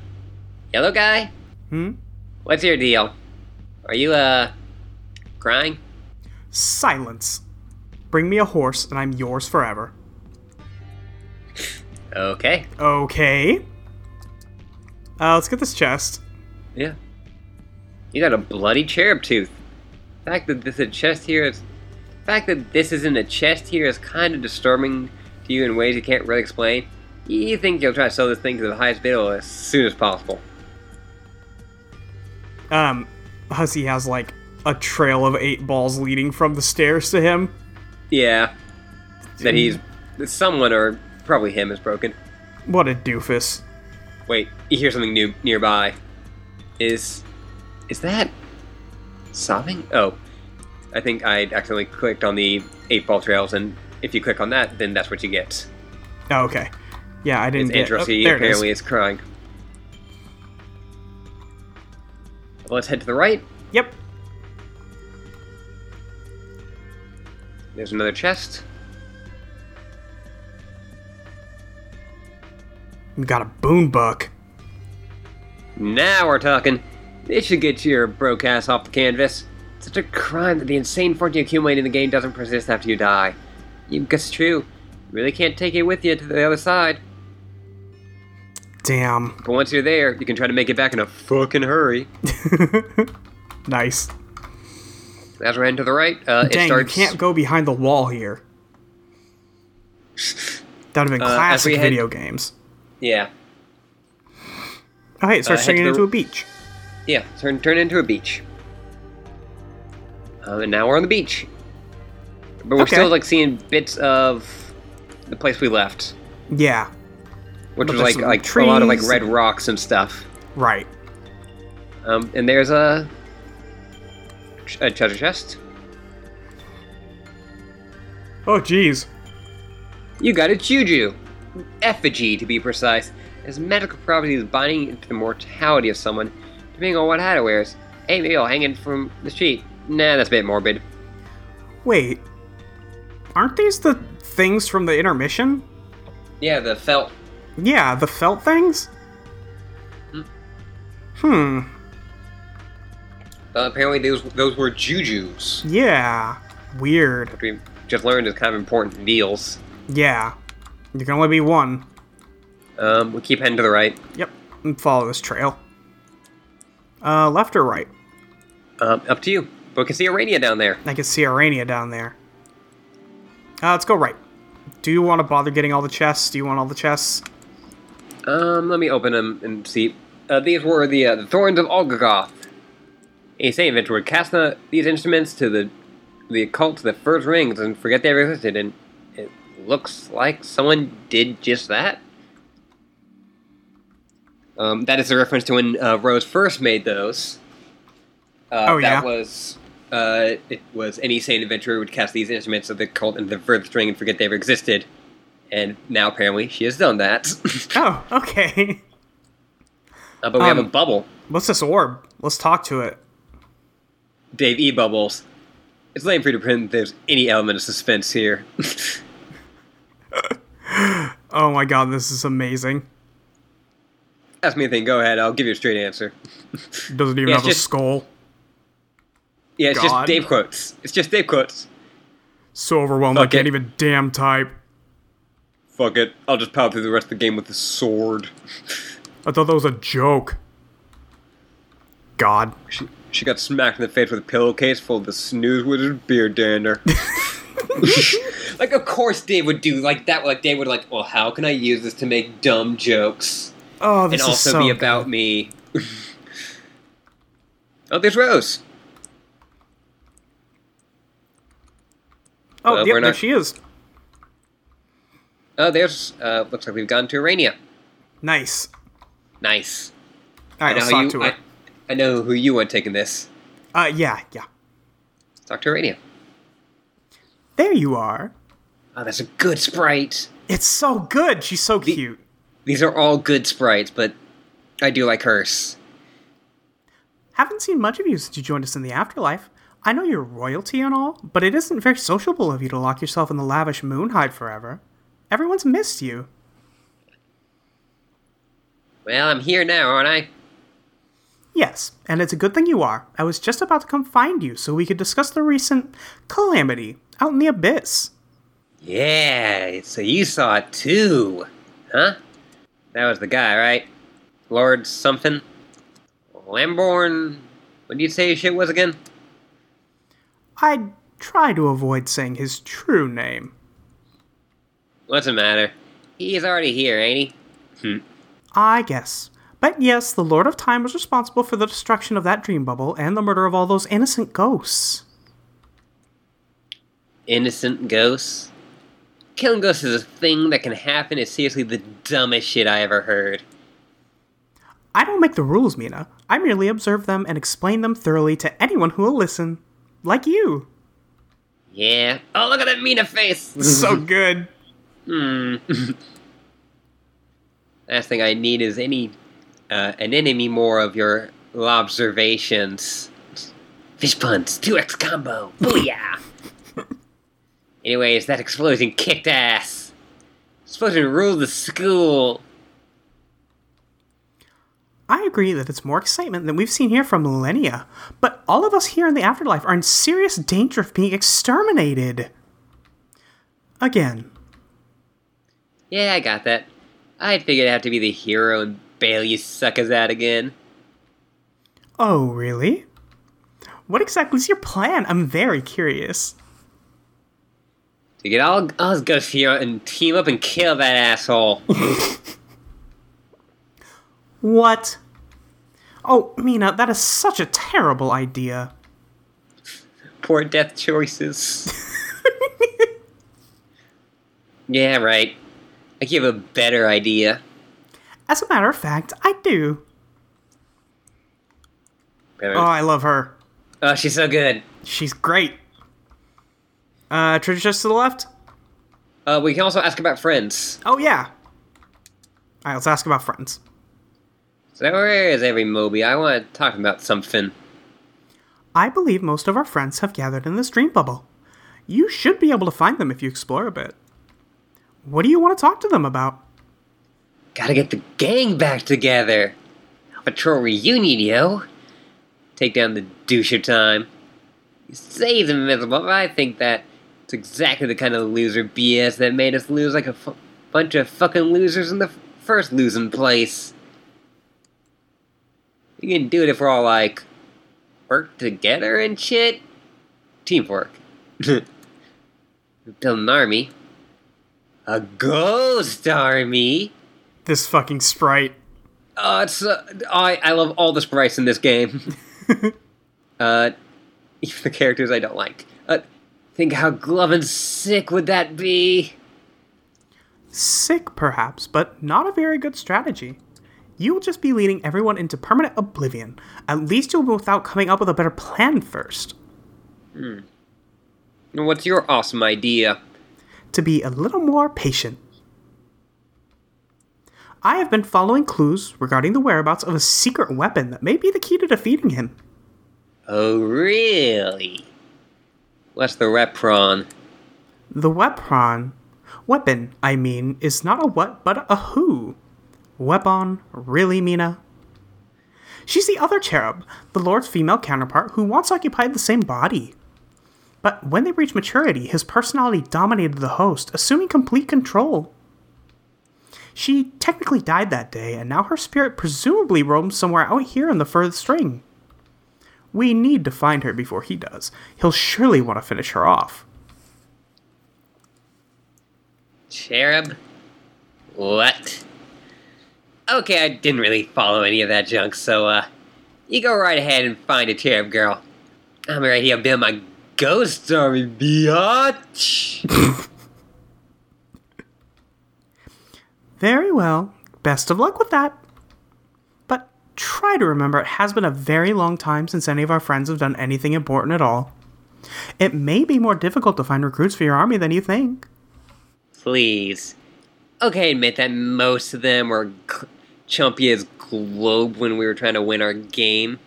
Speaker 1: yellow guy.
Speaker 2: Hmm.
Speaker 1: What's your deal? Are you uh, crying?
Speaker 2: Silence. Bring me a horse, and I'm yours forever.
Speaker 1: Okay.
Speaker 2: Okay. Uh, let's get this chest.
Speaker 1: Yeah. You got a bloody cherub tooth. The fact that this is a chest here is the fact that this isn't a chest here is kind of disturbing to you in ways you can't really explain. You think you'll try to sell this thing to the highest bidder as soon as possible.
Speaker 2: Um, Hussy has like a trail of eight balls leading from the stairs to him.
Speaker 1: Yeah. That he's that someone or probably him is broken.
Speaker 2: What a doofus.
Speaker 1: Wait, you hear something new nearby. Is is that sobbing? Oh. I think I accidentally clicked on the eight ball trails and if you click on that, then that's what you get.
Speaker 2: Oh, okay. Yeah, I didn't
Speaker 1: It's
Speaker 2: get.
Speaker 1: interesting.
Speaker 2: Oh, there it is.
Speaker 1: apparently, it's crying. Well, let's head to the right.
Speaker 2: Yep.
Speaker 1: There's another chest.
Speaker 2: We got a boon book.
Speaker 1: Now we're talking. This should get your broke ass off the canvas. It's such a crime that the insane fortune you accumulate in the game doesn't persist after you die. You guess true. You really can't take it with you to the other side.
Speaker 2: Damn.
Speaker 1: But once you're there, you can try to make it back in a fucking hurry.
Speaker 2: nice.
Speaker 1: As we're heading to the right, uh, it
Speaker 2: Dang,
Speaker 1: starts.
Speaker 2: you can't go behind the wall here. That would have been
Speaker 1: Uh, as
Speaker 2: classic
Speaker 1: we head-
Speaker 2: video games.
Speaker 1: Yeah,
Speaker 2: Oh, hey, it starts
Speaker 1: uh, head
Speaker 2: turning
Speaker 1: to the-
Speaker 2: into a beach.
Speaker 1: Yeah, turn turn into a beach. Um, and now we're on the beach, but we're
Speaker 2: Okay.
Speaker 1: still like seeing bits of the place we left,
Speaker 2: Yeah,
Speaker 1: which was
Speaker 2: But there's
Speaker 1: like
Speaker 2: some
Speaker 1: like a lot of like
Speaker 2: trees.
Speaker 1: red rocks and stuff.
Speaker 2: right.
Speaker 1: Um, and there's a, a treasure chest.
Speaker 2: Oh, jeez. Oh,
Speaker 1: You got a juju effigy to be precise. His magical properties binding it to the mortality of someone, depending on what hat it wears. Hey, maybe I'll hang it from the street. Nah, that's a bit morbid.
Speaker 2: Wait, aren't these the things from the intermission?
Speaker 5: Yeah, the felt.
Speaker 2: Yeah, the felt things? Hmm,
Speaker 5: Uh, apparently, those those were jujus,
Speaker 2: yeah. Weird.
Speaker 1: Which we just learned is kind of important deals.
Speaker 2: Yeah. There can only be one.
Speaker 1: Um, we keep heading to the right.
Speaker 2: Yep, and follow this trail. Uh, left or right?
Speaker 1: Um, up to you. But we can see Arania down there.
Speaker 2: I can see Arania down there. Uh, let's go right. Do you want to bother getting all the chests? Do you want all the chests?
Speaker 1: Um, let me open them and see. Uh, these were the, uh, the Thorns of Olgagoth. A saint venture would cast the, these instruments to the the occult to the first rings and forget they ever existed, and it looks like someone did just that. Um, that is a reference to when uh, Rose first made those. Uh,
Speaker 2: Oh, yeah.
Speaker 1: That was uh, it was any sane adventurer would cast these instruments of the cult into the first ring and forget they ever existed, and now apparently she has done that.
Speaker 2: Oh, okay.
Speaker 1: Uh, but we have
Speaker 2: Um,
Speaker 1: a bubble.
Speaker 2: What's this orb? Let's talk to it.
Speaker 1: Dave E. Bubbles. It's lame for you to pretend there's any element of suspense here.
Speaker 2: Oh my god, this is amazing.
Speaker 1: Ask me anything, go ahead, I'll give you a straight answer.
Speaker 2: Doesn't even
Speaker 1: Yeah,
Speaker 2: have
Speaker 1: it's
Speaker 2: a
Speaker 1: just-
Speaker 2: skull.
Speaker 1: Yeah, it's
Speaker 2: God.
Speaker 1: just Dave quotes. It's just Dave quotes.
Speaker 2: So overwhelmed, I
Speaker 1: Fuck
Speaker 2: can't
Speaker 1: it.
Speaker 2: even damn type.
Speaker 1: Fuck it, I'll just power through the rest of the game with the sword.
Speaker 2: I thought that was a joke. God.
Speaker 1: She, she got smacked in the face with a pillowcase full of the snooze wizard beer dander.
Speaker 5: like of course Dave would do like that. Like Dave would like, well, how can I use this to make dumb jokes
Speaker 2: Oh,
Speaker 5: and
Speaker 2: this is
Speaker 5: also
Speaker 2: so
Speaker 5: be
Speaker 2: good.
Speaker 5: about me?
Speaker 1: oh, there's Rose.
Speaker 2: Oh,
Speaker 1: Uh,
Speaker 2: yep,
Speaker 1: we're
Speaker 2: there
Speaker 1: not-
Speaker 2: she is.
Speaker 1: Oh, there's. Uh, looks like we've gone to Urania.
Speaker 2: Nice.
Speaker 1: Nice.
Speaker 2: All right,
Speaker 1: I know
Speaker 2: let's
Speaker 1: how
Speaker 2: talk
Speaker 1: you.
Speaker 2: to
Speaker 1: I,
Speaker 2: her.
Speaker 1: I know who you are taking this.
Speaker 2: Uh, yeah, yeah.
Speaker 1: Let's talk to Urania.
Speaker 2: There you are.
Speaker 1: Oh, that's a good sprite.
Speaker 2: It's so good. She's so cute.
Speaker 1: These are all good sprites, but I do like hers.
Speaker 2: Haven't seen much of you since you joined us in the afterlife. I know you're royalty and all, but it isn't very sociable of you to lock yourself in the lavish moon hide forever. Everyone's missed you.
Speaker 1: Well, I'm here now, aren't I?
Speaker 2: Yes, and it's a good thing you are. I was just about to come find you so we could discuss the recent calamity out in the abyss.
Speaker 1: Yeah, so you saw it too. Huh? That was the guy, right? Lord something? Lamborn. What did you say his shit was again?
Speaker 2: I'd try to avoid saying his true name.
Speaker 1: What's the matter? He's already here, ain't he? Hmm.
Speaker 2: I guess. But yes, the Lord of Time was responsible for the destruction of that dream bubble and the murder of all those innocent ghosts.
Speaker 1: Innocent ghosts? Killing ghosts is a thing that can happen. It's seriously the dumbest shit I ever heard.
Speaker 2: I don't make the rules, Mina. I merely observe them and explain them thoroughly to anyone who will listen. Like you.
Speaker 1: Yeah. Oh, look at that Mina face!
Speaker 2: so good.
Speaker 1: Hmm. Last thing I need is any uh, an enemy more of your observations. Fish puns, two X combo, booyah! Anyways, that explosion kicked ass. Explosion ruled the school.
Speaker 2: I agree that it's more excitement than we've seen here for millennia, but all of us here in the afterlife are in serious danger of being exterminated. Again.
Speaker 1: Yeah, I got that. I figured I'd have to be the hero and bail you suckers out again.
Speaker 2: Oh, really? What exactly is your plan? I'm very curious.
Speaker 1: To get all us ghosts here and team up and kill that asshole.
Speaker 2: What? Oh, Mina, that is such a terrible idea.
Speaker 1: Poor death choices. yeah, right. I give a better idea.
Speaker 2: As a matter of fact, I do. Oh, I love her.
Speaker 1: Oh, she's so good.
Speaker 2: She's great. Uh, treasure chest to the left.
Speaker 1: Uh, we can also ask about friends.
Speaker 2: Oh yeah. Oh, All right, let's ask about friends.
Speaker 1: So where is every Moby? I want to talk about something.
Speaker 2: I believe most of our friends have gathered in this dream bubble. You should be able to find them if you explore a bit. What do you want to talk to them about?
Speaker 1: Gotta get the gang back together. Patrol reunion, yo. Take down the doucher time. You save the miserable. but I think that it's exactly the kind of loser BS that made us lose like a f- bunch of fucking losers in the f- first losing place. We can do it if we're all like work together and shit. Teamwork. Build an army. A ghost army.
Speaker 2: This fucking sprite.
Speaker 1: Oh, it's uh, I I love all the sprites in this game. uh, even the characters I don't like. Uh, think how glovin' sick would that be?
Speaker 2: Sick, perhaps, but not a very good strategy. You will just be leading everyone into permanent oblivion. At least you'll be without coming up with a better plan first.
Speaker 1: What's your awesome idea?
Speaker 2: to be a little more patient. I have been following clues regarding the whereabouts of a secret weapon that may be the key to defeating him.
Speaker 1: Oh, really? What's the repron?
Speaker 2: The weapon, weapon, I mean, is not a what but a who. Weapon, really, Mina? She's the other cherub, the Lord's female counterpart who once occupied the same body. But when they reached maturity, his personality dominated the host, assuming complete control. She technically died that day, and now her spirit presumably roams somewhere out here in the furthest ring. We need to find her before he does. He'll surely want to finish her off.
Speaker 1: Cherub? What? Okay, I didn't really follow any of that junk, so, uh, you go right ahead and find a cherub girl. I'm right here, build my ghost army, biatch!
Speaker 2: Very well. Best of luck with that. But try to remember it has been a very long time since any of our friends have done anything important at all. It may be more difficult to find recruits for your army than you think.
Speaker 1: Please. Okay, admit that most of them were g- chumpy as globe when we were trying to win our game.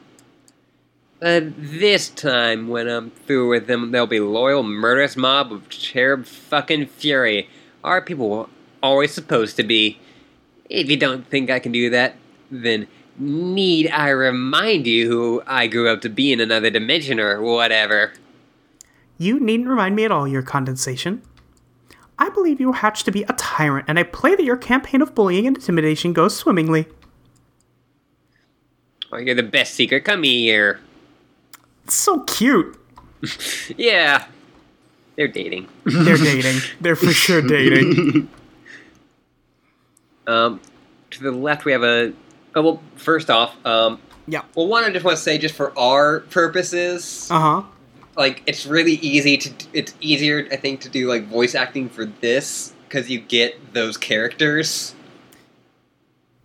Speaker 1: But this time, when I'm through with them, they'll be loyal, murderous mob of cherub fucking fury. Our people were always supposed to be. If you don't think I can do that, then need I remind you who I grew up to be in another dimension or whatever?
Speaker 2: You needn't remind me at all, your condensation. I believe you were hatched to be a tyrant, and I play that your campaign of bullying and intimidation goes swimmingly.
Speaker 1: Oh, you're the best seeker. Come here.
Speaker 2: It's so cute.
Speaker 1: Yeah. They're dating.
Speaker 2: They're dating. They're for sure dating.
Speaker 1: Um, to the left, we have a. Oh, well, first off, um,
Speaker 2: Yeah.
Speaker 1: well, one I just want to say, just for our purposes,
Speaker 2: Uh huh.
Speaker 1: like it's really easy to. It's easier, I think, to do like voice acting for this because you get those characters,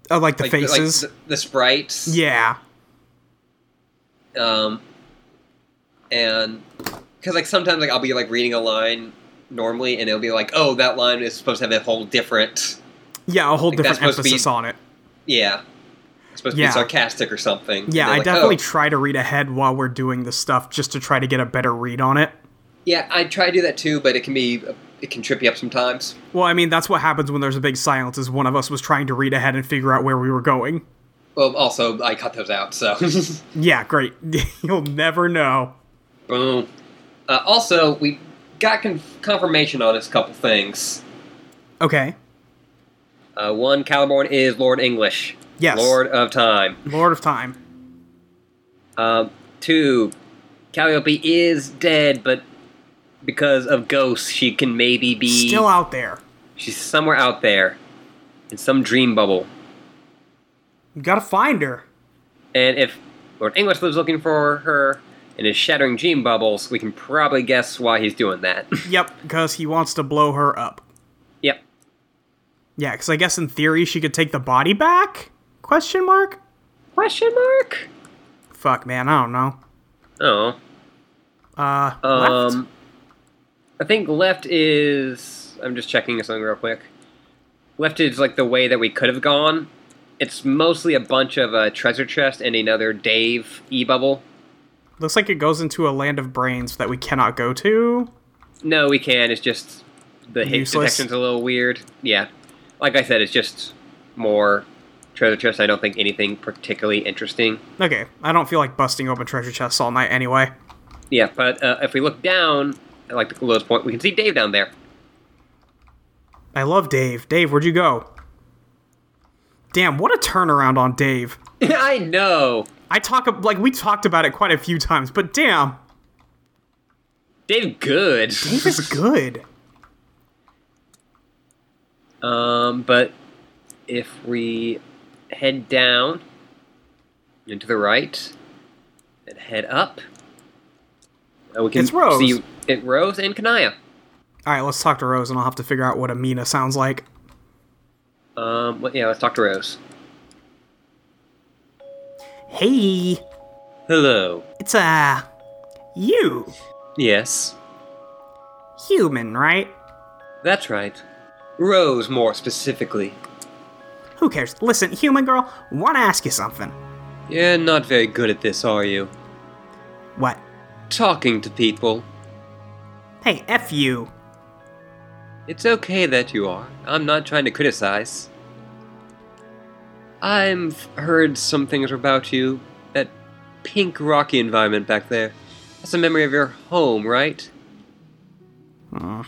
Speaker 2: Oh, like the
Speaker 1: like, like,
Speaker 2: faces.
Speaker 1: the, the sprites.
Speaker 2: yeah.
Speaker 1: um, and because like sometimes like I'll be like reading a line normally, and it'll be like, oh, that line is supposed to have a whole different,
Speaker 2: Yeah, a whole
Speaker 1: Like, that's
Speaker 2: different
Speaker 1: supposed to be-
Speaker 2: emphasis on it.
Speaker 1: yeah, it's supposed to
Speaker 2: Yeah.
Speaker 1: be sarcastic or something.
Speaker 2: Yeah,
Speaker 1: And
Speaker 2: I
Speaker 1: they're like, oh.
Speaker 2: definitely try to read ahead while we're doing this stuff just to try to get a better read on it.
Speaker 1: Yeah, I try to do that too, but it can be it can trip you up sometimes.
Speaker 2: Well, I mean, that's what happens when there's a big silence is one of us was trying to read ahead and figure out where we were going.
Speaker 1: Well, also I cut those out, so
Speaker 2: Yeah, great. You'll never know.
Speaker 1: boom. Uh, also, we got conf- confirmation on this couple things.
Speaker 2: Okay.
Speaker 1: Uh, one, Caliborn is Lord English,
Speaker 2: Yes.
Speaker 1: Lord of Time.
Speaker 2: Lord of Time.
Speaker 1: Um, two, Calliope is dead, but because of ghosts, she can maybe be
Speaker 2: Still out there.
Speaker 1: She's somewhere out there in some dream bubble.
Speaker 2: You gotta find her.
Speaker 1: And if Lord English lives looking for her and is shattering dream bubbles, we can probably guess why he's doing that.
Speaker 2: Yep, because he wants to blow her up.
Speaker 1: yep.
Speaker 2: Yeah, because I guess in theory she could take the body back? Question mark?
Speaker 1: Question mark?
Speaker 2: Fuck, man, I don't know.
Speaker 1: Oh.
Speaker 2: Uh,
Speaker 1: Um.
Speaker 2: left?
Speaker 1: I think left is. I'm just checking something real quick.
Speaker 6: left is like the way that we could have gone. It's mostly a bunch of uh, treasure chest and another Dave e bubble.
Speaker 2: Looks like it goes into a land of brains that we cannot go to.
Speaker 6: No, we can. It's just the hit
Speaker 2: Useless.
Speaker 6: detection's a little weird. Yeah, like I said, it's just more treasure chest. I don't think anything particularly interesting.
Speaker 2: Okay, I don't feel like busting open treasure chests all night anyway.
Speaker 6: Yeah, but uh, if we look down, at like the lowest point, we can see Dave down there.
Speaker 2: I love Dave. Dave, where'd you go? Damn, what a turnaround on Dave.
Speaker 6: I know.
Speaker 2: I talk ab- like we talked about it quite a few times, but damn,
Speaker 6: Dave good.
Speaker 2: Dave is good.
Speaker 6: Um, but if we head down and to the right and head up, uh, we can
Speaker 2: It's Rose.
Speaker 6: see it Rose and Kanaya.
Speaker 2: All right, let's talk to Rose, and I'll have to figure out what Amina sounds like.
Speaker 6: Um, well, yeah, let's talk to Rose.
Speaker 2: Hey,
Speaker 1: Hello.
Speaker 2: it's uh, you,
Speaker 1: Yes.
Speaker 2: human, right?
Speaker 6: That's right. Rose, more specifically.
Speaker 2: Who cares? Listen, human girl, want to ask you something.
Speaker 1: You're not very good at this, are you?
Speaker 2: What?
Speaker 1: Talking to people.
Speaker 2: Hey, f you.
Speaker 1: It's okay that you are. I'm not trying to criticize. I've heard some things about you. That pink rocky environment back there. That's a memory of your home, right?
Speaker 2: Hmm,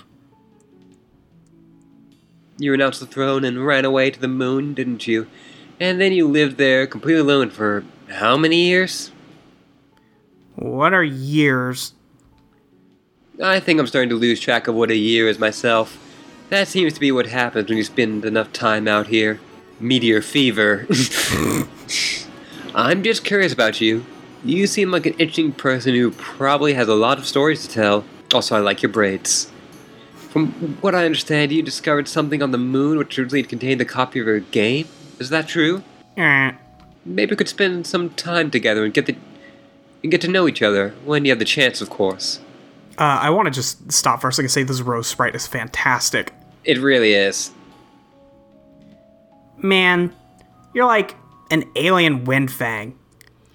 Speaker 1: You renounced the throne and ran away to the moon, didn't you? And then you lived there completely alone for how many years?
Speaker 2: What are years?
Speaker 1: I think I'm starting to lose track of what a year is myself. That seems to be what happens when you spend enough time out here. Meteor fever. I'm just curious about you. You seem like an interesting person who probably has a lot of stories to tell. Also, I like your braids. From what I understand, you discovered something on the moon which originally contained a copy of your game. Is that true?
Speaker 2: Eh.
Speaker 1: Maybe we could spend some time together and get the and get to know each other when you have the chance, of course.
Speaker 2: Uh, I want to just stop for a second and say this Rose Sprite is fantastic.
Speaker 1: It really is.
Speaker 2: Man, you're like an alien windfang.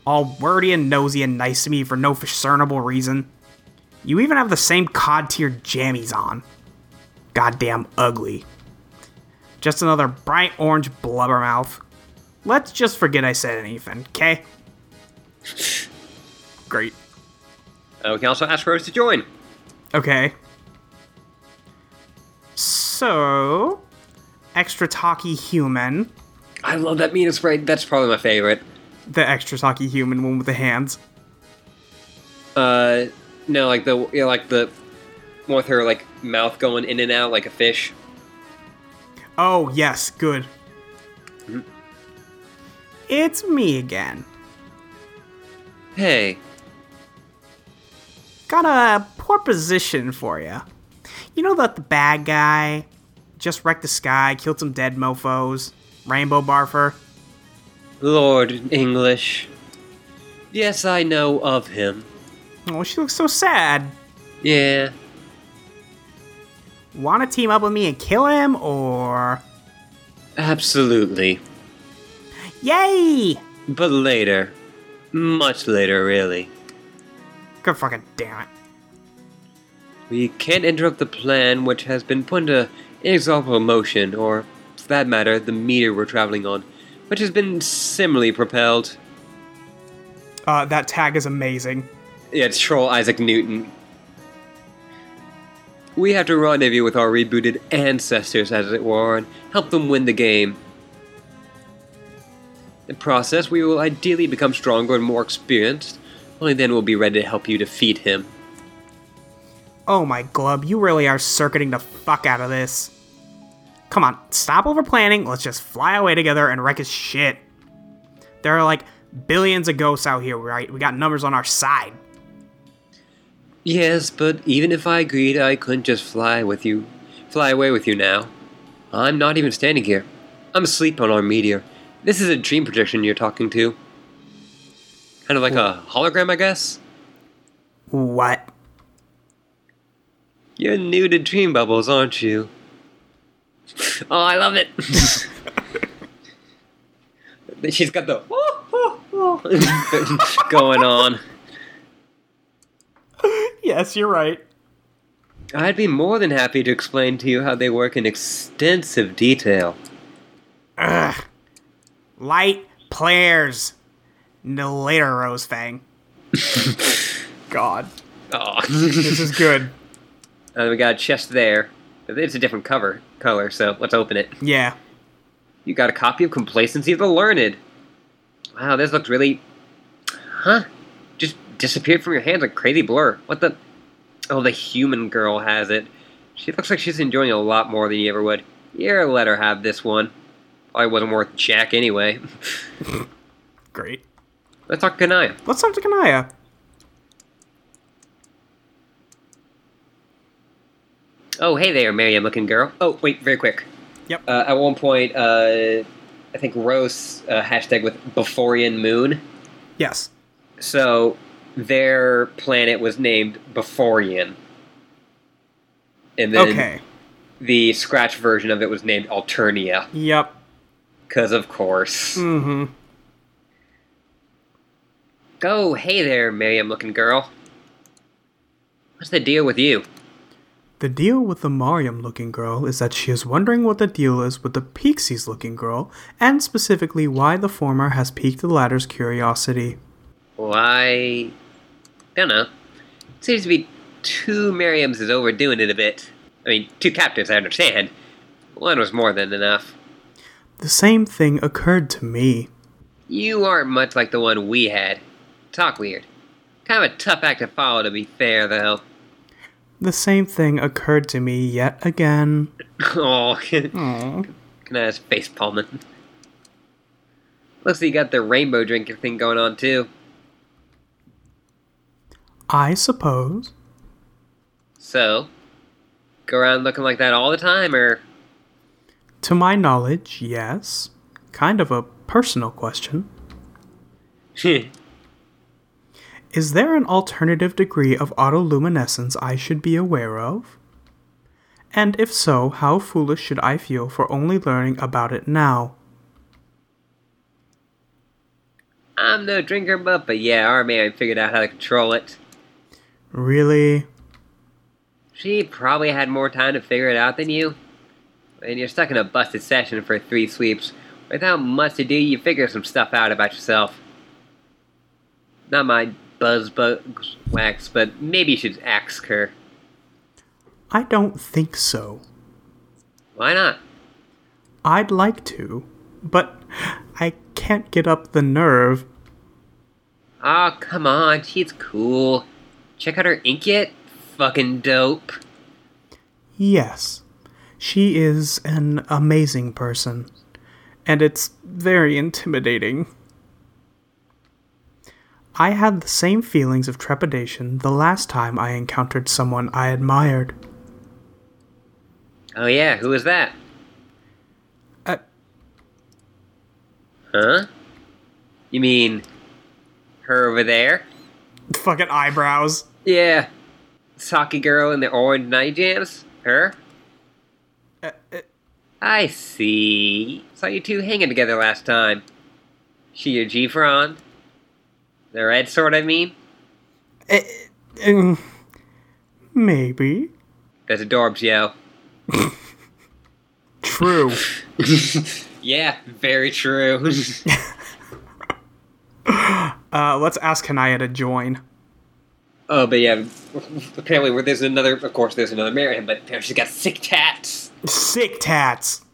Speaker 2: All wordy and nosy and nice to me for no discernible reason. You even have the same cod tier jammies on. Goddamn ugly. Just another bright orange blubbermouth. Let's just forget I said anything, okay? Great.
Speaker 6: Uh, we can also ask Rose to join.
Speaker 2: Okay. So, extra talky human,
Speaker 6: I love that mean spray. That's probably my favorite.
Speaker 2: the extra talky human one with the hands.
Speaker 6: Uh, no, like the yeah, like the one with her like mouth going in and out like a fish.
Speaker 2: Oh yes, good. It's me again.
Speaker 1: Hey,
Speaker 2: Got a poor position for you. You know that the bad guy just wrecked the sky, killed some dead mofo's, rainbow barfer.
Speaker 1: Lord English. Yes, I know of him.
Speaker 2: Oh, she looks so sad.
Speaker 1: Yeah.
Speaker 2: Want to team up with me and kill him, or
Speaker 1: Absolutely.
Speaker 2: yay?
Speaker 1: But later. Much later, really.
Speaker 2: Good fucking damn it.
Speaker 1: We can't interrupt the plan which has been put into inexorable motion, or, for that matter, the meter we're traveling on, which has been similarly propelled.
Speaker 2: Uh, that tag is amazing.
Speaker 1: Yeah, it's troll Isaac Newton. We have to rendezvous with our rebooted ancestors, as it were, and help them win the game. In the process, we will ideally become stronger and more experienced. Only then we'll be ready to help you defeat him.
Speaker 2: Oh my glub, you really are circuiting the fuck out of this. Come on, stop over planning. Let's just fly away together and wreck his shit. There are like billions of ghosts out here, right? We got numbers on our side.
Speaker 1: Yes, but even if I agreed, I couldn't just fly with you, fly away with you now. I'm not even standing here. I'm asleep on our meteor. This is a dream projection you're talking to. Kind of like a hologram, I guess.
Speaker 2: What?
Speaker 1: You're new to dream bubbles, aren't you? Oh, I love it. She's got the going on.
Speaker 2: Yes, you're right.
Speaker 1: I'd be more than happy to explain to you how they work in extensive detail.
Speaker 2: Ugh. Light players. No later, Rose Fang. God,
Speaker 1: Oh,
Speaker 2: this is good.
Speaker 1: Uh, we got a chest there. It's a different cover color, so let's open it.
Speaker 2: Yeah.
Speaker 1: You got a copy of Complacency of the Learned. Wow, this looks really. Huh? Just disappeared from your hands like crazy blur. What the. Oh, the human girl has it. She looks like she's enjoying it a lot more than you ever would. Yeah, let her have this one. Probably wasn't worth jack anyway.
Speaker 2: Great.
Speaker 1: Let's talk Kanaya.
Speaker 2: Let's talk to Kanaya.
Speaker 1: Oh, hey there, Miriam looking girl. Oh, wait, very quick.
Speaker 2: Yep.
Speaker 1: Uh, at one point, uh, I think Rose uh, hashtag with Beforian Moon.
Speaker 2: Yes.
Speaker 1: So their planet was named Beforian. And then
Speaker 2: Okay.
Speaker 1: the Scratch version of it was named Alternia.
Speaker 2: Yep.
Speaker 1: Because, of course.
Speaker 2: Mm-hmm.
Speaker 1: Oh, hey there, Miriam looking girl. What's the deal with you?
Speaker 2: The deal with the Mariam looking girl is that she is wondering what the deal is with the Pixies looking girl, and specifically why the former has piqued the latter's curiosity.
Speaker 1: Why? Dunno. Seems to be two Miriams is overdoing it a bit. I mean, two captives, I understand. One was more than enough.
Speaker 2: The same thing occurred to me.
Speaker 1: You aren't much like the one we had. Talk weird. Kind of a tough act to follow, to be fair, though.
Speaker 2: The same thing occurred to me yet again.
Speaker 1: Oh, can I just face palming? Looks like you got the rainbow drinking thing going on, too.
Speaker 2: I suppose.
Speaker 1: So, go around looking like that all the time, or
Speaker 2: To my knowledge, yes. Kind of a personal question. Is there an alternative degree of autoluminescence I should be aware of? And if so, how foolish should I feel for only learning about it now?
Speaker 1: I'm no drinker, but but yeah, our man figured out how to control it.
Speaker 2: Really?
Speaker 1: She probably had more time to figure it out than you. And you're stuck in a busted session for three sweeps. Without much to do, you figure some stuff out about yourself. Not my buzz bugs wax, but maybe you should ask her.
Speaker 2: I don't think so.
Speaker 1: Why not?
Speaker 2: I'd like to, but I can't get up the nerve.
Speaker 1: Aw, come on, she's cool. Check out her ink yet? Fucking dope.
Speaker 2: Yes, she is an amazing person, and it's very intimidating. I had the same feelings of trepidation the last time I encountered someone I admired.
Speaker 1: Oh yeah, who was that?
Speaker 2: Uh,
Speaker 1: Huh? You mean her over there?
Speaker 2: fucking eyebrows.
Speaker 1: Yeah. Saki girl in the orange night jams? Her?
Speaker 2: Uh, uh,
Speaker 1: I see. Saw you two hanging together last time. She your G Fron? The red sort, I mean?
Speaker 2: uh, uh, maybe.
Speaker 1: That's adorbs, yo.
Speaker 2: True.
Speaker 1: Yeah, very true.
Speaker 2: Uh, let's ask Kanaya to join.
Speaker 1: oh, but yeah, apparently where there's another, of course, there's another Marion, but apparently she's got sick tats.
Speaker 2: Sick tats.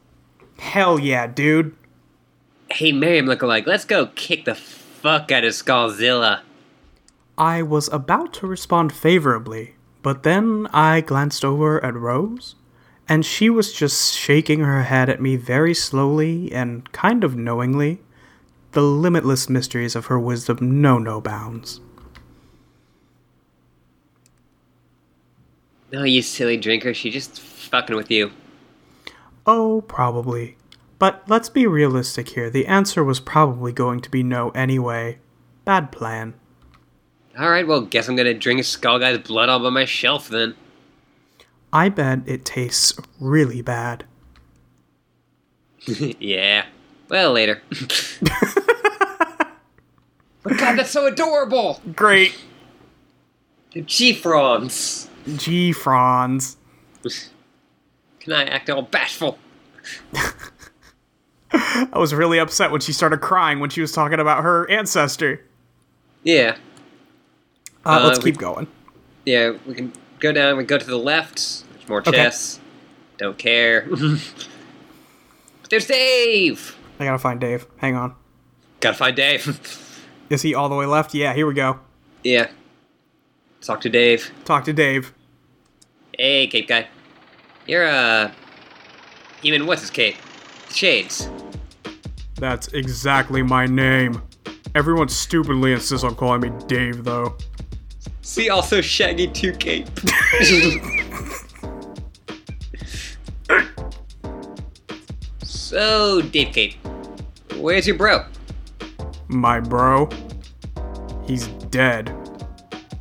Speaker 2: Hell yeah, dude.
Speaker 1: Hey, Miriam lookalike, let's go kick the fuck out of Skullzilla.
Speaker 2: I was about to respond favorably, but then I glanced over at Rose, and she was just shaking her head at me very slowly and kind of knowingly. The limitless mysteries of her wisdom know no bounds.
Speaker 1: No, you silly drinker, she just fucking with you.
Speaker 2: Oh, probably. But let's be realistic here. The answer was probably going to be no anyway. Bad plan.
Speaker 1: Alright, well, guess I'm gonna drink Skull Guy's blood all by myself then.
Speaker 2: I bet it tastes really bad.
Speaker 1: yeah. Well, later. but God, that's so adorable.
Speaker 7: Great.
Speaker 1: The G-Frogs.
Speaker 2: G Franz.
Speaker 1: Can I act all bashful?
Speaker 2: I was really upset when she started crying when she was talking about her ancestor.
Speaker 1: Yeah.
Speaker 2: Uh,
Speaker 1: Uh,
Speaker 2: let's
Speaker 1: we-
Speaker 2: keep going.
Speaker 1: Yeah, we can go down. We go to the left. There's more chests. Don't care. There's Dave.
Speaker 2: I gotta find Dave. Hang on.
Speaker 1: Gotta find Dave.
Speaker 2: Is he all the way left? Yeah, here we go.
Speaker 1: yeah. Talk to Dave.
Speaker 2: Talk to Dave.
Speaker 1: Hey, Cape Guy. You're, uh. Even what's his cape? Shades.
Speaker 2: That's exactly my name. Everyone stupidly insists on calling me Dave, though.
Speaker 1: See also Shaggy 2 Cape. so, Dave Cape, where's your bro?
Speaker 2: My bro, he's dead.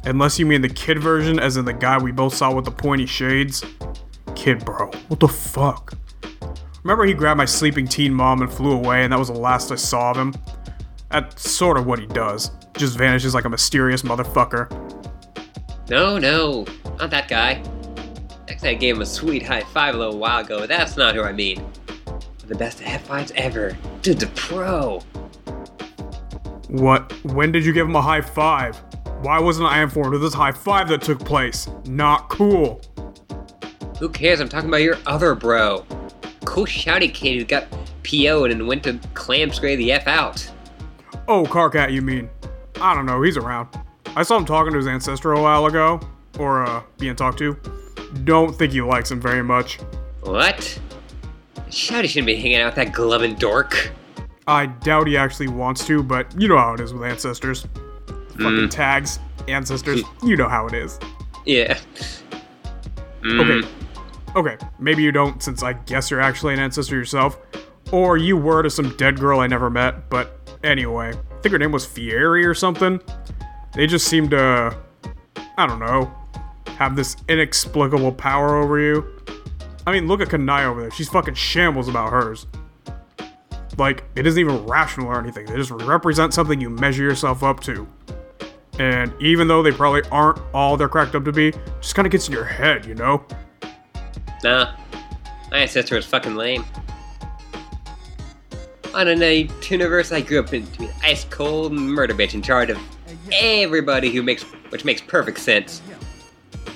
Speaker 2: Unless you mean the kid version, as in the guy we both saw with the pointy shades. Kid bro, what the fuck? Remember he grabbed my sleeping teen mom and flew away, and that was the last I saw of him? That's sort of what he does. Just vanishes like a mysterious motherfucker.
Speaker 1: No, no, not that guy. Actually, I gave him a sweet high five a little while ago, but that's not who I mean. The best high fives ever. Dude, the pro.
Speaker 2: What? When did you give him a high five? Why wasn't I informed of this high five that took place? Not cool.
Speaker 1: Who cares? I'm talking about your other bro. Cool shouty kid who got PO'd and went to clam scray the F out.
Speaker 2: Oh, Carcat, you mean? I don't know, he's around. I saw him talking to his ancestor a while ago, or uh, being talked to. Don't think he likes him very much.
Speaker 1: What? Shouty shouldn't be hanging out with that glubbin dork.
Speaker 2: I doubt he actually wants to, but you know how it is with ancestors. Fucking tags, ancestors, you know how it is.
Speaker 1: Yeah. Mm.
Speaker 2: Okay. Okay, maybe you don't, since I guess you're actually an ancestor yourself. Or you were to some dead girl I never met, but anyway. I think her name was Fieri or something. They just seem to, I don't know, have this inexplicable power over you. I mean, look at Kanai over there. She's fucking shambles about hers. Like, it isn't even rational or anything. They just represent something you measure yourself up to. And even though they probably aren't all they're cracked up to be, just kind of gets in your head, you know?
Speaker 1: Nah. My ancestor was fucking lame. On a night universe I grew up in to be an ice cold murder bitch in charge of everybody who makes which makes perfect sense.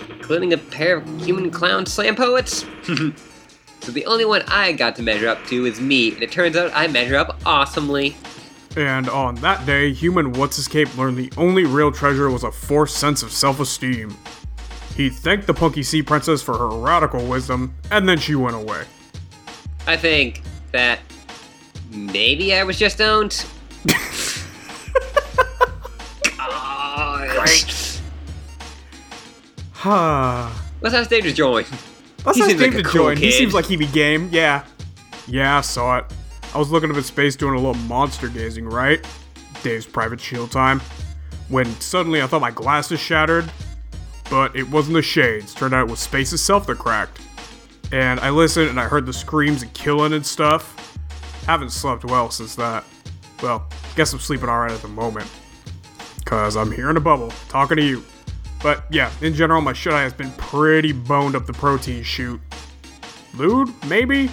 Speaker 1: Including a pair of human clown slam poets. so the only one I got to measure up to is me, and it turns out I measure up awesomely.
Speaker 2: And on that day, human What's His Cape learned the only real treasure was a forced sense of self esteem. He thanked the Punky Sea Princess for her radical wisdom, and then she went away.
Speaker 1: I think that maybe I was just owned. God.
Speaker 2: Huh.
Speaker 1: Let's have Dave to join.
Speaker 2: That's
Speaker 1: He
Speaker 2: not
Speaker 1: seems like
Speaker 2: Dave
Speaker 1: a
Speaker 2: to
Speaker 1: cool
Speaker 2: join. He
Speaker 1: kid.
Speaker 2: seems like he'd be game. Yeah. Yeah, I saw it. I was looking up his face doing a little monster gazing, right? Dave's private shield time. When suddenly I thought my glasses shattered, but it wasn't the shades. Turned out it was space itself that cracked. And I listened and I heard the screams and killing and stuff. Haven't slept well since that. Well, guess I'm sleeping alright at the moment. Cause I'm here in a bubble, talking to you. But yeah, in general, my shut eye has been pretty boned up the protein shoot. Lewd, maybe?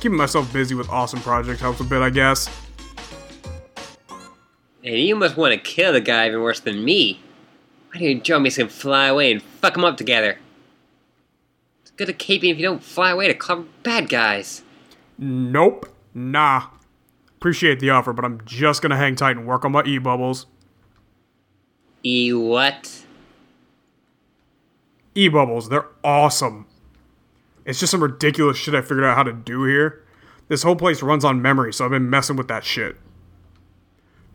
Speaker 2: Keeping myself busy with awesome projects helps a bit, I guess.
Speaker 1: And you must want to kill the guy even worse than me. Why don't you join me so we can fly away and fuck him up together? It's good to keep him if you don't fly away to clever bad guys.
Speaker 2: Nope. Nah. Appreciate the offer, but I'm just gonna hang tight and work on my e bubbles.
Speaker 1: E what?
Speaker 2: E bubbles, they're awesome. It's just some ridiculous shit I figured out how to do here. This whole place runs on memory, so I've been messing with that shit.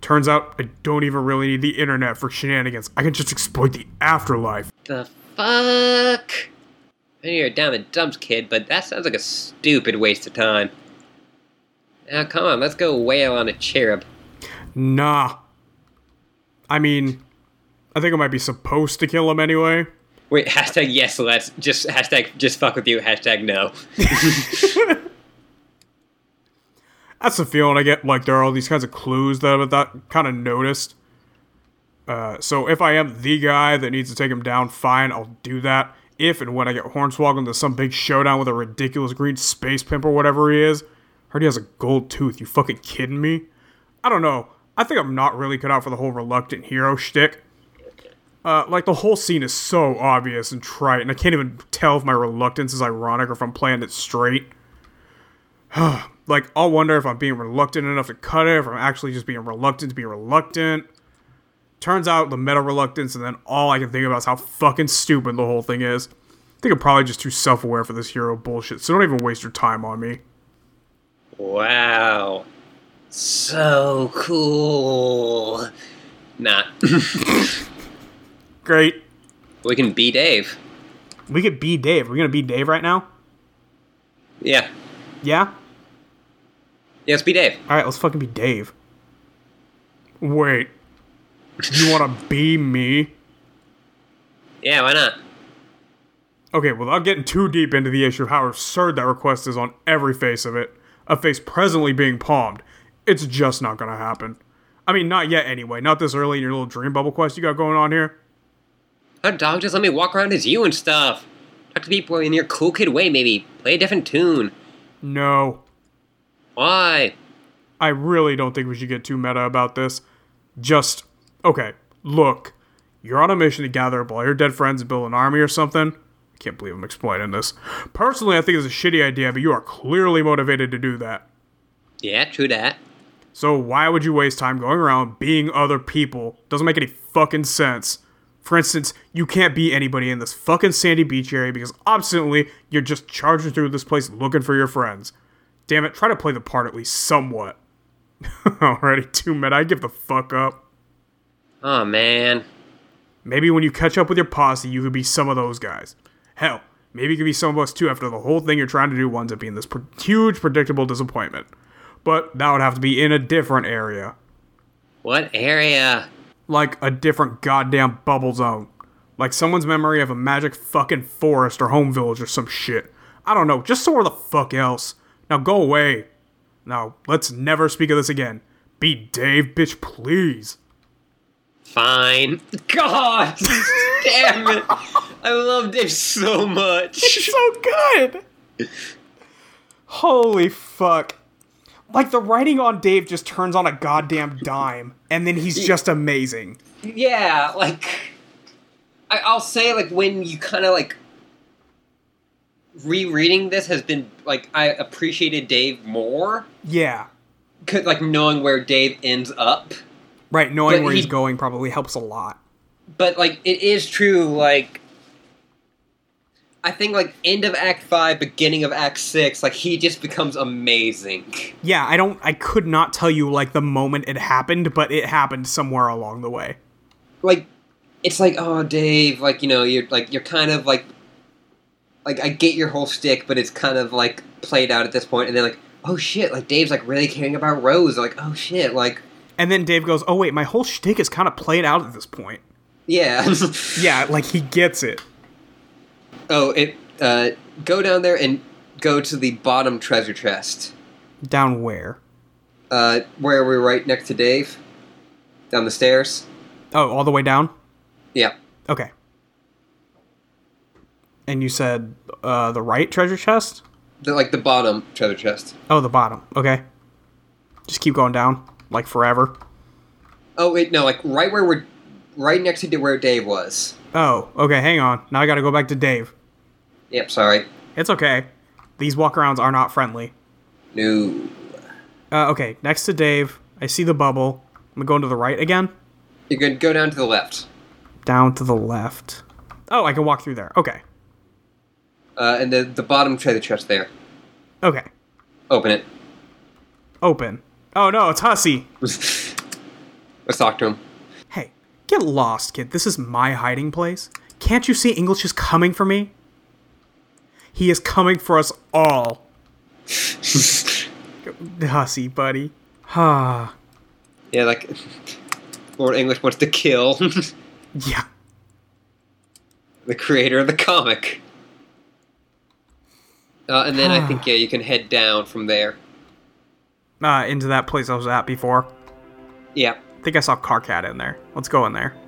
Speaker 2: Turns out I don't even really need the internet for shenanigans. I can just exploit the afterlife.
Speaker 1: The fuck? I know you're down the dumps, kid, but that sounds like a stupid waste of time. Now come on, let's go wail on a cherub.
Speaker 2: Nah. I mean, I think I might be supposed to kill him anyway.
Speaker 1: Wait, hashtag yes, let's. Just hashtag just fuck with you, hashtag no.
Speaker 2: That's the feeling I get. Like there are all these kinds of clues that I've that kind of noticed. Uh, so if I am the guy that needs to take him down, fine, I'll do that. If and when I get hornswoggled into some big showdown with a ridiculous green space pimp or whatever he is, heard he has a gold tooth. You fucking kidding me? I don't know. I think I'm not really cut out for the whole reluctant hero shtick. Uh, like the whole scene is so obvious and trite, and I can't even tell if my reluctance is ironic or if I'm playing it straight. like I'll wonder if I'm being reluctant enough to cut it, if I'm actually just being reluctant to be reluctant. Turns out the meta reluctance, and then all I can think about is how fucking stupid the whole thing is. I think I'm probably just too self aware for this hero bullshit, so don't even waste your time on me.
Speaker 8: Wow.
Speaker 1: So cool.
Speaker 8: Not.
Speaker 2: Great.
Speaker 1: We can be Dave.
Speaker 2: We could be Dave. We're gonna be Dave right now?
Speaker 1: Yeah.
Speaker 2: Yeah?
Speaker 1: Yes, be Dave.
Speaker 2: Alright, let's fucking be Dave. Wait. You wanna be me?
Speaker 1: Yeah, why not?
Speaker 2: Okay, without getting too deep into the issue of how absurd that request is on every face of it, a face presently being palmed, it's just not gonna happen. I mean, not yet anyway, not this early in your little dream bubble quest you got going on here.
Speaker 1: How dog just let me walk around as you and stuff. Talk to people in your cool kid way, maybe. Play a different tune.
Speaker 2: No,
Speaker 1: Why?
Speaker 2: I really don't think we should get too meta about this. Just, okay, look, you're on a mission to gather up all your dead friends and build an army or something. I can't believe I'm explaining this. Personally, I think it's a shitty idea, but you are clearly motivated to do that.
Speaker 1: Yeah, true that.
Speaker 2: So why would you waste time going around being other people? Doesn't make any fucking sense. For instance, you can't be anybody in this fucking sandy beach area because obstinately you're just charging through this place looking for your friends. Damn it, try to play the part at least somewhat. Already too mad, I give the fuck up.
Speaker 1: Oh man.
Speaker 2: Maybe when you catch up with your posse, you could be some of those guys. Hell, maybe you could be some of us too after the whole thing you're trying to do winds up being this pr- huge, predictable disappointment. But that would have to be in a different area.
Speaker 1: What area?
Speaker 2: like a different goddamn bubble zone. Like someone's memory of a magic fucking forest or home village or some shit. I don't know, just somewhere the fuck else. Now go away. Now, let's never speak of this again. Be Dave, bitch, please.
Speaker 1: Fine. God damn it. I love Dave so much.
Speaker 2: so good. Holy fuck. Like the writing on Dave just turns on a goddamn dime, and then he's just amazing.
Speaker 1: Yeah, like I, I'll say like when you kinda like rereading this has been like I appreciated Dave more.
Speaker 2: Yeah.
Speaker 1: Cause like knowing where Dave ends up.
Speaker 2: Right, knowing
Speaker 1: But
Speaker 2: where
Speaker 1: he-
Speaker 2: he's going probably helps a lot.
Speaker 1: but like it is true like i think like end of act 5 beginning of act 6 like he just becomes amazing
Speaker 2: Yeah, I don't I could not tell you like the moment it happened, but it happened somewhere along the way.
Speaker 1: like it's like oh dave like you know you're like you're kind of like like i get your whole stick but it's kind of like played out at this point and then like oh shit like dave's like really caring about rose like oh shit like
Speaker 2: And then Dave goes, "Oh wait, my whole shtick is kind of played out at this point."
Speaker 1: yeah
Speaker 2: Yeah, like he gets it.
Speaker 1: oh it uh go down there and go to the bottom treasure chest
Speaker 2: Down where?
Speaker 1: uh where we're right next to dave down the stairs
Speaker 2: Oh, all the way down.
Speaker 1: Yeah.
Speaker 2: Okay. And you said uh, the right treasure chest?
Speaker 1: The, like the bottom treasure chest.
Speaker 2: Oh, the bottom. Okay. Just keep going down like forever.
Speaker 1: Oh wait, no, like right where we're right next to where Dave was.
Speaker 2: Oh, okay. Hang on. Now I got to go back to Dave.
Speaker 1: Yep, sorry.
Speaker 2: It's okay. These walkarounds are not friendly.
Speaker 1: No.
Speaker 2: Uh, okay, next to Dave, I see the bubble. I'm going to the right again.
Speaker 1: You're gonna go down to the left.
Speaker 2: Down to the left. Oh, I can walk through there. Okay.
Speaker 1: Uh, and the the bottom treasure chest there.
Speaker 2: Okay.
Speaker 1: Open it.
Speaker 2: Open. Oh no, it's Hussy.
Speaker 1: Let's talk to him.
Speaker 2: Hey, get lost, kid. This is my hiding place. Can't you see English is coming for me? He is coming for us all. Hussy, buddy. Ah.
Speaker 1: Yeah, like Lord English wants to kill
Speaker 2: yeah.
Speaker 1: the creator of the comic. Uh, and then I think yeah, you can head down from there.
Speaker 2: uh, into that place I was at before.
Speaker 9: Yeah.
Speaker 2: I think I saw Carcat in there. Let's go in there.